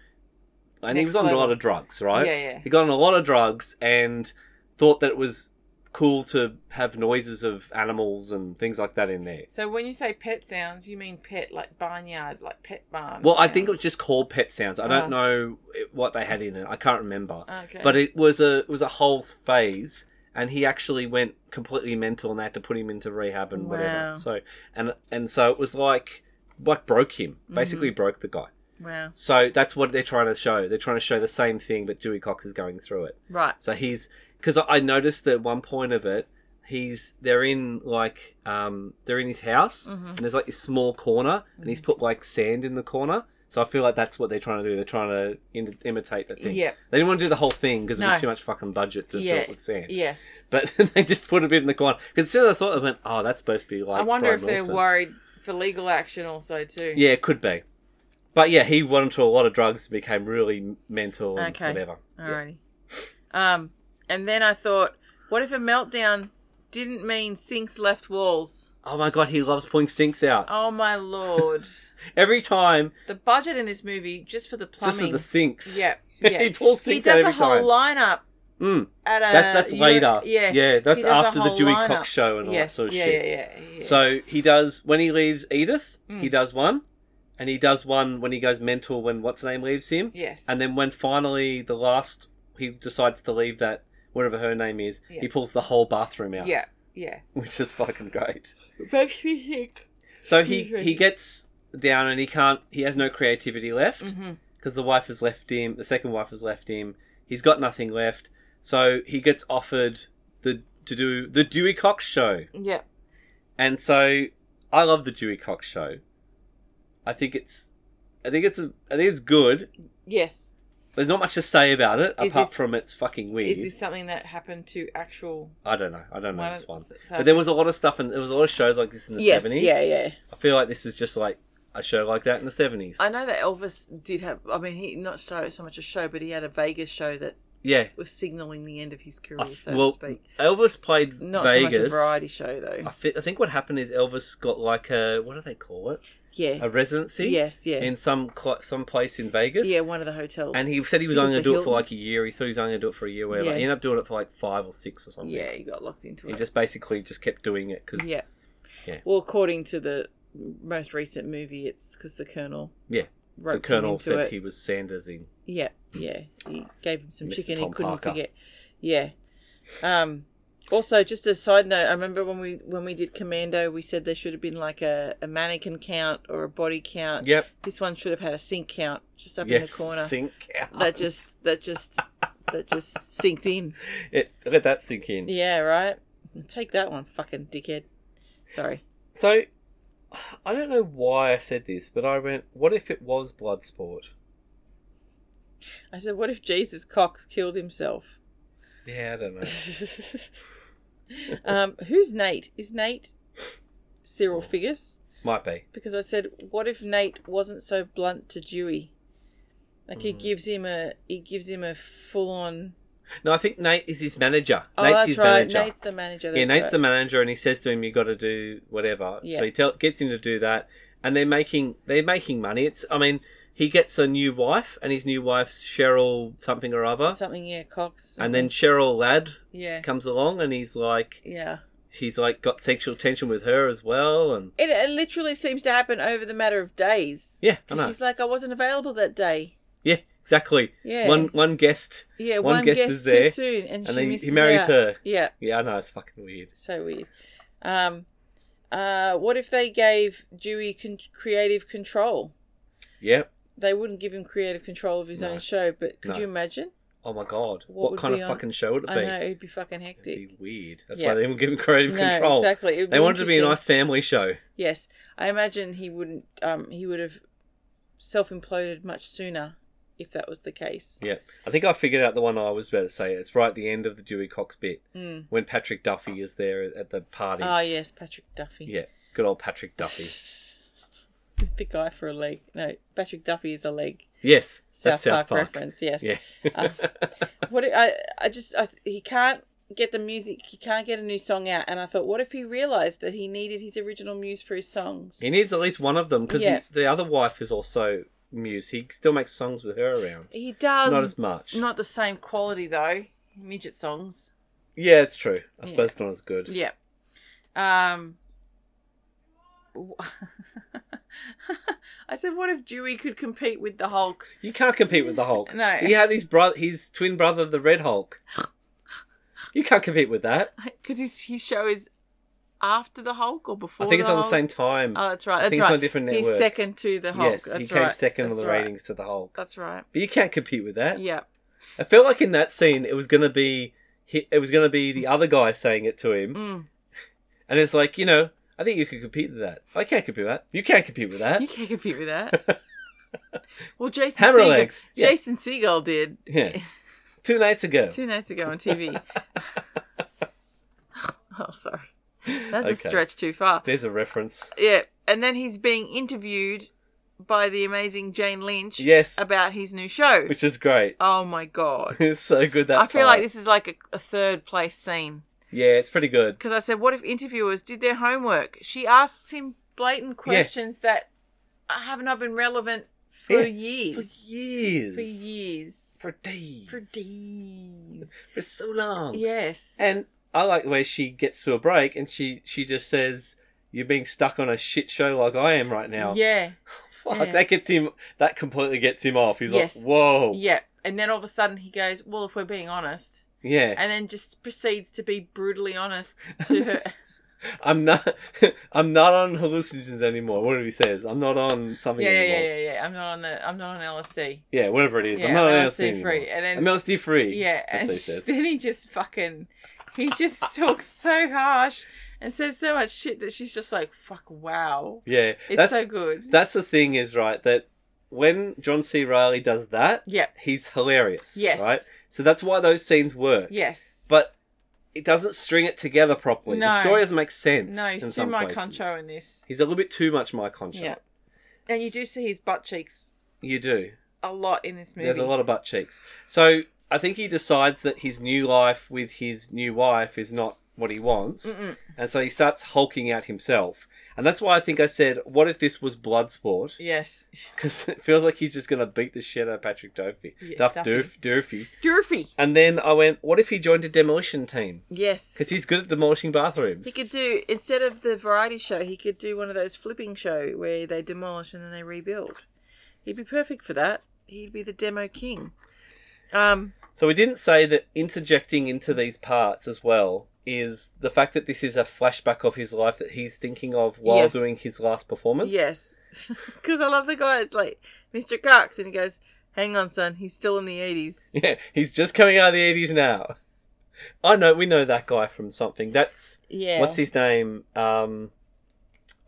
Speaker 2: and he
Speaker 1: Next
Speaker 2: was on
Speaker 1: level.
Speaker 2: a lot of drugs, right?
Speaker 1: Yeah, yeah.
Speaker 2: He got on a lot of drugs and thought that it was cool to have noises of animals and things like that in there.
Speaker 1: So when you say pet sounds, you mean pet like barnyard, like pet barn.
Speaker 2: Well, I
Speaker 1: sound.
Speaker 2: think it was just called Pet Sounds. I
Speaker 1: Ah.
Speaker 2: don't know it- what they had in it. I can't remember.
Speaker 1: Okay.
Speaker 2: But it was a it was a whole phase, and he actually went completely mental, and they had to put him into rehab and
Speaker 1: Wow.
Speaker 2: whatever. So and and so it was like what broke him
Speaker 1: Mm-hmm.
Speaker 2: basically broke the guy.
Speaker 1: wow,
Speaker 2: So that's what they're trying to show. They're trying to show the same thing, but Dewey Cox is going through it.
Speaker 1: right,
Speaker 2: So he's because I I noticed that one point of it, he's they're in like um they're in his house
Speaker 1: Mm-hmm.
Speaker 2: and there's like this small corner and he's put like sand in the corner. So I feel like that's what they're trying to do. They're trying to Im- imitate the thing.
Speaker 1: Yep.
Speaker 2: They didn't want to do the whole thing because it
Speaker 1: No.
Speaker 2: was too much fucking budget to fill
Speaker 1: yeah,
Speaker 2: it with sand.
Speaker 1: yes.
Speaker 2: But they just put a bit in the corner because as soon as I saw it, I went, "Oh, that's supposed to be like."
Speaker 1: I wonder
Speaker 2: Brian
Speaker 1: if they're
Speaker 2: Wilson.
Speaker 1: worried for legal action also too.
Speaker 2: Yeah, it could be. But yeah, he went into a lot of drugs, and became really mental and
Speaker 1: Okay.
Speaker 2: whatever.
Speaker 1: Alrighty. Um, and then I thought, what if a meltdown didn't mean sinks left walls?
Speaker 2: Oh my god, he loves pulling stinks out
Speaker 1: Oh my lord!
Speaker 2: every time,
Speaker 1: the budget in this movie just for the plumbing.
Speaker 2: just for the sinks.
Speaker 1: Yeah, yeah.
Speaker 2: He pulls
Speaker 1: He
Speaker 2: things
Speaker 1: does
Speaker 2: out
Speaker 1: a
Speaker 2: every
Speaker 1: whole
Speaker 2: time.
Speaker 1: lineup
Speaker 2: Mm.
Speaker 1: at a.
Speaker 2: That's that's
Speaker 1: you know,
Speaker 2: later.
Speaker 1: Yeah,
Speaker 2: yeah. That's
Speaker 1: He does a
Speaker 2: after the
Speaker 1: whole
Speaker 2: Dewey
Speaker 1: lineup.
Speaker 2: Cox show and all
Speaker 1: yes,
Speaker 2: that sort of
Speaker 1: yeah,
Speaker 2: shit.
Speaker 1: Yeah, yeah, yeah.
Speaker 2: So he does when he leaves Edith, he
Speaker 1: Mm.
Speaker 2: does one, and he does one when he goes mental when what's her name leaves him,
Speaker 1: yes,
Speaker 2: and then when finally the last he decides to leave that whatever her name is,
Speaker 1: Yeah.
Speaker 2: he pulls the whole bathroom out,
Speaker 1: yeah, yeah.
Speaker 2: which is fucking great.
Speaker 1: Makes me think.
Speaker 2: So he
Speaker 1: He's ready.
Speaker 2: he gets down and he can't. He has no creativity left because
Speaker 1: Mhm.
Speaker 2: the wife has left him. The second wife has left him. He's got nothing left. So he gets offered the to do the Dewey Cox show,
Speaker 1: Yeah,
Speaker 2: and so I love the Dewey Cox show. I think it's, I think it's, a, I think it's good.
Speaker 1: yes.
Speaker 2: There's not much to say about it
Speaker 1: Is
Speaker 2: apart
Speaker 1: this-
Speaker 2: from it's fucking weird.
Speaker 1: Is this something that happened to actual?
Speaker 2: I don't know. I don't know
Speaker 1: Why
Speaker 2: this
Speaker 1: don't-
Speaker 2: one.
Speaker 1: so-
Speaker 2: But there was a lot of stuff, and there was a lot of shows like this in the
Speaker 1: yes,
Speaker 2: 70s.
Speaker 1: yeah, yeah.
Speaker 2: I feel like this is just like a show like that in the 70s.
Speaker 1: I know that Elvis did have. I mean, he not so so much a show, but he had a Vegas show that
Speaker 2: yeah.
Speaker 1: was signaling the end of his career, so
Speaker 2: Uh,
Speaker 1: to
Speaker 2: well,
Speaker 1: speak.
Speaker 2: Elvis played
Speaker 1: Not
Speaker 2: Vegas. Uh,
Speaker 1: so much a variety show
Speaker 2: I,
Speaker 1: though.
Speaker 2: thi- I think what happened is Elvis got like a what do they call it?
Speaker 1: Yeah.
Speaker 2: A residency.
Speaker 1: Yes. Yeah.
Speaker 2: In some cl- some place in Vegas.
Speaker 1: yeah. One of the hotels.
Speaker 2: And he said he was
Speaker 1: Because the
Speaker 2: only going to do it for
Speaker 1: Hilton-
Speaker 2: like a year. He thought he was only going to do it for a year. Whatever.
Speaker 1: Yeah.
Speaker 2: He ended up doing it for like five or six or something.
Speaker 1: Yeah, he got locked into
Speaker 2: He
Speaker 1: it.
Speaker 2: just basically just kept doing it because
Speaker 1: yeah.
Speaker 2: Yeah.
Speaker 1: Well, according to the most recent movie, it's because the colonel.
Speaker 2: Yeah, the
Speaker 1: Roped him
Speaker 2: colonel
Speaker 1: into
Speaker 2: said
Speaker 1: it.
Speaker 2: he was Sanders in.
Speaker 1: Yeah, yeah. He gave him some
Speaker 2: Mr.
Speaker 1: chicken he
Speaker 2: Tom
Speaker 1: couldn't
Speaker 2: Parker.
Speaker 1: forget. Yeah. Um also just a side note, I remember when we when we did Commando we said there should have been like a, a mannequin count or a body count.
Speaker 2: Yep.
Speaker 1: This one should have had a sink count just up in the
Speaker 2: Yes.
Speaker 1: corner.
Speaker 2: Sink.
Speaker 1: That just that just that just sinked in.
Speaker 2: It, let that sink in.
Speaker 1: Yeah, right? Take that one, fucking dickhead. Sorry.
Speaker 2: So, I don't know why I said this, but I went, what if it was Bloodsport?
Speaker 1: I said, what if Jesus Cox killed himself?
Speaker 2: Yeah, I don't know.
Speaker 1: um, who's Nate? Is Nate Cyril Figgis?
Speaker 2: Might be.
Speaker 1: Because I said, what if Nate wasn't so blunt to Dewey? Like
Speaker 2: Mm.
Speaker 1: he gives him a he gives him a full on.
Speaker 2: No, I think Nate is his manager.
Speaker 1: Oh,
Speaker 2: Nate's
Speaker 1: that's
Speaker 2: his
Speaker 1: right.
Speaker 2: manager.
Speaker 1: Nate's the manager. That's
Speaker 2: yeah, Nate's
Speaker 1: right.
Speaker 2: the manager, and he says to him, "You got to do whatever."
Speaker 1: Yeah.
Speaker 2: So he tell, gets him to do that, and they're making they're making money. It's I mean, he gets a new wife, and his new wife's Cheryl something or other,
Speaker 1: something. Yeah, Cox.
Speaker 2: and then Cheryl Ladd
Speaker 1: yeah,
Speaker 2: comes along, and he's like,
Speaker 1: yeah.
Speaker 2: he's like got sexual tension with her as well, and
Speaker 1: It, it literally seems to happen over the matter of days.
Speaker 2: yeah, I
Speaker 1: 'Cause
Speaker 2: know,
Speaker 1: she's like, I wasn't available that day.
Speaker 2: yeah, exactly.
Speaker 1: Yeah.
Speaker 2: One one guest,
Speaker 1: Yeah,
Speaker 2: One
Speaker 1: one,
Speaker 2: guest
Speaker 1: guest,
Speaker 2: is there,
Speaker 1: too soon, and,
Speaker 2: and
Speaker 1: she
Speaker 2: then he-
Speaker 1: misses
Speaker 2: he marries
Speaker 1: out.
Speaker 2: her.
Speaker 1: Yeah,
Speaker 2: Yeah, I know it's fucking weird.
Speaker 1: so weird. Um, uh, what if they gave Dewey con- creative control?
Speaker 2: Yep.
Speaker 1: They wouldn't give him creative control of his
Speaker 2: No.
Speaker 1: own show, but could
Speaker 2: No.
Speaker 1: you imagine?
Speaker 2: Oh my god,
Speaker 1: What
Speaker 2: what,
Speaker 1: would
Speaker 2: kind
Speaker 1: be
Speaker 2: of
Speaker 1: on-
Speaker 2: fucking show would it
Speaker 1: I
Speaker 2: be?
Speaker 1: know it'd be fucking hectic.
Speaker 2: It'd be weird. That's
Speaker 1: Yeah.
Speaker 2: why they didn't give him creative
Speaker 1: no,
Speaker 2: control.
Speaker 1: exactly. It would
Speaker 2: They wanted to be a
Speaker 1: interesting.
Speaker 2: nice family show.
Speaker 1: Yes, I imagine he wouldn't. Um, he would have self-imploded much sooner if that was the case.
Speaker 2: Yeah, I think I figured out the one I was about to say. It's right at the end of the Dewey Cox bit
Speaker 1: Hmm.
Speaker 2: when Patrick Duffy is there at the party.
Speaker 1: Ah, yes, Patrick Duffy.
Speaker 2: yeah, good old Patrick Duffy.
Speaker 1: the guy for a leg. No, Patrick Duffy is a leg.
Speaker 2: Yes,
Speaker 1: South,
Speaker 2: that's
Speaker 1: Park,
Speaker 2: South Park.
Speaker 1: reference. Yes.
Speaker 2: Yeah,
Speaker 1: What if- I I just I, he can't get the music. He can't get a new song out. And I thought, what if he realized that he needed his original muse for his songs?
Speaker 2: he needs at least one of them because
Speaker 1: Yeah.
Speaker 2: the other wife is also muse. He still makes songs with her around.
Speaker 1: He does.
Speaker 2: Not as much.
Speaker 1: Not the same quality though. Midget songs.
Speaker 2: Yeah, it's true. I suppose it's not as good.
Speaker 1: Yeah. Um. w- I said, what if Dewey could compete with the Hulk?
Speaker 2: You can't compete with the Hulk.
Speaker 1: No.
Speaker 2: he had his brother, his twin brother, the Red Hulk. You can't compete with that.
Speaker 1: Because his his show is after the Hulk or before.
Speaker 2: I think it's
Speaker 1: the
Speaker 2: on the
Speaker 1: Hulk?
Speaker 2: same time.
Speaker 1: Oh, that's right.
Speaker 2: I
Speaker 1: That's
Speaker 2: think it's
Speaker 1: right.
Speaker 2: on a different
Speaker 1: He's
Speaker 2: network.
Speaker 1: second to the Hulk.
Speaker 2: yes,
Speaker 1: that's
Speaker 2: he came
Speaker 1: right.
Speaker 2: second on
Speaker 1: That's
Speaker 2: the
Speaker 1: right.
Speaker 2: ratings to the Hulk.
Speaker 1: That's right.
Speaker 2: But you can't compete with that.
Speaker 1: Yeah.
Speaker 2: I felt like in that scene, it was gonna be he- it was gonna be the other guy saying it to him,
Speaker 1: Mm.
Speaker 2: and it's like you know, I think you could compete with that. I can't compete with that. You can't compete with that.
Speaker 1: You can't compete with that. well, Jason
Speaker 2: Hammer
Speaker 1: Segel,
Speaker 2: legs. Yeah.
Speaker 1: Jason Segel did
Speaker 2: Yeah. Two nights ago.
Speaker 1: two nights ago on TV. oh, sorry. That's
Speaker 2: Okay.
Speaker 1: a stretch too far.
Speaker 2: There's a reference.
Speaker 1: Yeah, and then he's being interviewed by the amazing Jane Lynch.
Speaker 2: Yes.
Speaker 1: About his new show.
Speaker 2: Which is great.
Speaker 1: oh my god.
Speaker 2: it's so good that
Speaker 1: I feel
Speaker 2: part.
Speaker 1: like this is like a, a third place scene.
Speaker 2: Yeah, it's pretty good.
Speaker 1: Because I said, what if interviewers did their homework? She asks him blatant questions that have not been relevant for
Speaker 2: Yeah. For
Speaker 1: years.
Speaker 2: years.
Speaker 1: For years.
Speaker 2: For days.
Speaker 1: For days.
Speaker 2: For so long.
Speaker 1: Yes.
Speaker 2: And I like the way she gets to a break and she she just says, "You're being stuck on a shit show like I am right now."
Speaker 1: yeah.
Speaker 2: Fuck,
Speaker 1: Yeah.
Speaker 2: that gets him. That completely gets him off. He's
Speaker 1: Yes.
Speaker 2: like, "Whoa, yeah.
Speaker 1: Yeah. And then all of a sudden he goes, well, if we're being honest. And then just proceeds to be brutally honest to her.
Speaker 2: I'm not, I'm not on hallucinogens anymore." Whatever he says, I'm not on something
Speaker 1: yeah, yeah,
Speaker 2: anymore.
Speaker 1: yeah,
Speaker 2: Yeah,
Speaker 1: yeah, yeah. I'm not on the, I'm not on LSD.
Speaker 2: whatever it is, I'm
Speaker 1: Yeah,
Speaker 2: not on
Speaker 1: I'm
Speaker 2: LSD
Speaker 1: LSD free.
Speaker 2: anymore.
Speaker 1: And then-
Speaker 2: I'm LSD free.
Speaker 1: Yeah,
Speaker 2: that's
Speaker 1: and
Speaker 2: what he
Speaker 1: sh-
Speaker 2: says.
Speaker 1: then he just fucking, he just talks so harsh and says so much shit that she's just like, fuck, wow.
Speaker 2: Yeah,
Speaker 1: It's
Speaker 2: that's
Speaker 1: so good.
Speaker 2: that's the thing is right that when John C. Riley does that,
Speaker 1: Yep.
Speaker 2: he's hilarious.
Speaker 1: Yes.
Speaker 2: right. So that's why those scenes work.
Speaker 1: Yes.
Speaker 2: but it doesn't string it together properly.
Speaker 1: No.
Speaker 2: The story doesn't make sense.
Speaker 1: no, he's
Speaker 2: in
Speaker 1: too
Speaker 2: some
Speaker 1: my
Speaker 2: places.
Speaker 1: concho in this.
Speaker 2: He's a little bit too much my concho.
Speaker 1: Yeah. And you do see his butt cheeks
Speaker 2: You do.
Speaker 1: a lot in this movie.
Speaker 2: There's a lot of butt cheeks. So I think he decides that his new life with his new wife is not what he wants. And so he starts hulking out himself. And that's why I think I said, what if this was Bloodsport?
Speaker 1: Yes.
Speaker 2: Because it feels like he's just going to beat the shit out of Patrick Duffy.
Speaker 1: Yeah,
Speaker 2: Duff
Speaker 1: Duffy.
Speaker 2: Durf, Durfy.
Speaker 1: Durfy.
Speaker 2: And then I went, what if he joined a demolition team?
Speaker 1: Yes.
Speaker 2: Because he's good at demolishing bathrooms.
Speaker 1: He could do, instead of the variety show, he could do one of those flipping show where they demolish and then they rebuild. He'd be perfect for that. He'd be the demo king. Um,
Speaker 2: So we didn't say that interjecting into these parts as well is the fact that this is a flashback of his life that he's thinking of while
Speaker 1: Yes.
Speaker 2: doing his last performance.
Speaker 1: Yes. Because I love the guy. It's like, Mr. Cox. And he goes, hang on, son. He's still in the 80s.
Speaker 2: Yeah, he's just coming out of the eighties now. Oh, I know we know that guy from something. That's
Speaker 1: Yeah.
Speaker 2: what's his name? Um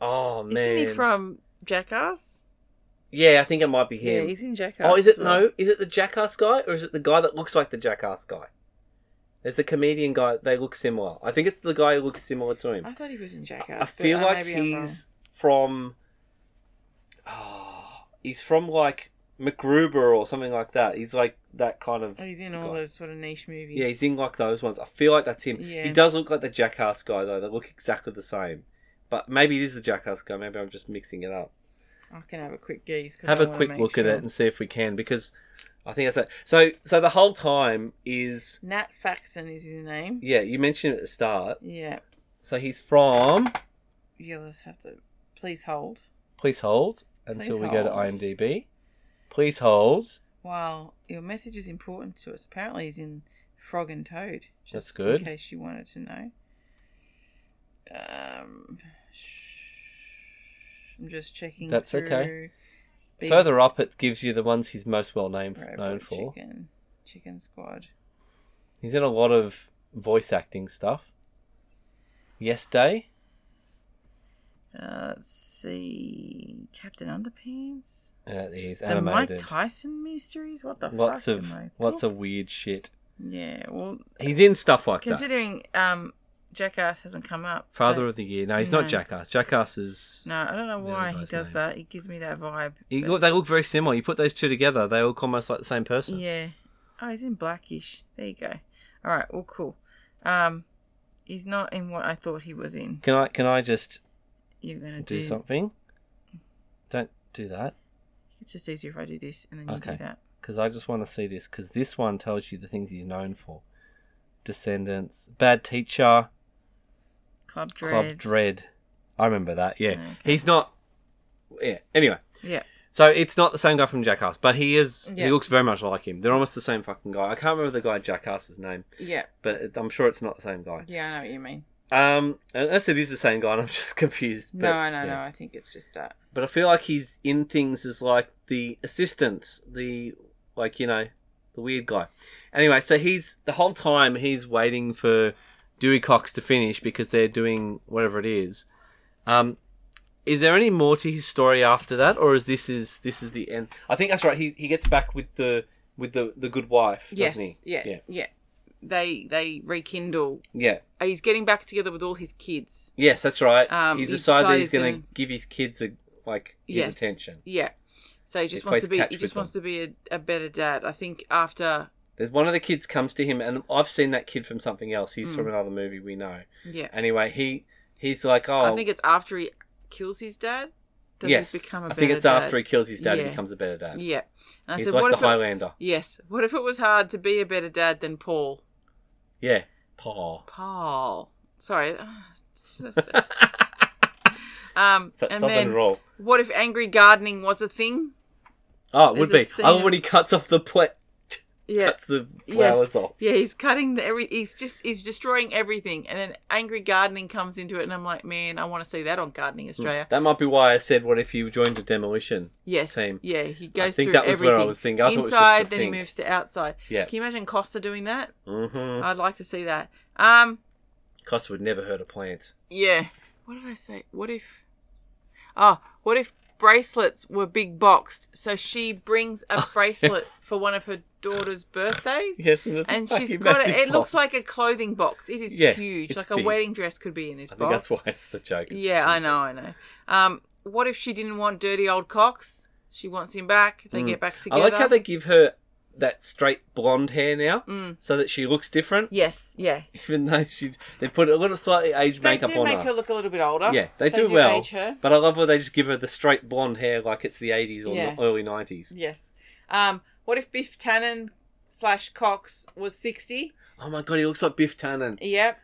Speaker 2: Oh man.
Speaker 1: Isn't he from Jackass?
Speaker 2: yeah, I think it might be
Speaker 1: Yeah,
Speaker 2: him.
Speaker 1: he's in Jackass.
Speaker 2: oh, is
Speaker 1: as
Speaker 2: it
Speaker 1: well.
Speaker 2: no? Is it the jackass guy or is it the guy that looks like the jackass guy? There's a comedian guy. They look similar. I think it's the guy who looks similar to him.
Speaker 1: I thought he was in Jackass.
Speaker 2: I feel
Speaker 1: but uh,
Speaker 2: like
Speaker 1: maybe I'm wrong.
Speaker 2: he's from. Oh, he's from like MacGruber or something like that. He's like that kind of.
Speaker 1: Oh, He's in all
Speaker 2: guy.
Speaker 1: those sort of niche movies.
Speaker 2: Yeah, he's in like those ones. I feel like that's him.
Speaker 1: Yeah.
Speaker 2: He does look like the jackass guy though. They look exactly the same. But maybe it is the jackass guy. Maybe I'm just mixing it up.
Speaker 1: I can have a quick gaze. 'cause
Speaker 2: Have
Speaker 1: I
Speaker 2: a
Speaker 1: wanna
Speaker 2: quick
Speaker 1: make
Speaker 2: look at
Speaker 1: sure.
Speaker 2: it and see if we can because I think that's that. So so the whole time is
Speaker 1: Nat Faxon is his name.
Speaker 2: yeah. You mentioned it at the start.
Speaker 1: Yeah.
Speaker 2: So he's from.
Speaker 1: You'll just have to. Please hold
Speaker 2: Please hold until
Speaker 1: Please
Speaker 2: we go to
Speaker 1: hold.
Speaker 2: IMDb. Please hold.
Speaker 1: while your message is important to us. Apparently, he's in Frog and Toad. Just
Speaker 2: That's good.
Speaker 1: In case you wanted to know. Um, sh- I'm just checking.
Speaker 2: That's okay.
Speaker 1: through. Biggest
Speaker 2: Further up, it gives you the ones he's most well named
Speaker 1: Robot
Speaker 2: known for.
Speaker 1: Chicken, Chicken Squad.
Speaker 2: He's in a lot of voice acting stuff. Yes, Day.
Speaker 1: Uh, let's see, Captain Underpants.
Speaker 2: Uh, he's
Speaker 1: The Mike
Speaker 2: animated.
Speaker 1: Tyson mysteries. What the
Speaker 2: lots
Speaker 1: fuck?
Speaker 2: of
Speaker 1: am I
Speaker 2: lots
Speaker 1: talk-
Speaker 2: of weird shit.
Speaker 1: Yeah. Well,
Speaker 2: He's in stuff like that.
Speaker 1: considering um, Jackass hasn't come up. so-
Speaker 2: Father of the Year. No, he's
Speaker 1: No.
Speaker 2: not Jackass. Jackass is.
Speaker 1: No, I don't know
Speaker 2: Never
Speaker 1: why he
Speaker 2: guy's
Speaker 1: does
Speaker 2: name.
Speaker 1: that. It gives me that vibe.
Speaker 2: He-
Speaker 1: but-
Speaker 2: look- they look very similar. You put those two together, they look almost like the same person.
Speaker 1: yeah. Oh, he's in Blackish. There you go. All right. Well, cool. Um, he's not in what I thought he was in.
Speaker 2: Can I? Can I just
Speaker 1: You're gonna
Speaker 2: do
Speaker 1: do.
Speaker 2: something? Don't do that
Speaker 1: It's just easier if I do this and then you
Speaker 2: Okay.
Speaker 1: do that.
Speaker 2: because I just want to see this because this one tells you the things he's known for. Descendants, bad teacher,
Speaker 1: Club Dread.
Speaker 2: Club Dread. I remember that. Yeah,
Speaker 1: Okay.
Speaker 2: he's not. Yeah. Anyway,
Speaker 1: Yeah.
Speaker 2: so it's not the same guy from Jackass, but he is.
Speaker 1: Yeah.
Speaker 2: He looks very much like him. They're almost the same fucking guy. I can't remember the guy in Jackass's name,
Speaker 1: Yeah.
Speaker 2: but it- I'm sure it's not the same guy.
Speaker 1: Yeah. I know what you mean.
Speaker 2: Um, unless it is the same guy, and I'm just confused. But,
Speaker 1: No, I know.
Speaker 2: yeah.
Speaker 1: No, I think it's just that.
Speaker 2: But I feel like he's in things as like the assistant, the like you know, the weird guy. Anyway, so he's the whole time he's waiting for Dewey Cox to finish because they're doing whatever it is. Um, is there any more to his story after that, or is this is this is the end? I think that's right. He he gets back with the with the the good wife,
Speaker 1: Yes.
Speaker 2: doesn't he?
Speaker 1: Yeah, yeah.
Speaker 2: yeah,
Speaker 1: They they rekindle.
Speaker 2: yeah.
Speaker 1: Uh, He's getting back together with all his kids.
Speaker 2: Yes, that's right.
Speaker 1: Um,
Speaker 2: he's
Speaker 1: he
Speaker 2: decided that
Speaker 1: decided
Speaker 2: he's going
Speaker 1: he's
Speaker 2: to give his kids a like his
Speaker 1: yes.
Speaker 2: attention.
Speaker 1: Yeah. So he just
Speaker 2: He
Speaker 1: wants
Speaker 2: plays
Speaker 1: to be.
Speaker 2: catch
Speaker 1: He just
Speaker 2: with
Speaker 1: wants to be a, a better dad. I think after.
Speaker 2: There's one of the kids comes to him, and I've seen that kid from something else. He's
Speaker 1: Hmm.
Speaker 2: from another movie we know.
Speaker 1: Yeah.
Speaker 2: Anyway, he he's like, oh,
Speaker 1: I think it's after he kills his dad. Does
Speaker 2: yes.
Speaker 1: he become a
Speaker 2: I think
Speaker 1: better
Speaker 2: it's after he
Speaker 1: dad?
Speaker 2: kills his dad, he
Speaker 1: Yeah.
Speaker 2: becomes a better dad.
Speaker 1: Yeah. And I
Speaker 2: he's
Speaker 1: said,
Speaker 2: like
Speaker 1: what
Speaker 2: the
Speaker 1: if? It,
Speaker 2: Highlander.
Speaker 1: yes. What if it was hard to be a better dad than Paul?
Speaker 2: Yeah, Paul.
Speaker 1: Paul. Sorry. Ah, um.
Speaker 2: It's that
Speaker 1: and
Speaker 2: southern
Speaker 1: then,
Speaker 2: roll.
Speaker 1: what if angry gardening was a thing?
Speaker 2: Oh, it would be.
Speaker 1: there's a
Speaker 2: I love
Speaker 1: scene-
Speaker 2: when he cuts off the plant,
Speaker 1: Yeah.
Speaker 2: cuts the
Speaker 1: Yes.
Speaker 2: flowers off.
Speaker 1: Yeah, he's cutting the every. He's just he's destroying everything, and then angry gardening comes into it, and I'm like, man, I want to see that on Gardening Australia.
Speaker 2: That might be why I said, what if you joined a demolition?
Speaker 1: Yes,
Speaker 2: Same.
Speaker 1: yeah, he goes
Speaker 2: think
Speaker 1: through
Speaker 2: that was
Speaker 1: everything.
Speaker 2: where I was thinking. I thought it
Speaker 1: Inside,
Speaker 2: was just the
Speaker 1: then
Speaker 2: sink.
Speaker 1: he moves to outside.
Speaker 2: Yeah.
Speaker 1: can you imagine Costa doing that?
Speaker 2: Mm-hmm.
Speaker 1: I'd like to see that. Um,
Speaker 2: Costa would never hurt a plant.
Speaker 1: yeah. What did I say? What if? Oh, what if bracelets were big boxed? So she brings a bracelet
Speaker 2: Oh, yes.
Speaker 1: for one of her daughter's birthdays.
Speaker 2: Yes, and, it's a
Speaker 1: and she's
Speaker 2: fucking
Speaker 1: got it.
Speaker 2: massive
Speaker 1: It looks
Speaker 2: box.
Speaker 1: like a clothing box. It is
Speaker 2: Yeah,
Speaker 1: huge.
Speaker 2: it's
Speaker 1: Like a
Speaker 2: big.
Speaker 1: wedding dress could be in this
Speaker 2: I think
Speaker 1: box.
Speaker 2: that's why it's the joke. It's
Speaker 1: yeah, I
Speaker 2: stupid.
Speaker 1: know, I know. Um, what if she didn't want dirty old Cox? She wants him back. They get back together.
Speaker 2: Mm.
Speaker 1: Mm.
Speaker 2: I like how they give her that straight blonde hair now, so that she looks different,
Speaker 1: Yes, yeah.
Speaker 2: even though she they put a little slightly aged
Speaker 1: They
Speaker 2: makeup
Speaker 1: do
Speaker 2: on
Speaker 1: make
Speaker 2: her.
Speaker 1: her. look a little bit older.
Speaker 2: Yeah, they, do, well.
Speaker 1: Age her.
Speaker 2: But I love how they just give her the straight blonde hair like it's the eighties or
Speaker 1: Yeah.
Speaker 2: the early nineties.
Speaker 1: Yes. Um, what if Biff Tannen slash Cox was sixty?
Speaker 2: Oh my god, he looks like Biff Tannen.
Speaker 1: Yep.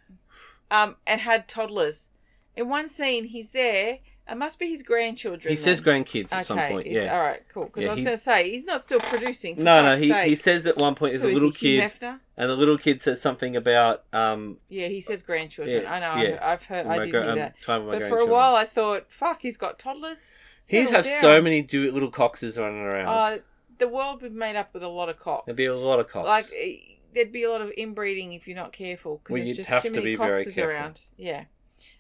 Speaker 1: Um, and had toddlers. In one scene, he's there. It must be his grandchildren.
Speaker 2: He says
Speaker 1: then.
Speaker 2: grandkids at some point.
Speaker 1: it's-
Speaker 2: Yeah.
Speaker 1: All right. Cool. Because
Speaker 2: Yeah,
Speaker 1: I was
Speaker 2: he-
Speaker 1: going to say he's not still producing. For
Speaker 2: No, no.
Speaker 1: fuck's
Speaker 2: He,
Speaker 1: sake.
Speaker 2: he says at one point there's
Speaker 1: Who
Speaker 2: a
Speaker 1: is
Speaker 2: little
Speaker 1: he, Hugh
Speaker 2: kid,
Speaker 1: Hefner?
Speaker 2: and the little kid says something about um.
Speaker 1: Yeah, he says grandchildren.
Speaker 2: Yeah,
Speaker 1: I know.
Speaker 2: yeah.
Speaker 1: I've, I've heard. I
Speaker 2: my
Speaker 1: did
Speaker 2: gra-
Speaker 1: hear
Speaker 2: um,
Speaker 1: that.
Speaker 2: Time with
Speaker 1: But
Speaker 2: my
Speaker 1: for a
Speaker 2: grandchildren.
Speaker 1: while, I thought, fuck, he's got toddlers.
Speaker 2: he'd
Speaker 1: Settle
Speaker 2: have
Speaker 1: down.
Speaker 2: so many do little coxes running around.
Speaker 1: Uh, the world would be made up with a lot of cock.
Speaker 2: There'd be a lot of cox.
Speaker 1: Like eh, there'd be a lot of inbreeding if you're not careful, because
Speaker 2: Well,
Speaker 1: there's
Speaker 2: you'd
Speaker 1: just
Speaker 2: have
Speaker 1: too
Speaker 2: to
Speaker 1: many
Speaker 2: be very
Speaker 1: coxes
Speaker 2: careful.
Speaker 1: around. Yeah.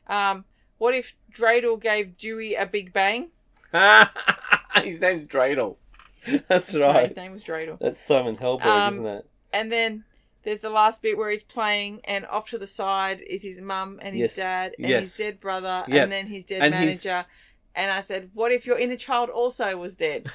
Speaker 1: Um, What if Dreidel gave Dewey a big bang?
Speaker 2: His name's Dreidel.
Speaker 3: That's
Speaker 1: That's right.
Speaker 3: right.
Speaker 1: His name was Dreidel.
Speaker 3: That's Simon Helberg,
Speaker 1: Um,
Speaker 3: isn't it?
Speaker 1: And then there's the last bit where he's playing, and off to the side is his mum and
Speaker 3: Yes.
Speaker 1: his dad and
Speaker 2: Yes.
Speaker 1: his dead brother,
Speaker 2: Yeah.
Speaker 1: and then his dead
Speaker 2: And his-
Speaker 1: manager. And I said, "What if your inner child also was dead?"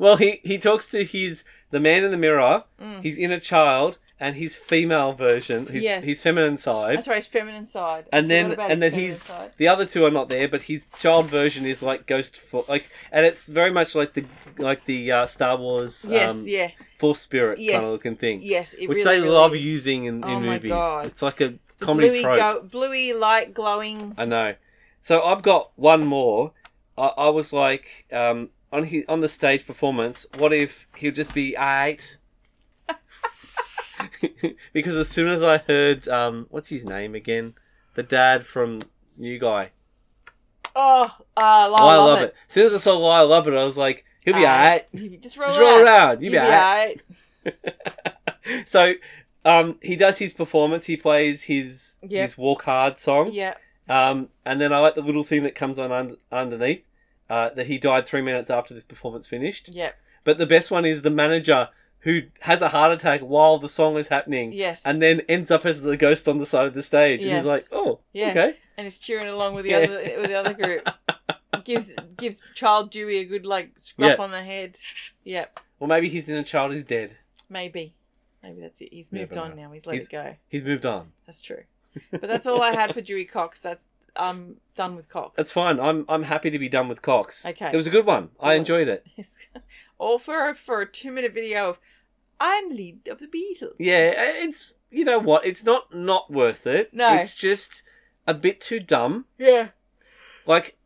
Speaker 2: well, he, he talks to his the man in the mirror,
Speaker 1: Mm.
Speaker 2: his inner child, and his female version, his
Speaker 1: Yes.
Speaker 2: his feminine side.
Speaker 1: That's right, his feminine side.
Speaker 2: And
Speaker 1: Forgot
Speaker 2: then
Speaker 1: about his
Speaker 2: and then
Speaker 1: feminine
Speaker 2: he's
Speaker 1: side.
Speaker 2: the other two are not there, but his child version is like ghost for like, and it's very much like the like the uh, Star Wars
Speaker 1: yes,
Speaker 2: um,
Speaker 1: yeah,
Speaker 2: force spirit
Speaker 1: Yes.
Speaker 2: kind of looking thing,
Speaker 1: yes. It
Speaker 2: which
Speaker 1: really,
Speaker 2: they
Speaker 1: really
Speaker 2: love
Speaker 1: is.
Speaker 2: using in, in
Speaker 1: Oh my
Speaker 2: movies.
Speaker 1: God.
Speaker 2: It's like a
Speaker 1: The
Speaker 2: comedy
Speaker 1: bluey,
Speaker 2: trope.
Speaker 1: go- bluey light glowing.
Speaker 2: I know. So I've got one more. I, I was like, um, on his, on the stage performance, what if he'll just be eight? because as soon as I heard, um, what's his name again? The dad from New Guy.
Speaker 1: Oh, uh, I love,
Speaker 2: I love it. As soon as I saw Why I Love It, I was like, he'll be
Speaker 1: Aight.
Speaker 2: eight.
Speaker 1: Just roll,
Speaker 2: Just roll
Speaker 1: out.
Speaker 2: around. You'll
Speaker 1: You
Speaker 2: be
Speaker 1: be
Speaker 2: eight.
Speaker 1: aight.
Speaker 2: So um, he does his performance. He plays his
Speaker 1: Yep.
Speaker 2: his Walk Hard song.
Speaker 1: Yeah,
Speaker 2: Um, and then I like the little thing that comes on un- underneath uh, that he died three minutes after this performance finished.
Speaker 1: yeah,
Speaker 2: But the best one is the manager who has a heart attack while the song is happening.
Speaker 1: yes.
Speaker 2: And then ends up as the ghost on the side of the stage. And
Speaker 1: Yes.
Speaker 2: he's like, oh,
Speaker 1: Yeah.
Speaker 2: okay.
Speaker 1: and is cheering along with the
Speaker 2: Yeah.
Speaker 1: other with the other group. gives gives child Dewey a good like scruff
Speaker 2: Yeah.
Speaker 1: on the head. Yep,
Speaker 2: Well, maybe his inner child is dead.
Speaker 1: maybe, maybe that's it. He's moved
Speaker 2: Never
Speaker 1: on
Speaker 2: know.
Speaker 1: now. He's let
Speaker 2: He's-
Speaker 1: it go.
Speaker 2: He's moved on.
Speaker 1: That's true. But that's all I had for Dewey Cox. That's I'm done with Cox.
Speaker 2: That's fine. I'm, I'm happy to be done with Cox.
Speaker 1: Okay.
Speaker 2: It was a good one. I
Speaker 1: was.
Speaker 2: enjoyed it.
Speaker 1: all for for a two minute video of I'm lead of the Beatles.
Speaker 2: Yeah, it's, you know what? It's not not worth it.
Speaker 1: No.
Speaker 2: It's just a bit too dumb.
Speaker 1: yeah.
Speaker 2: Like,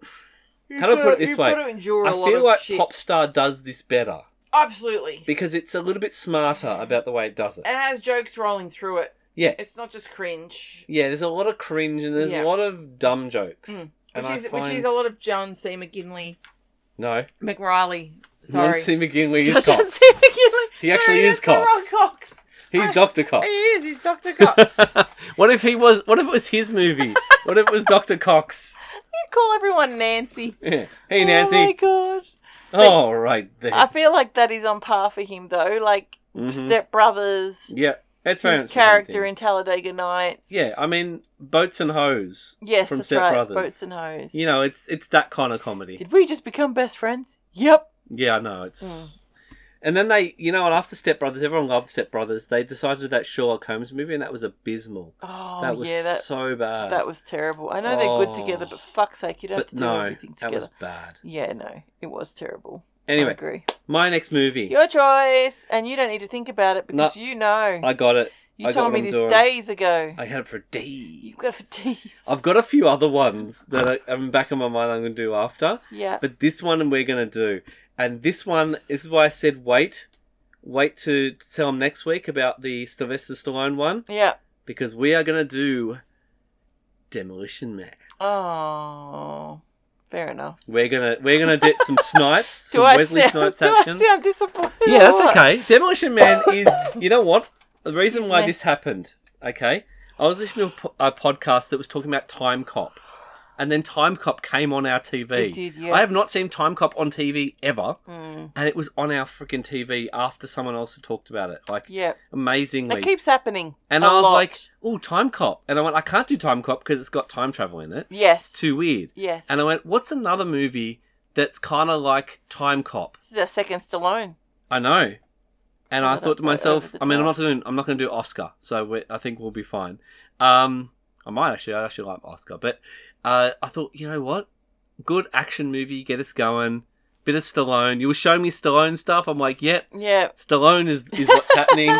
Speaker 2: How do I put it this
Speaker 1: You've
Speaker 2: way?
Speaker 1: got to endure a
Speaker 2: I
Speaker 1: lot
Speaker 2: feel
Speaker 1: of
Speaker 2: like
Speaker 1: shit.
Speaker 2: Popstar does this better
Speaker 1: Absolutely.
Speaker 2: because it's a little bit smarter about the way it does it.
Speaker 1: And it has jokes rolling through it.
Speaker 2: Yeah.
Speaker 1: It's not just cringe.
Speaker 2: Yeah, there's a lot of cringe and there's
Speaker 1: Yeah.
Speaker 2: a lot of dumb jokes.
Speaker 1: Mm.
Speaker 2: And
Speaker 1: Which
Speaker 2: I
Speaker 1: is which is
Speaker 2: find-
Speaker 1: a lot of John C. McGinley.
Speaker 2: No,
Speaker 1: McRiley.
Speaker 2: John
Speaker 1: Sorry.
Speaker 2: C. McGinley is
Speaker 1: John
Speaker 2: Cox.
Speaker 1: C. McGinley.
Speaker 2: He actually
Speaker 1: Sorry,
Speaker 2: is
Speaker 1: that's the wrong
Speaker 2: Cox.
Speaker 1: Cox.
Speaker 2: He's Doctor Cox.
Speaker 1: He is. He's Dr. Cox.
Speaker 2: what if he was? What if it was his movie? what if it was Doctor Cox?
Speaker 1: you call everyone Nancy.
Speaker 2: Yeah. Hey,
Speaker 1: Oh my
Speaker 2: Nancy.
Speaker 1: god.
Speaker 2: All right then.
Speaker 1: I feel like that is on par for him though. Like
Speaker 2: Mhm.
Speaker 1: Step Brothers,
Speaker 2: yeah, that's very
Speaker 1: his
Speaker 2: much the same
Speaker 1: character
Speaker 2: thing.
Speaker 1: in Talladega Nights.
Speaker 2: Yeah, I mean boats and hose.
Speaker 1: Yes,
Speaker 2: from
Speaker 1: that's
Speaker 2: Step
Speaker 1: right.
Speaker 2: Brothers.
Speaker 1: Boats and hose.
Speaker 2: You know, it's it's that kind of comedy.
Speaker 1: Did we just become best friends? Yep.
Speaker 2: Yeah, I know it's.
Speaker 1: Mm.
Speaker 2: And then they, you know, and after Step Brothers, everyone loved Step Brothers. They decided that Sherlock Holmes movie, and that was abysmal.
Speaker 1: Oh
Speaker 2: that was
Speaker 1: yeah, that
Speaker 2: so bad.
Speaker 1: that was terrible. I know they're good
Speaker 2: Oh.
Speaker 1: together, but fuck's sake, you don't have
Speaker 2: but
Speaker 1: to do
Speaker 2: no,
Speaker 1: everything
Speaker 2: that
Speaker 1: together.
Speaker 2: was bad.
Speaker 1: Yeah, no, it was terrible. I
Speaker 2: Anyway,
Speaker 1: agree.
Speaker 2: my next movie,
Speaker 1: Your choice, and you don't need to think about it because you know.
Speaker 2: I got it.
Speaker 1: you
Speaker 2: I got
Speaker 1: told
Speaker 2: what
Speaker 1: me
Speaker 2: I'm
Speaker 1: this
Speaker 2: doing.
Speaker 1: days ago.
Speaker 2: I had it for a
Speaker 1: you
Speaker 2: D.
Speaker 1: got for teeth.
Speaker 2: I've got a few other ones that I, I'm back in my mind. I'm going to do after,
Speaker 1: yeah.
Speaker 2: but this one we're going to do. And this one this is why I said wait, wait to tell them next week about the Sylvester Stallone one
Speaker 1: Yeah.
Speaker 2: because we are going to do Demolition Man.
Speaker 1: Oh, fair enough.
Speaker 2: We're gonna we're gonna get some snipes,
Speaker 1: Do
Speaker 2: some
Speaker 1: I,
Speaker 2: Wesley
Speaker 1: sound,
Speaker 2: Snipes
Speaker 1: do I
Speaker 2: action.
Speaker 1: sound disappointed?
Speaker 2: yeah,
Speaker 1: or
Speaker 2: that's
Speaker 1: what?
Speaker 2: okay. Demolition Man is you know what the reason
Speaker 1: Excuse
Speaker 2: why
Speaker 1: me.
Speaker 2: this happened. Okay, I was listening to a, po- a podcast that was talking about Time Cop, and then Time Cop came on our TV.
Speaker 1: It did, yes.
Speaker 2: I have not seen Time Cop on TV ever,
Speaker 1: Mm,
Speaker 2: and it was on our freaking TV after someone else had talked about it. Like
Speaker 1: yeah.
Speaker 2: amazingly,
Speaker 1: That keeps happening.
Speaker 2: and
Speaker 1: I
Speaker 2: I was like, "Oh, Time Cop," and I went, "I can't do Time Cop because it's got time travel in it.
Speaker 1: yes.
Speaker 2: It's too weird."
Speaker 1: yes.
Speaker 2: And I went, what's another movie that's kind of like Time Cop?
Speaker 1: this is our second Stallone.
Speaker 2: I know. And I
Speaker 1: Over the-
Speaker 2: thought to myself,
Speaker 1: over the
Speaker 2: I mean, I'm
Speaker 1: top.
Speaker 2: not doing, I'm not going to do Oscar, so we I think we'll be fine. Um, I might actually, I actually like Oscar, but uh, I thought, you know what, good action movie, get us going, bit of Stallone. You were showing me Stallone stuff. I'm like, yep,
Speaker 1: Yeah. Ah,
Speaker 2: Stallone is is what's happening,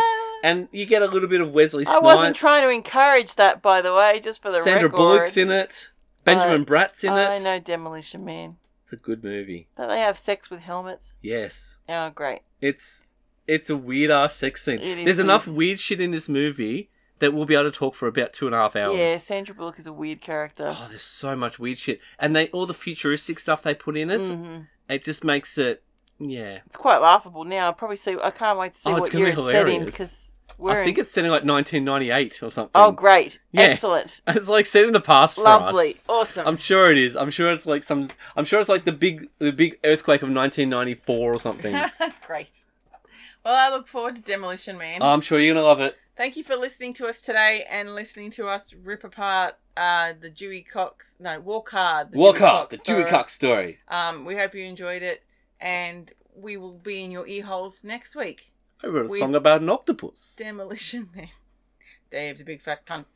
Speaker 2: and you get a little bit of Wesley. Snipes.
Speaker 1: I wasn't trying to encourage that, by the way, just for the
Speaker 2: Sandra
Speaker 1: record.
Speaker 2: Bullock's in it. Benjamin
Speaker 1: Uh,
Speaker 2: Bratt's in
Speaker 1: I
Speaker 2: it.
Speaker 1: know Demolition Man.
Speaker 2: It's a good movie.
Speaker 1: Don't they have sex with helmets?
Speaker 2: Yes.
Speaker 1: Oh, great.
Speaker 2: It's it's a weird ass sex scene.
Speaker 1: It is
Speaker 2: There's
Speaker 1: weird.
Speaker 2: enough weird shit in this movie that we'll be able to talk for about two and a half hours.
Speaker 1: Yeah, Sandra Bullock is a weird character.
Speaker 2: Oh, there's so much weird shit, and they all the futuristic stuff they put in it.
Speaker 1: Mhm.
Speaker 2: It just makes it, yeah.
Speaker 1: It's quite laughable now. I probably see. I can't wait to see
Speaker 2: Oh, it's
Speaker 1: what
Speaker 2: gonna
Speaker 1: year
Speaker 2: be
Speaker 1: it's set in
Speaker 2: hilarious.
Speaker 1: because
Speaker 2: I
Speaker 4: We're
Speaker 2: think
Speaker 4: in-
Speaker 2: it's set in like 1998 or something.
Speaker 4: oh, great.
Speaker 2: Yeah.
Speaker 4: Excellent.
Speaker 2: It's like set in the past for
Speaker 4: Lovely.
Speaker 2: us.
Speaker 4: Awesome.
Speaker 2: I'm sure it is. I'm sure it's like some. I'm sure it's like the big, the big earthquake of 1994 or something.
Speaker 1: Great. Well, I look forward to Demolition Man.
Speaker 2: I'm sure you're gonna love it.
Speaker 1: Thank you for listening to us today and listening to us rip apart uh, the Dewey Cox, no, Walk Hard. the
Speaker 2: Walk
Speaker 1: Dewey
Speaker 2: up
Speaker 1: Cox
Speaker 2: the Dewey
Speaker 1: story.
Speaker 2: Cock story.
Speaker 1: Um, we hope you enjoyed it, and we will be in your ear holes next week.
Speaker 2: I wrote a
Speaker 1: With-
Speaker 2: song about an octopus.
Speaker 1: Demolition Man. Dave's a big fat cunt.